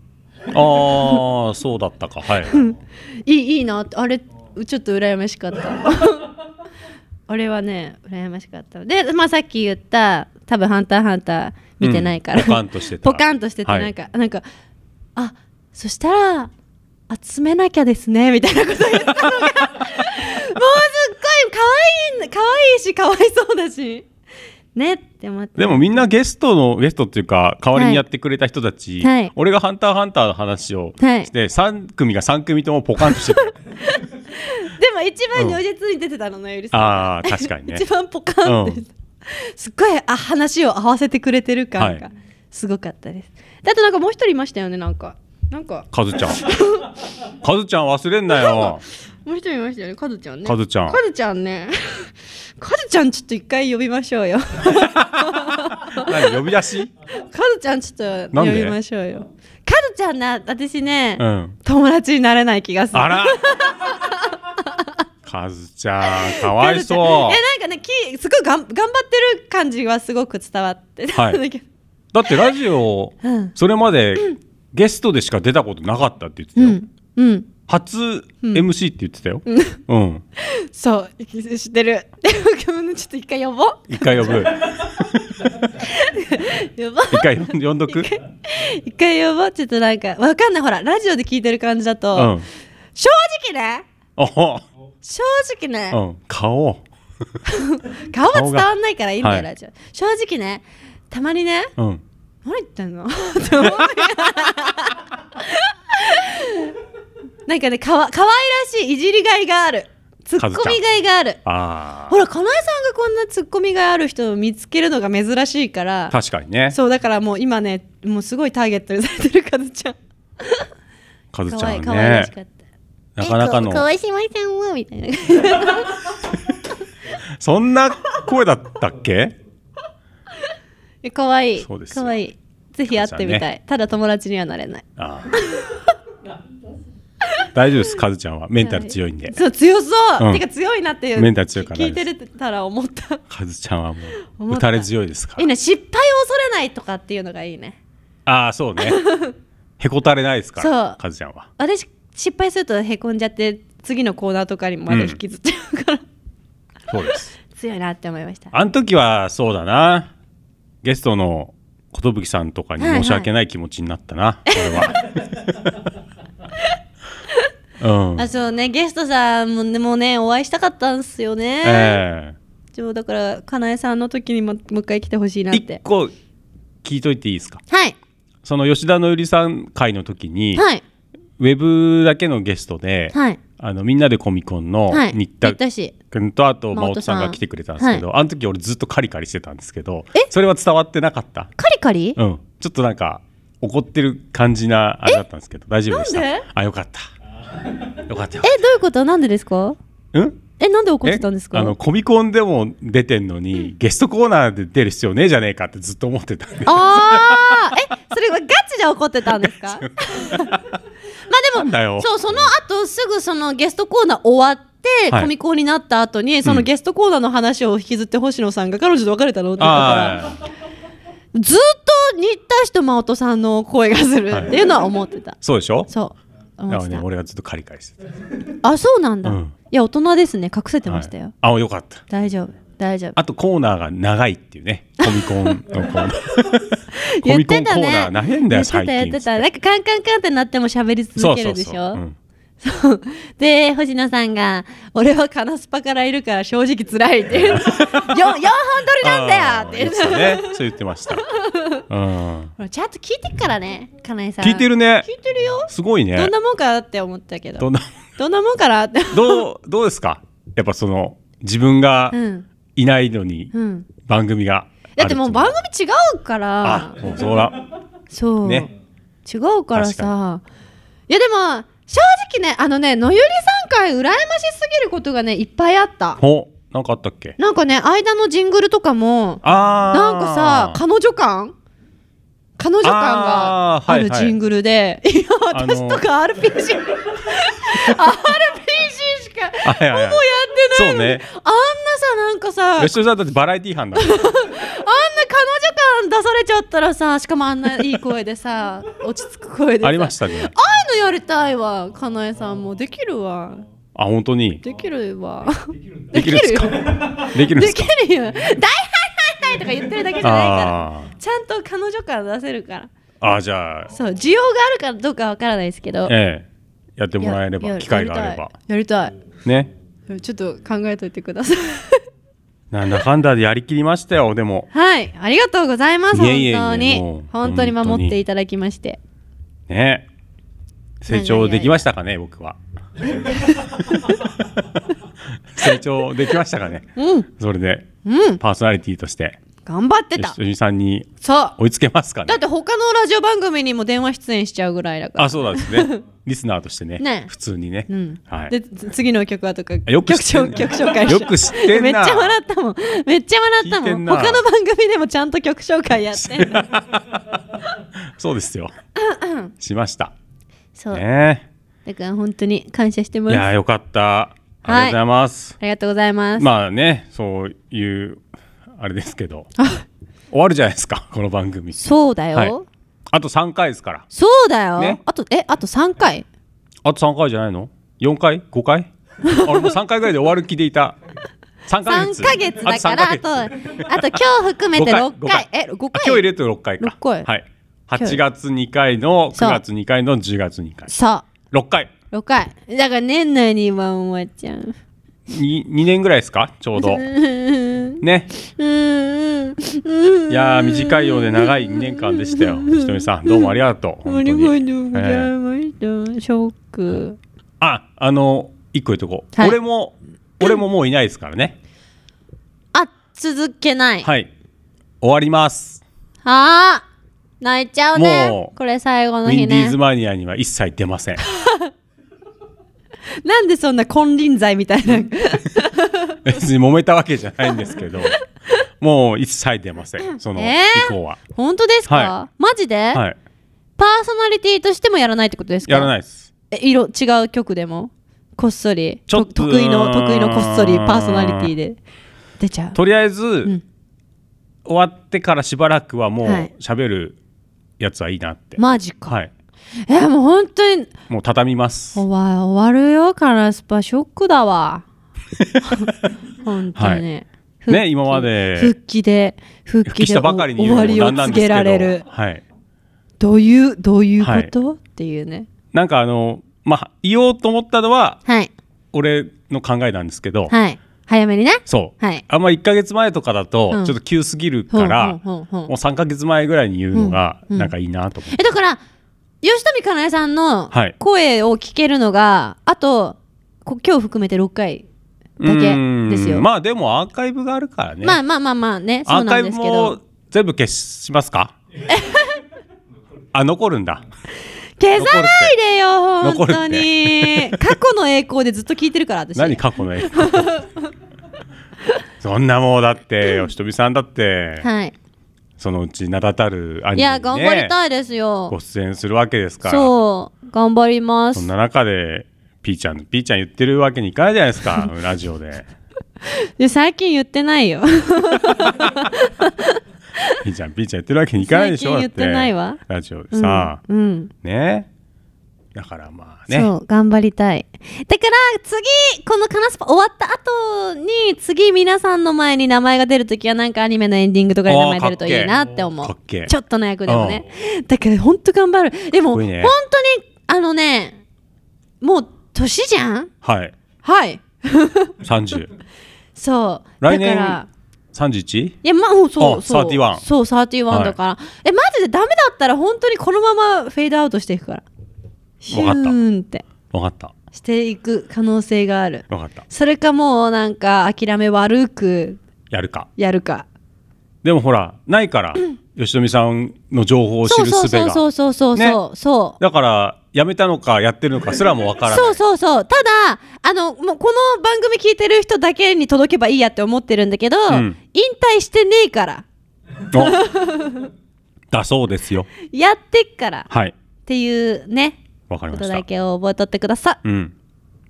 S2: ああそうだったかはい。
S1: いいいいなあれちょっと羨まし
S2: *laughs*
S1: かったあれはね羨ましかったで、まあ、さっき言った多分「ハンターハンター」見てないから、
S2: うんポカンとしてた
S1: ポカンとしてて
S2: はい
S1: なんか、なんかあそしたら集めなきゃですねみたいなこと言ったの
S2: *laughs*
S1: がもうすっごい可愛い可愛いしかわいそうだしねって思って
S2: でもみんなゲストのゲストっていうか代わりにやってくれた人たち、
S1: はいはい
S2: 俺が「ハンターハンター」の話を
S1: はい
S2: して、三3組が3組ともポカン
S1: *laughs*
S2: としてた
S1: でも一番如実に出てたのね、ゆりさんが
S2: あー確かにね
S1: 一番ポカンって、
S2: うん
S1: すっごいあ話を合わせてくれてる感が
S2: はい
S1: すごかったです、だってなんかもう一人いましたよねなんかなんか
S2: カズちゃんカズちゃん忘れんなよ
S1: もう一人いましたよねカズちゃんね
S2: カズちゃん
S1: カズちゃんね *laughs* カズちゃんちょっと一回呼びましょう
S2: *laughs*
S1: よ
S2: 何呼び出し、
S1: カズちゃんちょっと
S2: な
S1: 呼
S2: んで
S1: びましょうよカズちゃんな私ね、
S2: うん、
S1: 友達になれない気がする
S2: あらカズちゃんか
S1: か
S2: わいそ
S1: えなんかねきすごいがん頑張ってる感じはすごく伝わって *laughs* たんだけど、
S2: うだってラジオ、
S1: うん
S2: それまでゲストでしか出たことなかったって言ってた
S1: う
S2: よ、
S1: んうん
S2: 初 MC って言ってたよ、うん、
S1: そう、知ってる。でも、ちょっと一回呼ぼう。
S2: 一回呼ぶ
S1: 呼ぼう。
S2: 一回呼んどく
S1: 一回呼ぼう。ちょっとなんか、わかんない。ほら、ラジオで聞いてる感じだと、
S2: うん
S1: 正直ね、
S2: おほ
S1: 正直ね、
S2: うん、顔。
S1: 顔は伝わんないからいいんだ
S2: は
S1: よ、
S2: い
S1: ラジオ。正直ね、たまにね、
S2: うん。
S1: 何言ってんの *laughs* って思うなんかね、かわ、可愛らしいいじりがいがある。ツッコミがいがある
S2: あ
S1: ほらかなえさんがこんなツッコミがある人を見つけるのが珍しいから
S2: あ確かにね
S1: そうだからもう今ねもうすごいターゲットにされてるカズちゃん
S2: カズち
S1: 可
S2: ゃ
S1: 愛い
S2: ん
S1: 可愛ら
S2: ね
S1: しかった
S2: なかなかの
S3: え川島さんはみたいな。
S2: そんな声だった
S1: *laughs*
S2: っけ
S1: え可愛い
S2: そうですよ
S1: 可愛いぜひ会ってみたい、
S2: カズちゃんね
S1: ただ友達にはなれない
S2: ああ大丈夫ですカズちゃんはメンタル強いんで
S1: そう強そう、
S2: うん
S1: てか強いなっていう
S2: メンタル強いから
S1: 聞いてるたら思った
S2: カズちゃんはも
S1: 思
S2: う
S1: っ
S2: 打
S1: た
S2: たれ強いですか
S1: いいね失敗を恐れないとかっていうのがいいね
S2: らああそう
S1: *laughs*
S2: ねへこたれないですか
S1: そう
S2: らカズちゃんは
S1: 私失敗するとへこんじゃって次のコーナーとかにもまで引きずっちゃうから、
S2: そうです
S1: *laughs* 強いなって思いました
S2: あの時はそうだなゲストの寿さんとかに申し訳ない気持ちになったな、
S1: *laughs*
S2: 俺はうん
S1: あそうねゲストさんもねもうねお会いしたかったんすよね、
S2: え
S1: そうだからかなえさんの時にももう一回来てほしいな
S2: え
S1: って
S2: 一個聞いといていいですか
S1: はい
S2: その吉田のゆりさん会の時に、
S1: はい
S2: ウェブだけのゲストで、
S1: はい
S2: あのみんなでコミコンの
S1: はい
S2: 新田
S1: 新田氏
S2: 君とあと
S1: 真
S2: 真
S1: 音
S2: 音
S1: さん
S2: さんが来てくれたんですけど、あの時俺ずっとカリカリしてたんですけどそれは伝わってなかった、
S1: カリカリ
S2: うん、ちょっとなんか怒ってる感じなあれだったんですけど大丈夫でした
S1: なんで
S2: あよ
S1: *laughs*
S2: かったよかったよ
S1: えどういうことなんでですか
S2: うん
S1: えなんで怒っ
S2: え
S1: てたんですか
S2: あのコミコンでも出てんのに、ゲストコーナーで出る必要ねえじゃねえかってずっと思ってたんで
S1: あー
S2: *laughs*
S1: えそれはガチで怒ってたんですかまあ
S2: なんだ
S1: でも
S2: よ
S1: そうその後すぐそのゲストコーナー終わって、
S2: はい
S1: コミコンになった後にそのゲストコーナーの話を引きずって星野さんが彼女と別れたのって言ったから
S2: あー
S1: ずっと新田氏と真音さんの声がする
S2: はい
S1: っていうのは思ってた、
S2: そうでしょ
S1: そう
S2: だ
S1: 思っ
S2: から
S1: て
S2: ね
S1: た
S2: 俺がずっとカリカリしてた
S1: あそうなんだ、
S2: うん
S1: いや大人ですね隠せてましたよ、
S2: はいあよかった
S1: 大丈夫大丈夫
S2: あとコーナーが長いってい
S1: *laughs*
S2: うね、コミコンのコーナー。コ
S1: 言っ
S2: ミコ
S1: て
S2: ンコ
S1: た
S2: ー
S1: ね
S2: ナー長いん
S1: 言
S2: だ
S1: って
S2: よ、
S1: た
S2: 最近。
S1: 言ってたなんかカンカンカンってなっても喋り
S2: そ
S1: 続
S2: う
S1: け
S2: そ
S1: る
S2: う
S1: でしょ
S2: そう。うん
S1: そう *laughs* で星野さんが「俺はカナスパからいるから正直辛い」
S2: *laughs*
S1: っていうよ4本取りなんだよ」って
S2: あー言
S1: い
S2: っ
S1: う
S2: てたね。そう言って
S1: *laughs*
S2: ました。うん。
S1: ほらちゃんと聞いてっからねかなえさん
S2: 聞いてるね
S1: 聞。いてるよ
S2: すごいね
S1: どん。なもんかなって思ったけど
S2: どんな、
S1: どんなもんかなっ
S2: *laughs*
S1: て
S2: どう、どうですかやっぱその、自分が
S1: うん
S2: いないのに
S1: うん
S2: 番組がある
S1: だってもう番組違うか
S2: あ
S1: ら、
S2: もうそうだ。
S1: そう、
S2: ね
S1: 違うからさいやでも正直ねあのね野ゆりさん会羨ましすぎることがねいっぱいあった
S2: ほ、なんかあったっけ
S1: なんかね間のジングルとかも
S2: あー。
S1: なんかさ彼女感彼女感が
S2: あー
S1: あ
S2: はい
S1: る
S2: はい
S1: ジングルで、いや
S2: あの
S1: 私とか RPG RPG しか
S2: はいはいはい
S1: ほぼやってないのに、
S2: そうね
S1: あんなさなんかさあんな
S2: 吉田さんだってバラエティー班だ
S1: *laughs*
S2: もん。
S1: 彼女感出されちゃったらさしかもあんないい声でさ落ち着く声でさ
S2: ありましたね。
S1: ああいうのやりたいわかなえさんもできるわ
S2: あ、本当に。
S1: できるわ
S2: できるんですかできるんで
S1: ですき
S2: か
S1: るよ大はいはいはいとか言ってるだけじゃないから
S2: あ
S1: ちゃんと彼女感出せるから
S2: あ。あー、じゃあ、
S1: そう需要があるかどうかわからないですけど
S2: ええ、やってもらえれ
S1: や
S2: ば
S1: や
S2: 機会があれば
S1: やりたいやり
S2: ね
S1: たいちょっと考えといてください
S2: なんだかんだでやりきりましたよでも
S1: *laughs* はいありがとうございます
S2: いえいえいえ
S1: 本当
S2: もう
S1: に本当に
S2: 本当に
S1: 守っていただきまして
S2: ね成長できましたかね僕は成長できましたかね
S1: うん
S2: それで
S1: うん
S2: パーソナリティとして
S1: 頑張ってた
S2: 吉井さんに
S1: そう
S2: 追いつけますか
S1: だ
S2: ね
S1: って他のラジオ番組にも電話出演しちゃうぐらいだから
S2: あそうなんです *laughs* ねリスナーとしてね
S1: ね
S2: 普通にね、
S1: うん
S2: はい
S1: でつ次の曲はとか
S2: よく
S1: 曲
S2: 知ってん
S1: 紹
S2: な
S1: 曲紹介し
S2: よく知ってんな
S1: めっちゃ笑ったもんめっちゃ笑った
S2: 聞い
S1: も
S2: て
S1: ん
S2: んな
S1: 他の番組でもちゃんと曲紹介やってんの
S2: *laughs* そうですよしました
S1: そう
S2: ね
S1: だから本当に感謝して
S2: い
S1: ます
S2: やー
S1: あ
S2: よかったありがとうございます、
S1: りがとうございます
S2: まあね、そういう、あれですけど、終わるじゃないですか、この番組。
S1: そうだよ、
S2: はいあと3回ですから。
S1: そうだよ、
S2: ね
S1: あとえあと3回
S2: あと3回じゃないの ?4 回 ?5 回俺もう3回ぐらいで終わる気でいた。3ヶ
S1: 3
S2: 月。
S1: ヶ月だからあ
S2: あ
S1: と
S2: と
S1: あ
S2: 3ヶ
S1: と
S2: 月
S1: 今日含めて6
S2: 五
S1: 回
S2: 回
S1: え5回
S2: あ今日入れて6回か。
S1: 六回
S2: はい。8月2回の、
S1: そう
S2: 9月2回の、10月2回。
S1: さ
S2: 6回。
S1: あ6回だから年内には終わっちゃう
S2: 2, 2年ぐらいですかちょうど。ね。
S1: うん
S2: いやー、短いようで長い2年間でしたよ。ひとみさん、どうもありがとう。
S1: あ
S2: 本当
S1: り
S2: に
S1: がとうござい
S2: えー
S1: ました。ショック。
S2: あ、あの、一個言っとこう、
S1: はい
S2: 俺も俺ももういないですからね
S1: あ続けない
S2: はい終わります
S1: あー泣いちゃうね
S2: もう
S1: これ最後
S2: ウ
S1: の
S2: ィ
S1: 日
S2: ンディ
S1: ね
S2: ーズマニアには一切出ませ
S1: *laughs*
S2: ん
S1: なんでそんな金輪際みたいな
S2: 別に揉めたわけじゃないんですけどもう一切出ませんその以
S1: えー
S2: 降は、
S1: 本当ですか、
S2: は
S1: マジで、
S2: はい
S1: パーソナリティとしてもやらないってことですか
S2: やらないです
S1: え色違う曲でもこっそり
S2: ちょっ
S1: と
S2: と
S1: 得意の得意のこっそり
S2: うーん
S1: パーソナリティで出ちゃう
S2: とりあえず、
S1: ん
S2: 終わってからしばらくはもう
S1: はい
S2: 喋るやつはいいなって、
S1: マジか、
S2: はい
S1: えもう本当に
S2: もう畳みます
S1: おわ終わるよカラスパショックだ
S2: *laughs*
S1: わ本当に、
S2: は
S1: 復帰
S2: ね今まで
S1: 復帰で復
S2: 復
S1: 帰
S2: 帰し
S1: で
S2: たばかりに
S1: 終
S2: 言う
S1: わ
S2: のも
S1: り
S2: な
S1: を
S2: んなん
S1: 告
S2: で
S1: げ
S2: すけど
S1: られる
S2: はい
S1: どういうどういうこと、っていうね
S2: なんかあのまあ言おうと思ったのは
S1: はい
S2: 俺の考えなんですけど、
S1: はい早めにね
S2: そう、
S1: はい
S2: あんま1か月前とかだ
S1: う
S2: と
S1: ん
S2: ちょっと急すぎるから、
S1: ほうほうほうほう
S2: もう3か月前ぐらいに言うのが
S1: うんうん
S2: なんかいいなと思って、
S1: えだから吉富かなえさんの
S2: はい
S1: 声を聞けるのが、あとこ今日含めて6回だけです
S2: う
S1: よ
S2: んまあでもアーカイブがあるからね、
S1: まあまあまあまあねそ
S2: ア
S1: う
S2: ー
S1: な
S2: カイ
S1: ん
S2: ブ
S1: ですけど
S2: も全部消しますか
S1: *laughs*
S2: あ残るんだ
S1: 消さないでよ
S2: 残
S1: 本
S2: るって
S1: 当
S2: *laughs*
S1: に過去の栄光でずっと聞いてるから私
S2: 何過去の映画
S1: *laughs*
S2: そんなもうだって吉富さんだって、
S1: はい
S2: そのうち名だたるアニメに、
S1: い
S2: ね、
S1: や頑張りたいですよ、
S2: ご出演するわけですから
S1: そう頑張りま
S2: そ
S1: す
S2: んな中でピーちゃんピーちゃん言ってるわけにいかないじゃないで
S1: *laughs*
S2: すかラジオで
S1: で最近言ってないよ
S2: ピーちゃんピーちゃん言ってるわけにいかないでしょ
S1: *laughs* 最近言ってないわ
S2: だってラジオでさ、
S1: *laughs* うんうん
S2: ねだからまあ
S1: そ
S2: ね
S1: う頑張りたいだから次この「カナスパ」終わった後に次皆さんの前に名前が出るときはなんかアニメのエンディングとかで名前出るといいなって思
S2: あーかっけ
S1: う
S2: え
S1: ちょっとの役でもねだけど本当頑張るでも
S2: かっ
S1: 本当
S2: こいい
S1: に
S2: ね
S1: あのねもう年じゃん
S2: はい
S1: はい
S2: 30
S1: そうだ
S2: 来年
S1: から
S2: 31
S1: いやまあそうそう
S2: あ
S1: そう
S2: 31
S1: そう31だから、えマジでダメだったら本当にこのままフェードアウトしていくからシュ
S2: わかった
S1: ーンって
S2: 分かった
S1: していく可能性がある
S2: 分かった
S1: それかもうなんか諦め悪く
S2: やるか
S1: やるか
S2: でもほらないから、
S1: *clears throat*
S2: 吉富さんの情報を知
S1: そう
S2: る
S1: そう
S2: 術
S1: そう
S2: が
S1: そうそうそうそうそう
S2: だからやめたのかやってるのかすらもわからない
S1: そうそうそうただあのもうこの番組聞いてる人だけに届けばいいやって思ってるんだけど、
S2: ん
S1: 引退してねえから
S2: お *laughs* だそうですよ
S1: やってっから
S2: はい
S1: っていうね
S2: わかり
S1: こ
S2: ま
S1: と
S2: し
S1: だ
S2: た
S1: けを覚えとってください
S2: うん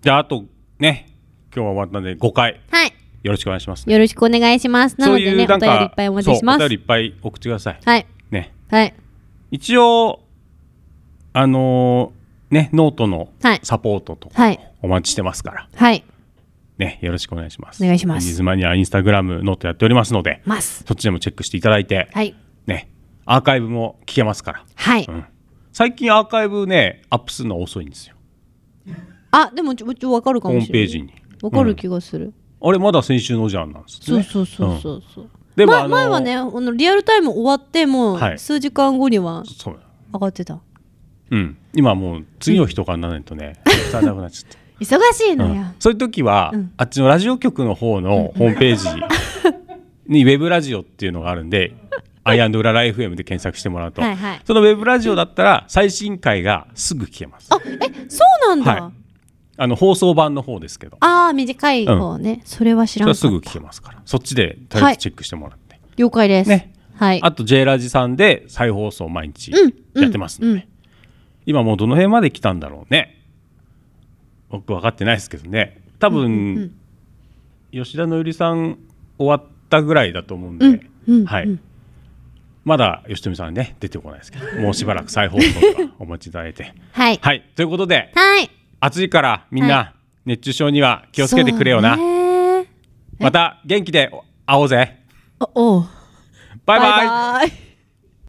S2: じゃああとね今日は終わったんで5回
S1: はい
S2: よろしくお願いします、
S1: よろしくお願いしますな
S2: そ
S1: の
S2: う
S1: で
S2: い
S1: ね
S2: う
S1: お便
S2: なん
S1: りい
S2: か
S1: っぱいお待ちします
S2: そう
S1: は
S2: お便りいっぱい送ってください
S1: い
S2: ね
S1: はい
S2: 一応あのーねノートの
S1: はい
S2: サポートと
S1: は
S2: か
S1: い
S2: お待ちしてますから、
S1: はい
S2: ねよろしくお願いします
S1: お願いします
S2: 水マニアインスタグラムノートやっておりますので
S1: ます
S2: そっちでもチェックしていただいて、
S1: はい
S2: ねアーカイブも聞けますから
S1: はい、
S2: うん最近アーカイブねアップするの遅いんですよ
S1: あでもちょちょわかるか
S2: ホ
S1: も
S2: ーム
S1: しれ
S2: ペ
S1: な
S2: ー
S1: い
S2: ジに
S1: わかる気がする、
S2: あれまだ先週のじゃんなんです
S1: そう
S2: ね
S1: そうそうそうそう、
S2: でも
S1: ま
S2: あの
S1: 前はねあのリアルタイム終わっても
S2: は
S1: う
S2: い
S1: 数時間後には
S2: そう
S1: 上がってた、
S2: うん今もう次の日とかにならないとね伝わらなくなっちゃって
S1: 忙しいのよ、
S2: そういう時は、あっちのラジオ局の方のホームページにウェブラジオっていうのがある
S1: *laughs*
S2: んで「アイアンドララ FM」で検索してもらうと、
S1: はいはい
S2: そのウェブラジオだったら最新回がすぐ聞けます
S1: あえそうなんだ、
S2: はいあの放送版の方ですけど
S1: ああ短い方ね、それは知
S2: そ
S1: ら
S2: れ
S1: ん
S2: は
S1: か
S2: す
S1: っ
S2: ぐ
S1: た
S2: 聞けますからそっちでとりあえずチェックしてもらって、
S1: 了解です、
S2: ね
S1: はい
S2: あと J ラジさんで再放送毎日やってますので、今もうどの辺まで来たんだろうね僕分かってないですけどね多分、吉田のゆりさん終わったぐらいだと思うんで、はいまだ吉富さんね出てこないですけ *laughs* どもうしばらく再放送とかお待ちいただいて
S1: はい
S2: はいということで
S1: はい
S2: 暑いからみん
S1: は
S2: な熱中症には気をつけてくれよな、
S1: そうね
S2: また元気で会おうぜ
S1: おおう
S2: バイバイ
S1: バイバイ